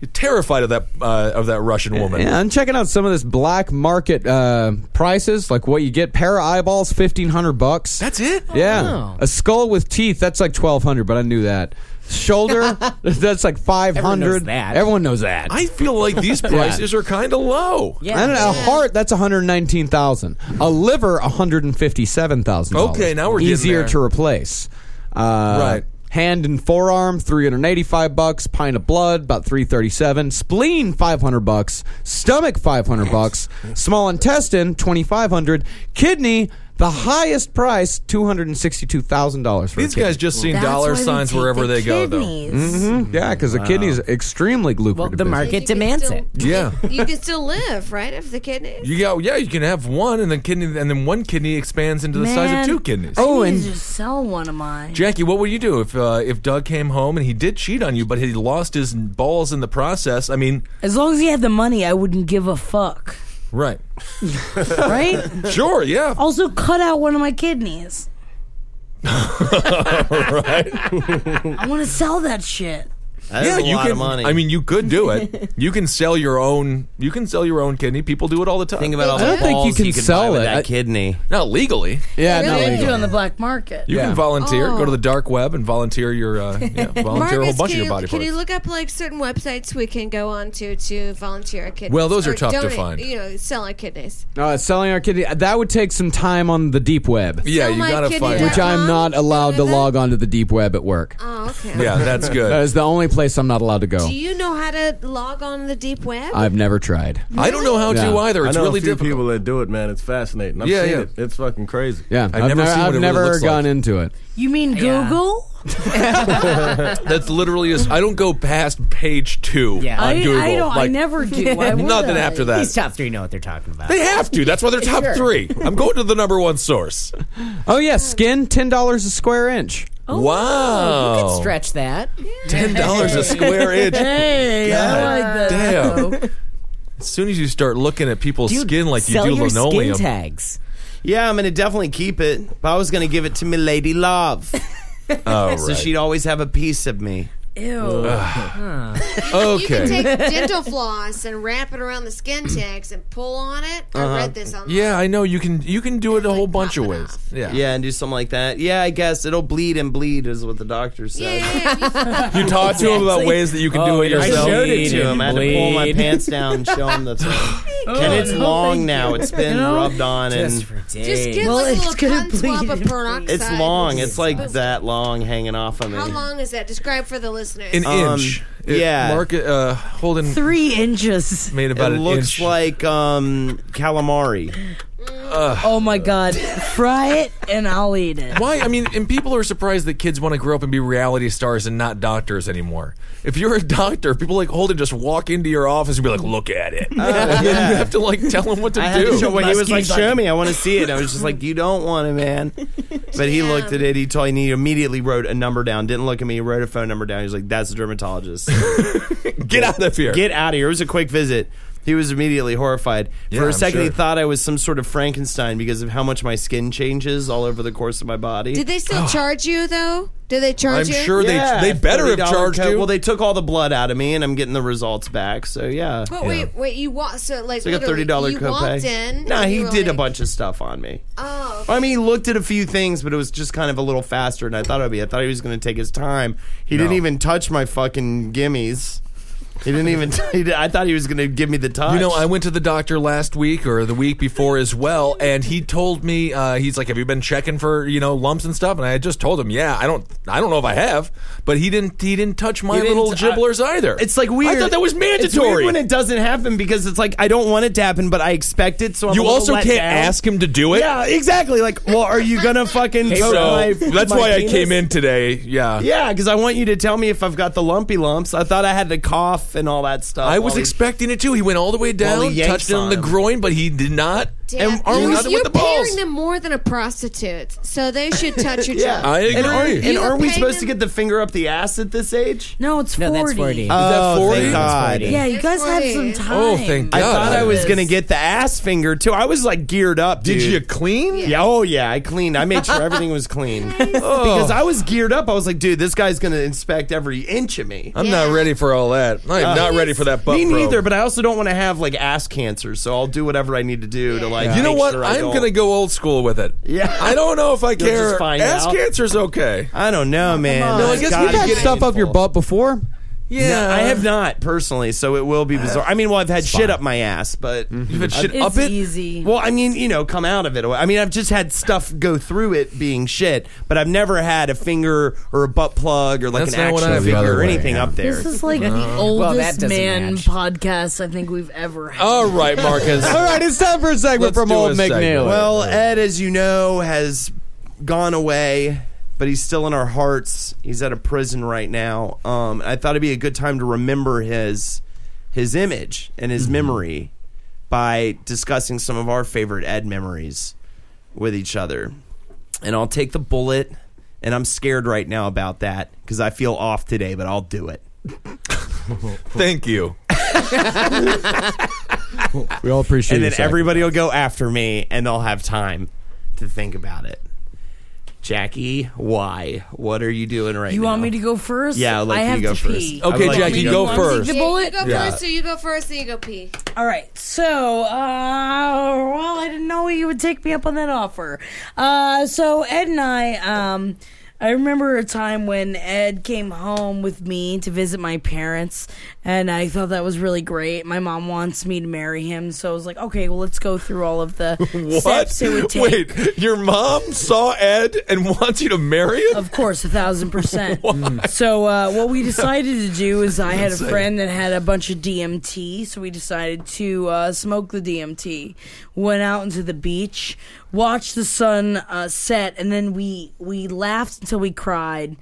[SPEAKER 10] You're terrified of that uh, of that Russian woman.
[SPEAKER 2] Yeah, I'm checking out some of this black market uh, prices, like what you get. Pair of eyeballs, fifteen hundred bucks.
[SPEAKER 10] That's it.
[SPEAKER 2] Yeah,
[SPEAKER 10] Wow.
[SPEAKER 2] a skull with teeth, that's like twelve hundred, but I knew that. Shoulder, that's like five hundred. Everyone knows that.
[SPEAKER 10] I feel like these
[SPEAKER 2] Yeah.
[SPEAKER 10] prices are kind of low.
[SPEAKER 2] I don't know, a heart that's one hundred nineteen thousand. A liver one hundred and fifty-seven thousand.
[SPEAKER 10] Okay, now we're getting
[SPEAKER 2] easier
[SPEAKER 10] there.
[SPEAKER 2] to replace. Uh,
[SPEAKER 10] Right.
[SPEAKER 2] Hand and forearm, three hundred eighty-five bucks. Pint of blood, about three thirty-seven. Spleen, five hundred bucks. Stomach, five hundred bucks. Small intestine, twenty-five hundred. Kidney, the highest price, two hundred and sixty-two thousand dollars.
[SPEAKER 10] These guys just seen
[SPEAKER 2] That's
[SPEAKER 10] dollar
[SPEAKER 2] why they
[SPEAKER 10] signs
[SPEAKER 2] take
[SPEAKER 10] wherever
[SPEAKER 2] the
[SPEAKER 10] they go, though.
[SPEAKER 2] Mm-hmm. Yeah, because the
[SPEAKER 10] Wow.
[SPEAKER 2] kidney is extremely lucrative.
[SPEAKER 5] the
[SPEAKER 2] business.
[SPEAKER 5] market demands it.
[SPEAKER 10] Yeah.
[SPEAKER 11] You can still live, right? If the kidney.
[SPEAKER 10] You got yeah, you can have one and then kidney and then one kidney expands into the size of two kidneys.
[SPEAKER 9] Oh, and just sell one of mine.
[SPEAKER 10] Jackie, what would you do if uh, if Doug came home and he did cheat on you, but he lost his balls in the process? I mean,
[SPEAKER 9] As long as he had the money, I wouldn't give a fuck.
[SPEAKER 10] right,
[SPEAKER 9] Right?
[SPEAKER 10] Sure, yeah.
[SPEAKER 9] Also, cut out one of my kidneys.
[SPEAKER 10] right.
[SPEAKER 9] I want to sell that shit.
[SPEAKER 10] That is a lot of money. I mean, you could do it. You can sell your own. You can sell your own kidney. People do it all the time.
[SPEAKER 8] Think about all I the don't think balls you can you could buy sell with it. that I-
[SPEAKER 10] kidney. Not legally.
[SPEAKER 2] Yeah,
[SPEAKER 9] They really do on the black market.
[SPEAKER 10] You can volunteer. Go to the dark web and volunteer your uh, yeah, volunteer a whole
[SPEAKER 11] Marcus,
[SPEAKER 10] bunch of
[SPEAKER 11] can
[SPEAKER 10] your
[SPEAKER 11] you-
[SPEAKER 10] body
[SPEAKER 11] Can
[SPEAKER 10] parts.
[SPEAKER 11] you look up like certain websites we can go on to to volunteer our kidneys?
[SPEAKER 2] Well, those are
[SPEAKER 11] Or
[SPEAKER 2] tough to
[SPEAKER 11] donate,
[SPEAKER 2] find.
[SPEAKER 11] You know, sell our kidneys.
[SPEAKER 2] Uh, selling our kidney that would take some time on the deep web.
[SPEAKER 10] Yeah, you gotta find
[SPEAKER 2] which I'm not allowed to log onto the deep web at work.
[SPEAKER 11] Oh, okay.
[SPEAKER 10] Yeah, that's good.
[SPEAKER 2] that is the only place I'm not allowed to go.
[SPEAKER 11] Do you know how to log on the deep web?
[SPEAKER 2] I've never tried.
[SPEAKER 10] I don't know how to either. It's
[SPEAKER 7] I know
[SPEAKER 10] really
[SPEAKER 7] a few
[SPEAKER 10] difficult.
[SPEAKER 7] people that do it, man. It's fascinating. I've
[SPEAKER 10] Yeah,
[SPEAKER 7] seen
[SPEAKER 10] yeah.
[SPEAKER 7] it. It's fucking crazy.
[SPEAKER 2] Yeah, I've, never, I've never gone into it.
[SPEAKER 9] You mean Google?
[SPEAKER 10] That's literally is. I don't go past page two on
[SPEAKER 9] I,
[SPEAKER 10] Google.
[SPEAKER 9] I don't. I
[SPEAKER 10] Like,
[SPEAKER 9] never do. Why would
[SPEAKER 10] nothing
[SPEAKER 9] I?
[SPEAKER 10] after that.
[SPEAKER 5] These top three know what they're talking about.
[SPEAKER 10] They have to. That's why they're top
[SPEAKER 5] Sure.
[SPEAKER 10] three. I'm going to the number one source.
[SPEAKER 2] Oh yeah, skin ten dollars a square inch.
[SPEAKER 10] wow,
[SPEAKER 5] You could stretch that.
[SPEAKER 10] ten dollars a square inch.
[SPEAKER 5] Hey,
[SPEAKER 8] Oh,
[SPEAKER 5] I like that.
[SPEAKER 10] Damn. As soon as you start looking at people's
[SPEAKER 8] Dude,
[SPEAKER 10] skin like you
[SPEAKER 8] sell
[SPEAKER 10] do
[SPEAKER 8] your skin
[SPEAKER 10] linoleum,
[SPEAKER 8] tags. Yeah, I'm gonna definitely keep it. But I was gonna give it to my lady love.
[SPEAKER 10] Oh,
[SPEAKER 8] so
[SPEAKER 10] right.
[SPEAKER 8] she'd always have a piece of me.
[SPEAKER 9] Ew.
[SPEAKER 11] You can
[SPEAKER 8] okay.
[SPEAKER 11] take dental floss and wrap it around the skin tags and pull on it. I read this on.
[SPEAKER 10] yeah, I know you can. You can do it a whole bunch of ways. Yeah,
[SPEAKER 8] yeah, and do something like that. Yeah, I guess it'll bleed and bleed is what the doctor said.
[SPEAKER 10] You talk to him about ways that you can do it yourself.
[SPEAKER 8] oh, I showed it to him. I had to pull my pants down and show him the thing. and it's
[SPEAKER 10] Oh, no,
[SPEAKER 8] long
[SPEAKER 10] thank
[SPEAKER 8] now.
[SPEAKER 10] you.
[SPEAKER 8] It's been
[SPEAKER 10] You know?
[SPEAKER 8] rubbed on and
[SPEAKER 10] Just for
[SPEAKER 11] Just give
[SPEAKER 9] Well,
[SPEAKER 11] like a
[SPEAKER 9] it's
[SPEAKER 11] little
[SPEAKER 9] gonna
[SPEAKER 11] cotton swab of peroxide.
[SPEAKER 8] it's long. It's like that long hanging off of me.
[SPEAKER 11] How long is that? Describe for the listeners.
[SPEAKER 10] An
[SPEAKER 8] Um,
[SPEAKER 10] inch.
[SPEAKER 8] yeah.
[SPEAKER 10] Mark, it, uh, Holden
[SPEAKER 9] three inches.
[SPEAKER 10] made about
[SPEAKER 8] it
[SPEAKER 10] an
[SPEAKER 8] looks
[SPEAKER 10] inch.
[SPEAKER 8] like um calamari.
[SPEAKER 9] oh my god, fry it and I'll eat it.
[SPEAKER 10] Why? I mean, and people are surprised that kids want to grow up and be reality stars and not doctors anymore. If you're a doctor, people like Holden just walk into your office and be like, "Look at it." And then you have to like tell him what to
[SPEAKER 8] I had
[SPEAKER 10] do.
[SPEAKER 8] to show- when he was like, "Show me, I want to see it." I was just like, "You don't want it, man." But he looked at it. He told me he immediately wrote a number down. Didn't look at me. Wrote a phone number down. He was like, "That's a dermatologist.
[SPEAKER 10] Get out of here.
[SPEAKER 8] Get out of here." It was a quick visit. He was immediately horrified.
[SPEAKER 10] Yeah,
[SPEAKER 8] For
[SPEAKER 10] I'm
[SPEAKER 8] a second, he
[SPEAKER 10] sure.
[SPEAKER 8] thought I was some sort of Frankenstein because of how much my skin changes all over the course of my body.
[SPEAKER 11] Did they still charge you though? Did they charge you?
[SPEAKER 8] Yeah, $40 co-
[SPEAKER 11] you.
[SPEAKER 8] Well, they took all the blood out of me, and I'm getting the results back. So yeah.
[SPEAKER 11] But
[SPEAKER 8] Yeah.
[SPEAKER 11] wait, wait, you walked so like
[SPEAKER 8] It's like a
[SPEAKER 11] literally,
[SPEAKER 8] thirty dollar
[SPEAKER 11] you walked
[SPEAKER 8] copay.
[SPEAKER 11] in.
[SPEAKER 8] No,
[SPEAKER 11] and
[SPEAKER 8] he
[SPEAKER 11] you were
[SPEAKER 8] did a
[SPEAKER 11] like,
[SPEAKER 8] bunch of stuff on me.
[SPEAKER 11] Oh,
[SPEAKER 8] I mean, he looked at a few things, but it was just kind of a little faster than I thought it would be. I thought he was going to take his time. He didn't even touch my fucking gimmies. He didn't even. he did- I thought he was going to give me the touch.
[SPEAKER 10] You know, I went to the doctor last week or the week before as well, and he told me uh, he's like, "Have you been checking for you know lumps and stuff?" And I had just told him, "Yeah, I don't, I don't know if I have," but he didn't, he didn't touch my
[SPEAKER 8] He didn't-
[SPEAKER 10] little gibblers
[SPEAKER 8] I-
[SPEAKER 10] either.
[SPEAKER 8] It's like weird.
[SPEAKER 10] I thought that was
[SPEAKER 8] It's weird
[SPEAKER 10] mandatory.
[SPEAKER 8] when it doesn't happen because it's like I don't want it to happen, but I expect it. So I'm
[SPEAKER 10] You
[SPEAKER 8] a little
[SPEAKER 10] also
[SPEAKER 8] let
[SPEAKER 10] can't
[SPEAKER 8] down.
[SPEAKER 10] ask him to do it.
[SPEAKER 8] Yeah, exactly. Like, well, are you gonna fucking?
[SPEAKER 10] so
[SPEAKER 8] coat my-
[SPEAKER 10] that's
[SPEAKER 8] my
[SPEAKER 10] why I
[SPEAKER 8] penis?
[SPEAKER 10] came in today. Yeah,
[SPEAKER 8] Yeah, because I want you to tell me if I've got the lumpy lumps. I thought I had the cough and all that stuff.
[SPEAKER 10] I was
[SPEAKER 8] All these-
[SPEAKER 10] expecting it too. He went all the way
[SPEAKER 8] While
[SPEAKER 10] down,
[SPEAKER 8] he yanks
[SPEAKER 10] touched it on
[SPEAKER 8] on
[SPEAKER 10] the
[SPEAKER 8] him.
[SPEAKER 10] groin, but he did not.
[SPEAKER 11] damn.
[SPEAKER 10] or
[SPEAKER 11] you're,
[SPEAKER 10] nothing
[SPEAKER 11] you're
[SPEAKER 10] with the balls.
[SPEAKER 11] paying them more than a prostitute, so they should touch your
[SPEAKER 8] Yeah,
[SPEAKER 11] junk.
[SPEAKER 8] And are,
[SPEAKER 10] agree.
[SPEAKER 8] and are we
[SPEAKER 11] paying
[SPEAKER 8] supposed to get the finger up the ass at this age?
[SPEAKER 9] No, it's Uh,
[SPEAKER 5] No, that's 40. 40.
[SPEAKER 8] Oh,
[SPEAKER 5] Is that 40?
[SPEAKER 8] thank God.
[SPEAKER 9] Yeah, you guys have some time.
[SPEAKER 8] I thought I was gonna get the ass finger too. I was like geared up.
[SPEAKER 10] Did
[SPEAKER 8] dude.
[SPEAKER 10] you clean?
[SPEAKER 8] Yeah. Oh yeah, I cleaned. I made sure everything was clean Oh. because I was geared up. I was like, dude, this guy's gonna inspect every inch of me.
[SPEAKER 10] I'm not ready for all that. I am
[SPEAKER 8] Uh,
[SPEAKER 10] not ready for that. Butt
[SPEAKER 8] Me
[SPEAKER 10] probe.
[SPEAKER 8] neither, Uh, but I also don't want to have like ass cancer, so I'll do whatever I need to do to like.
[SPEAKER 10] You know
[SPEAKER 8] make
[SPEAKER 10] what?
[SPEAKER 8] sure I
[SPEAKER 10] I'm
[SPEAKER 8] don't.
[SPEAKER 10] gonna go old school with it.
[SPEAKER 8] Yeah.
[SPEAKER 10] I don't know if I
[SPEAKER 8] You'll
[SPEAKER 10] care.
[SPEAKER 8] just find
[SPEAKER 10] Ass
[SPEAKER 8] out.
[SPEAKER 10] cancer's okay.
[SPEAKER 8] I don't know, man.
[SPEAKER 10] No, I
[SPEAKER 8] It's
[SPEAKER 10] guess
[SPEAKER 8] gotta
[SPEAKER 10] you've had
[SPEAKER 8] get
[SPEAKER 10] stuff
[SPEAKER 8] painful.
[SPEAKER 2] Up your butt before?
[SPEAKER 10] Yeah.
[SPEAKER 8] No, I have not personally, so it will be bizarre. I mean, well, I've had shit up my ass, but
[SPEAKER 10] You've had shit
[SPEAKER 9] It's
[SPEAKER 10] up it.
[SPEAKER 9] easy.
[SPEAKER 8] Well, I mean, you know, come out of it. I mean, I've just had stuff go through it being shit, but I've never had a finger or a butt plug or like
[SPEAKER 10] That's
[SPEAKER 8] an
[SPEAKER 10] not what
[SPEAKER 8] action
[SPEAKER 10] I have. The
[SPEAKER 8] figure
[SPEAKER 10] other
[SPEAKER 8] or
[SPEAKER 10] way,
[SPEAKER 8] anything
[SPEAKER 10] yeah.
[SPEAKER 8] up there.
[SPEAKER 9] This is like
[SPEAKER 10] Uh-huh.
[SPEAKER 9] the
[SPEAKER 5] Well, that
[SPEAKER 9] oldest
[SPEAKER 5] doesn't
[SPEAKER 9] man
[SPEAKER 5] match.
[SPEAKER 9] podcast I think we've ever had.
[SPEAKER 10] All right, Marcus.
[SPEAKER 2] All right, it's time for a segment
[SPEAKER 10] Let's
[SPEAKER 2] from
[SPEAKER 10] do
[SPEAKER 2] old
[SPEAKER 10] a segment.
[SPEAKER 2] McNeil.
[SPEAKER 8] Well, Ed, as you know, has gone away, but he's still in our hearts. He's at a prison right now. Um, I thought it'd be a good time to remember his his image and his memory by discussing some of our favorite Ed memories with each other. And I'll take the bullet, and I'm scared right now about that because I feel off today, but I'll do it.
[SPEAKER 10] Thank you.
[SPEAKER 2] we all appreciate
[SPEAKER 8] and
[SPEAKER 2] you.
[SPEAKER 8] then everybody will go after me and they'll have time to think about it. Jackie, why? What are you doing right
[SPEAKER 9] You
[SPEAKER 8] now?
[SPEAKER 9] want me to go first?
[SPEAKER 8] Yeah, I'd like
[SPEAKER 9] I
[SPEAKER 8] you to
[SPEAKER 9] have
[SPEAKER 8] go
[SPEAKER 9] to
[SPEAKER 8] first.
[SPEAKER 9] pee.
[SPEAKER 8] I would
[SPEAKER 10] Okay,
[SPEAKER 8] like
[SPEAKER 10] Jackie,
[SPEAKER 8] you to
[SPEAKER 10] go
[SPEAKER 8] go
[SPEAKER 10] first.
[SPEAKER 11] Yeah,
[SPEAKER 9] The bullet.
[SPEAKER 11] You go
[SPEAKER 10] Yeah.
[SPEAKER 11] first, or you go first, and you go pee.
[SPEAKER 9] All right. So, uh, well, I didn't know you would take me up on that offer. Uh, so Ed and I, um, I remember a time when Ed came home with me to visit my parents, and I thought that was really great. My mom wants me to marry him, so I was like, okay, well, let's go through all of the steps it would
[SPEAKER 10] What?
[SPEAKER 9] take.
[SPEAKER 10] Wait, your mom saw Ed and wants you to marry him?
[SPEAKER 9] Of course, a thousand percent. so uh, what we decided to do is I had a
[SPEAKER 10] Insane.
[SPEAKER 9] friend that had a bunch of DMT, so we decided to uh, smoke the DMT. Went out into the beach, watched the sun uh, set, and then we we laughed until we cried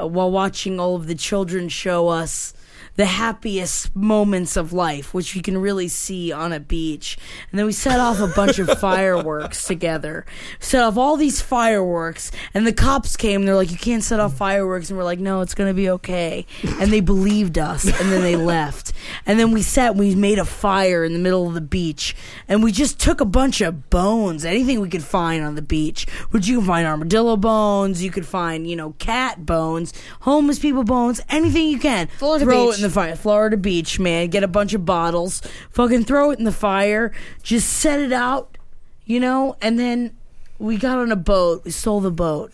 [SPEAKER 9] uh, while watching all of the children show us the happiest moments of life, which you can really see on a beach. And then we set off a bunch of fireworks together. Set off all these fireworks, and the cops came. They're like, "You can't set off fireworks," and we're like, "No, it's gonna be okay." And they believed us, and then they left. And then we sat. and We made a fire in the middle of the beach, and we just took a bunch of bones, anything we could find on the beach, which you can find armadillo bones, you could find you know cat bones, homeless people bones, anything you can.
[SPEAKER 11] Florida
[SPEAKER 9] throw
[SPEAKER 11] Beach.
[SPEAKER 9] it in the fire. Florida Beach, man. Get a bunch of bottles, fucking throw it in the fire, just set it out, you know. And then we got on a boat. We stole the boat.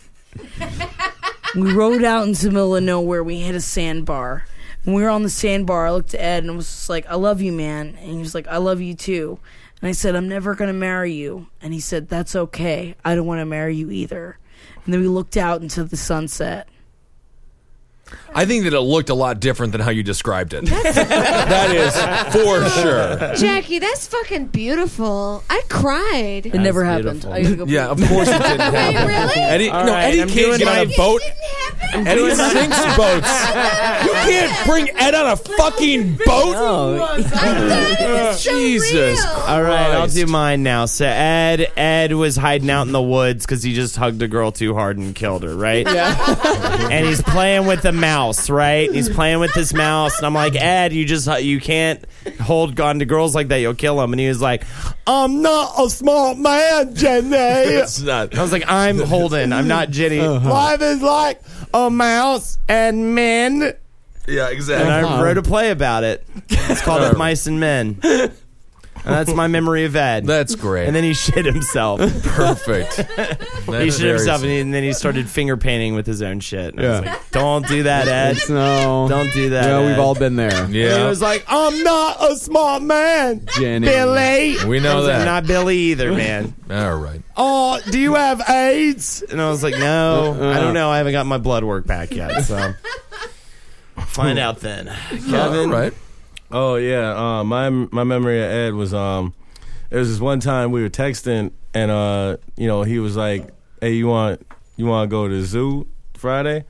[SPEAKER 9] we rode out into the middle of nowhere. We hit a sandbar. When we were on the sandbar, I looked at Ed and was just like, "I love you, man." And he was like, "I love you too." And I said, "I'm never gonna marry you." And he said, "That's okay. I don't want to marry you either." And then we looked out into the sunset.
[SPEAKER 10] I think that it looked a lot different than how you described it. that is for sure.
[SPEAKER 11] Jackie, that's fucking beautiful. I cried. It
[SPEAKER 9] never happened. I gotta go
[SPEAKER 10] Yeah, of course it didn't happen.
[SPEAKER 11] Wait, really?
[SPEAKER 10] Eddie,
[SPEAKER 11] All
[SPEAKER 10] no,
[SPEAKER 11] right,
[SPEAKER 10] Eddie
[SPEAKER 11] I'm
[SPEAKER 10] can't
[SPEAKER 11] doing
[SPEAKER 10] get
[SPEAKER 11] my-
[SPEAKER 10] on a boat. Eddie
[SPEAKER 11] doing my-
[SPEAKER 10] sinks boats. You can't bring Ed on a fucking boat.
[SPEAKER 8] Jesus. All right, I'll do mine now. So Ed, Ed was hiding out in the woods because he just hugged a girl too hard and killed her, right? Yeah. and he's playing with the mouse, right? He's playing with this mouse, and I'm like, Ed, you just you can't hold on to girls like that. You'll kill them. And he was like, I'm not a small man, Jenny.
[SPEAKER 10] It's not.
[SPEAKER 8] I was like, I'm Holden. I'm not Jenny.
[SPEAKER 10] Uh-huh.
[SPEAKER 8] Life is like a mouse and men.
[SPEAKER 10] Yeah, exactly.
[SPEAKER 8] And
[SPEAKER 2] Uh-huh.
[SPEAKER 8] I wrote a play about it. It's
[SPEAKER 2] Oh.
[SPEAKER 8] called Of Mice and Men. And that's my memory of Ed.
[SPEAKER 10] That's great.
[SPEAKER 8] And then he shit himself.
[SPEAKER 10] Perfect.
[SPEAKER 8] he
[SPEAKER 10] That's
[SPEAKER 8] shit
[SPEAKER 10] very
[SPEAKER 8] himself, and, he- and then he started finger painting with his own shit. And I was
[SPEAKER 2] Yeah.
[SPEAKER 8] like, don't do that, Ed.
[SPEAKER 2] No.
[SPEAKER 8] Don't do that.
[SPEAKER 2] Yeah,
[SPEAKER 8] Ed.
[SPEAKER 2] we've all been there.
[SPEAKER 8] And he was like, I'm not a smart man,
[SPEAKER 2] Jenny.
[SPEAKER 8] Billy.
[SPEAKER 10] We know
[SPEAKER 8] I was like,
[SPEAKER 10] that.
[SPEAKER 8] Not Billy either, man.
[SPEAKER 10] All right.
[SPEAKER 8] Oh, do you have AIDS? And I was like, no, I don't know. I haven't got my blood work back yet. So find out then. Kevin.
[SPEAKER 10] right.
[SPEAKER 7] Oh yeah, uh, my my memory of Ed was um, there was this one time we were texting and uh, you know, he was like, "Hey, you want you want to go to the zoo Friday?"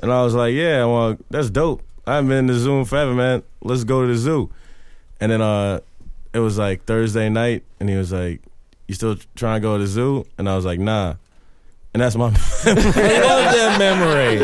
[SPEAKER 7] And I was like, "Yeah, I want. That's dope. I haven't been to the zoo in forever, man. Let's go to the zoo." And then uh, it was like Thursday night, and he was like, "You still trying to go to the zoo?" And I was like, "Nah." And that's my
[SPEAKER 10] I love that memory.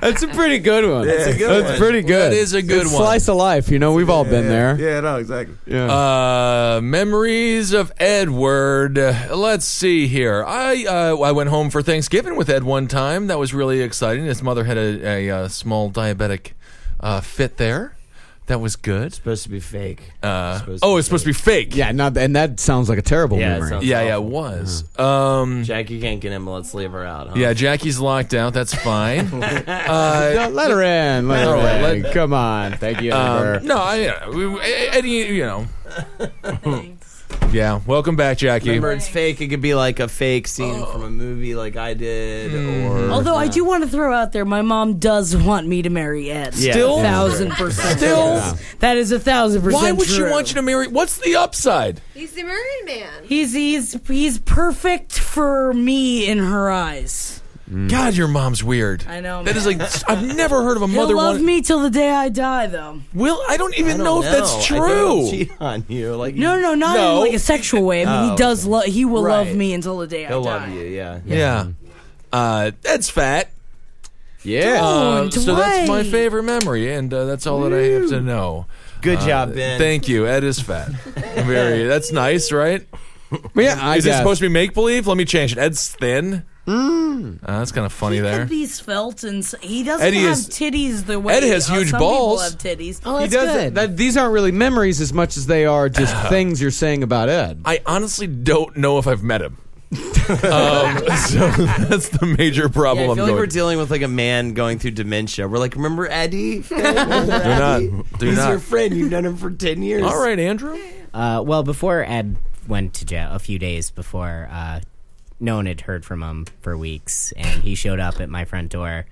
[SPEAKER 2] That's a pretty good one.
[SPEAKER 7] That's a good
[SPEAKER 2] That's
[SPEAKER 7] one.
[SPEAKER 2] pretty good.
[SPEAKER 10] That is a good
[SPEAKER 2] It's
[SPEAKER 10] one.
[SPEAKER 2] Slice of life. You know, we've all been there.
[SPEAKER 7] Yeah, no, exactly.
[SPEAKER 10] Uh, memories of Edward. Uh, Let's see here. I uh, I went home for Thanksgiving with Ed one time. That was really exciting. His mother had a, a, uh small diabetic uh, fit there. That was good.
[SPEAKER 8] Supposed to be fake.
[SPEAKER 10] Uh, oh, it's supposed to be fake.
[SPEAKER 2] Yeah, not and that sounds like a terrible
[SPEAKER 8] Yeah, it
[SPEAKER 2] memory.
[SPEAKER 8] sounds
[SPEAKER 10] Yeah, yeah, it was.
[SPEAKER 8] Mm.
[SPEAKER 10] Um,
[SPEAKER 8] Jackie can't get him. Let's leave her out. Huh?
[SPEAKER 10] Yeah, Jackie's locked out. That's fine. uh,
[SPEAKER 2] No, let her in. Let
[SPEAKER 10] All
[SPEAKER 2] her
[SPEAKER 10] right,
[SPEAKER 2] in.
[SPEAKER 10] let-
[SPEAKER 2] Come on. Thank you. Amber.
[SPEAKER 10] Um, no, I, yeah, we- we- Eddie, you know. yeah, welcome back, Jackie.
[SPEAKER 8] Remember, it's fake. It could be like a fake scene
[SPEAKER 10] Oh.
[SPEAKER 8] from a movie, like I did,
[SPEAKER 10] Hmm.
[SPEAKER 8] or
[SPEAKER 9] Although I do want to throw out there, my mom does want me to marry Ed.
[SPEAKER 8] Yeah. Still?
[SPEAKER 9] thousand percent.
[SPEAKER 10] Still?
[SPEAKER 9] yes. that is a thousand percent.
[SPEAKER 10] Why would she
[SPEAKER 9] true.
[SPEAKER 10] want you to marry? What's the upside?
[SPEAKER 11] He's the American man.
[SPEAKER 9] He's he's he's perfect for me in her eyes.
[SPEAKER 10] God, your mom's weird.
[SPEAKER 9] I know.
[SPEAKER 10] That is
[SPEAKER 9] man.
[SPEAKER 10] like I've never heard of a mother.
[SPEAKER 9] He'll love
[SPEAKER 10] wanting-
[SPEAKER 9] me till the day I die, though.
[SPEAKER 10] Will I don't even know, if that's
[SPEAKER 8] I don't
[SPEAKER 10] true.
[SPEAKER 8] cheat on you. Like
[SPEAKER 9] No, no, not
[SPEAKER 8] No.
[SPEAKER 9] in like a sexual way. I
[SPEAKER 8] Oh,
[SPEAKER 9] mean, he does love. He will
[SPEAKER 8] Right.
[SPEAKER 9] love me until the day
[SPEAKER 8] he'll
[SPEAKER 9] I die.
[SPEAKER 8] love you. Yeah,
[SPEAKER 10] Yeah, uh, that's fat.
[SPEAKER 2] Yeah.
[SPEAKER 10] Uh,
[SPEAKER 9] Don't,
[SPEAKER 10] so that's my
[SPEAKER 9] why?
[SPEAKER 10] favorite memory, and uh, that's all that I have to know.
[SPEAKER 8] Oh, Good
[SPEAKER 10] Uh,
[SPEAKER 8] job, Ben.
[SPEAKER 10] Thank you. Ed is fat. Very. That's nice, right?
[SPEAKER 2] yeah, I
[SPEAKER 10] is
[SPEAKER 2] guess.
[SPEAKER 10] it supposed to be make believe? Let me change it. Ed's thin.
[SPEAKER 9] Mm.
[SPEAKER 10] Uh, that's kind of funny
[SPEAKER 9] He
[SPEAKER 10] there.
[SPEAKER 9] could be svelte, and s- he doesn't
[SPEAKER 10] Eddie
[SPEAKER 9] have
[SPEAKER 10] is-
[SPEAKER 9] titties the way
[SPEAKER 10] Ed has
[SPEAKER 9] uh,
[SPEAKER 10] huge
[SPEAKER 9] some
[SPEAKER 10] balls. Oh,
[SPEAKER 9] People have titties.
[SPEAKER 2] he does That, these aren't really memories as much as they are just things you're saying about Ed.
[SPEAKER 10] I honestly don't know if I've met him. um, so that's the major
[SPEAKER 8] Yeah, I
[SPEAKER 10] problem
[SPEAKER 8] feel
[SPEAKER 10] I'm
[SPEAKER 8] like
[SPEAKER 10] going.
[SPEAKER 8] we're dealing with like a man going through dementia. We're like, remember Eddie? Do
[SPEAKER 10] do not. Do
[SPEAKER 8] He's
[SPEAKER 10] not.
[SPEAKER 8] your friend. You've known him for ten years.
[SPEAKER 10] All right, Andrew.
[SPEAKER 5] Uh, well, before Ed went to jail, a few days before, uh, no one had heard from him for weeks, and he showed up at my front door,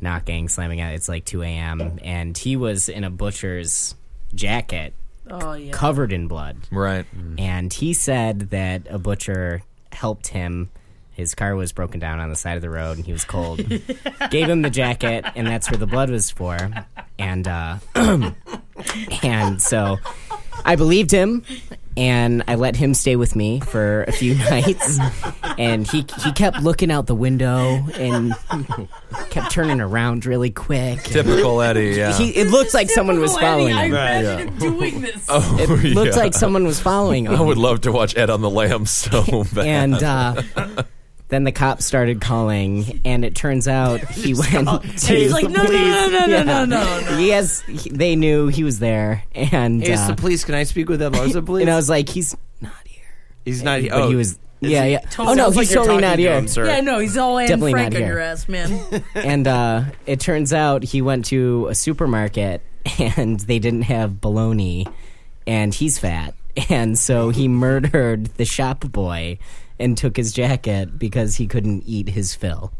[SPEAKER 5] knocking, slamming out. It's like 2 a.m., and he was in a butcher's jacket,
[SPEAKER 9] Oh yeah.
[SPEAKER 5] covered in blood.
[SPEAKER 10] Right.
[SPEAKER 5] And he said that a butcher helped him. His car was broken down on the side of the road, and he was cold. Gave him the jacket, and that's where the blood was for. And uh, and so I believed him, and I let him stay with me for a few nights. And he he kept looking out the window and kept turning around really quick.
[SPEAKER 10] Typical Eddie. Yeah.
[SPEAKER 5] He, it looked like someone was
[SPEAKER 9] Typical Eddie,
[SPEAKER 5] following
[SPEAKER 9] I
[SPEAKER 5] him.
[SPEAKER 9] imagine him doing this.
[SPEAKER 10] oh,
[SPEAKER 5] It looked
[SPEAKER 10] yeah.
[SPEAKER 5] like someone was following him.
[SPEAKER 10] I would love to watch Ed on the Lamb so bad.
[SPEAKER 5] and uh, then the cops started calling, and it turns out he went to.
[SPEAKER 9] He's like, no, no, no, no, no, no, no, no.
[SPEAKER 5] Yes, he- they knew he was there, and
[SPEAKER 8] Hey, it's
[SPEAKER 5] uh,
[SPEAKER 8] the police. Can I speak with Elmoza, please?
[SPEAKER 5] and I was like, he's not here.
[SPEAKER 8] he's not.
[SPEAKER 5] But
[SPEAKER 8] oh,
[SPEAKER 5] he was,
[SPEAKER 8] is
[SPEAKER 5] yeah,
[SPEAKER 8] he-
[SPEAKER 5] yeah.
[SPEAKER 8] Sounds
[SPEAKER 5] Oh no,
[SPEAKER 8] like
[SPEAKER 5] he's
[SPEAKER 8] you're
[SPEAKER 5] totally
[SPEAKER 8] talking
[SPEAKER 5] not
[SPEAKER 8] to
[SPEAKER 5] here.
[SPEAKER 8] him, sir.
[SPEAKER 9] Yeah, no, he's all Anne
[SPEAKER 5] Definitely
[SPEAKER 9] Frank
[SPEAKER 5] not
[SPEAKER 9] on
[SPEAKER 5] here.
[SPEAKER 9] your ass, man.
[SPEAKER 5] and uh, it turns out he went to a supermarket, and they didn't have baloney, and he's fat, and so he murdered the shop boy and took his jacket because he couldn't eat his fill.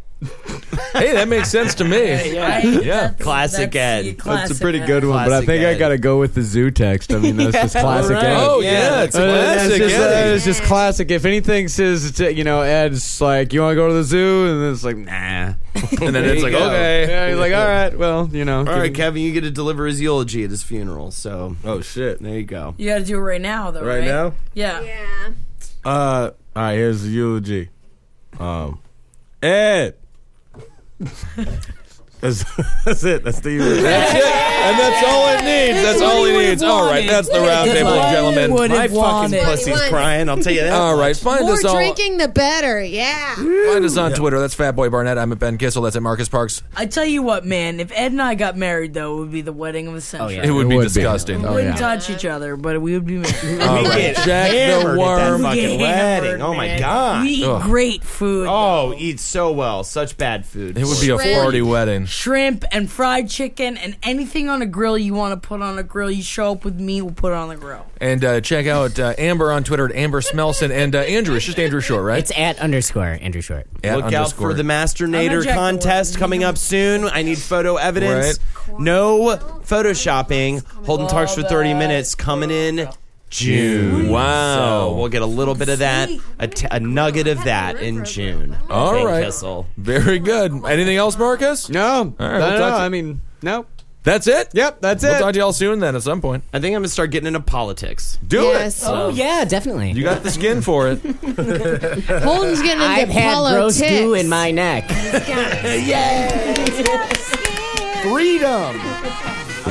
[SPEAKER 10] hey, that makes sense to me.
[SPEAKER 9] Yeah.
[SPEAKER 10] yeah.
[SPEAKER 8] Classic Ed.
[SPEAKER 2] That's a pretty good one, but I think I gotta go with the zoo text. I mean, that's just
[SPEAKER 10] Yeah.
[SPEAKER 2] classic
[SPEAKER 10] Alright.
[SPEAKER 2] Ed.
[SPEAKER 10] Oh, yeah, it's
[SPEAKER 2] Uh, that's
[SPEAKER 10] classic
[SPEAKER 2] just-
[SPEAKER 10] Ed.
[SPEAKER 2] that is just classic. If anything says, it's, uh, you know, Ed's like, "You want to go to the zoo?" and then it's like, "Nah,"
[SPEAKER 8] And then it's like, okay.
[SPEAKER 2] yeah, he's like, "All right, well, you know."
[SPEAKER 8] All
[SPEAKER 2] give
[SPEAKER 8] right,
[SPEAKER 2] me-
[SPEAKER 8] Kevin, you get to deliver his eulogy at his funeral. So, oh shit, there you go.
[SPEAKER 9] You got to do it right now, though. Right,
[SPEAKER 7] Right now?
[SPEAKER 9] Yeah.
[SPEAKER 7] Uh, all right. Here's the eulogy. Um, Ed. that's, that's it. That's the eulogy.
[SPEAKER 10] That's it. And that's all it needs. That's all it needs. All right, that's the round table, gentlemen.
[SPEAKER 8] My fucking pussy's crying. I'll tell you that.
[SPEAKER 10] All right, find
[SPEAKER 11] More
[SPEAKER 10] us all.
[SPEAKER 11] drinking, the better. Yeah.
[SPEAKER 10] Find us on Twitter. That's Fatboy Barnett. I'm at Ben Kissel. That's at Marcus Parks.
[SPEAKER 9] I tell you what, man. If Ed and I got married, though, it would be the wedding
[SPEAKER 5] Oh,
[SPEAKER 9] of a century.
[SPEAKER 10] It would be disgusting.
[SPEAKER 9] We wouldn't touch each other, but we would be married.
[SPEAKER 10] All right. Jack the Worm.
[SPEAKER 8] fucking
[SPEAKER 9] Hammered,
[SPEAKER 8] wedding. Oh my
[SPEAKER 9] man.
[SPEAKER 8] god.
[SPEAKER 9] We eat
[SPEAKER 8] Ugh.
[SPEAKER 9] great food.
[SPEAKER 8] Oh, eats so well. Such bad food.
[SPEAKER 10] It would be a
[SPEAKER 9] Shrimp.
[SPEAKER 10] farty wedding.
[SPEAKER 9] Shrimp and fried chicken and anything on a grill you want to put on a grill. You show up with me, we'll put it on the grill.
[SPEAKER 10] And uh, check out uh, Amber on Twitter at Amber Smelson and uh, Andrew. It's just Andrew Short, right?
[SPEAKER 5] It's at underscore Andrew Short.
[SPEAKER 10] At
[SPEAKER 8] Look out
[SPEAKER 10] underscore.
[SPEAKER 8] for the Masternator contest coming up soon. I need photo evidence. No photoshopping. Holding talks for 30 minutes coming in June.
[SPEAKER 10] Wow.
[SPEAKER 8] So we'll get a little bit of that, a, t- a nugget of that in June.
[SPEAKER 10] All
[SPEAKER 8] Ben
[SPEAKER 10] right.
[SPEAKER 8] Kissel.
[SPEAKER 10] Very good. Anything else, Marcus?
[SPEAKER 2] No.
[SPEAKER 10] All
[SPEAKER 2] No, no,
[SPEAKER 10] talk to-
[SPEAKER 2] I mean, no.
[SPEAKER 10] that's it.
[SPEAKER 2] Yep, that's
[SPEAKER 10] We'll
[SPEAKER 2] it.
[SPEAKER 10] talk to y'all soon then at some point.
[SPEAKER 8] I think I'm going to start getting into politics.
[SPEAKER 10] Do
[SPEAKER 11] Yes.
[SPEAKER 10] it.
[SPEAKER 5] Oh yeah, definitely.
[SPEAKER 10] You got the skin for it.
[SPEAKER 11] Holden's getting into
[SPEAKER 5] I've had roast
[SPEAKER 11] politics.
[SPEAKER 5] goo in my neck.
[SPEAKER 8] Freedom.
[SPEAKER 2] For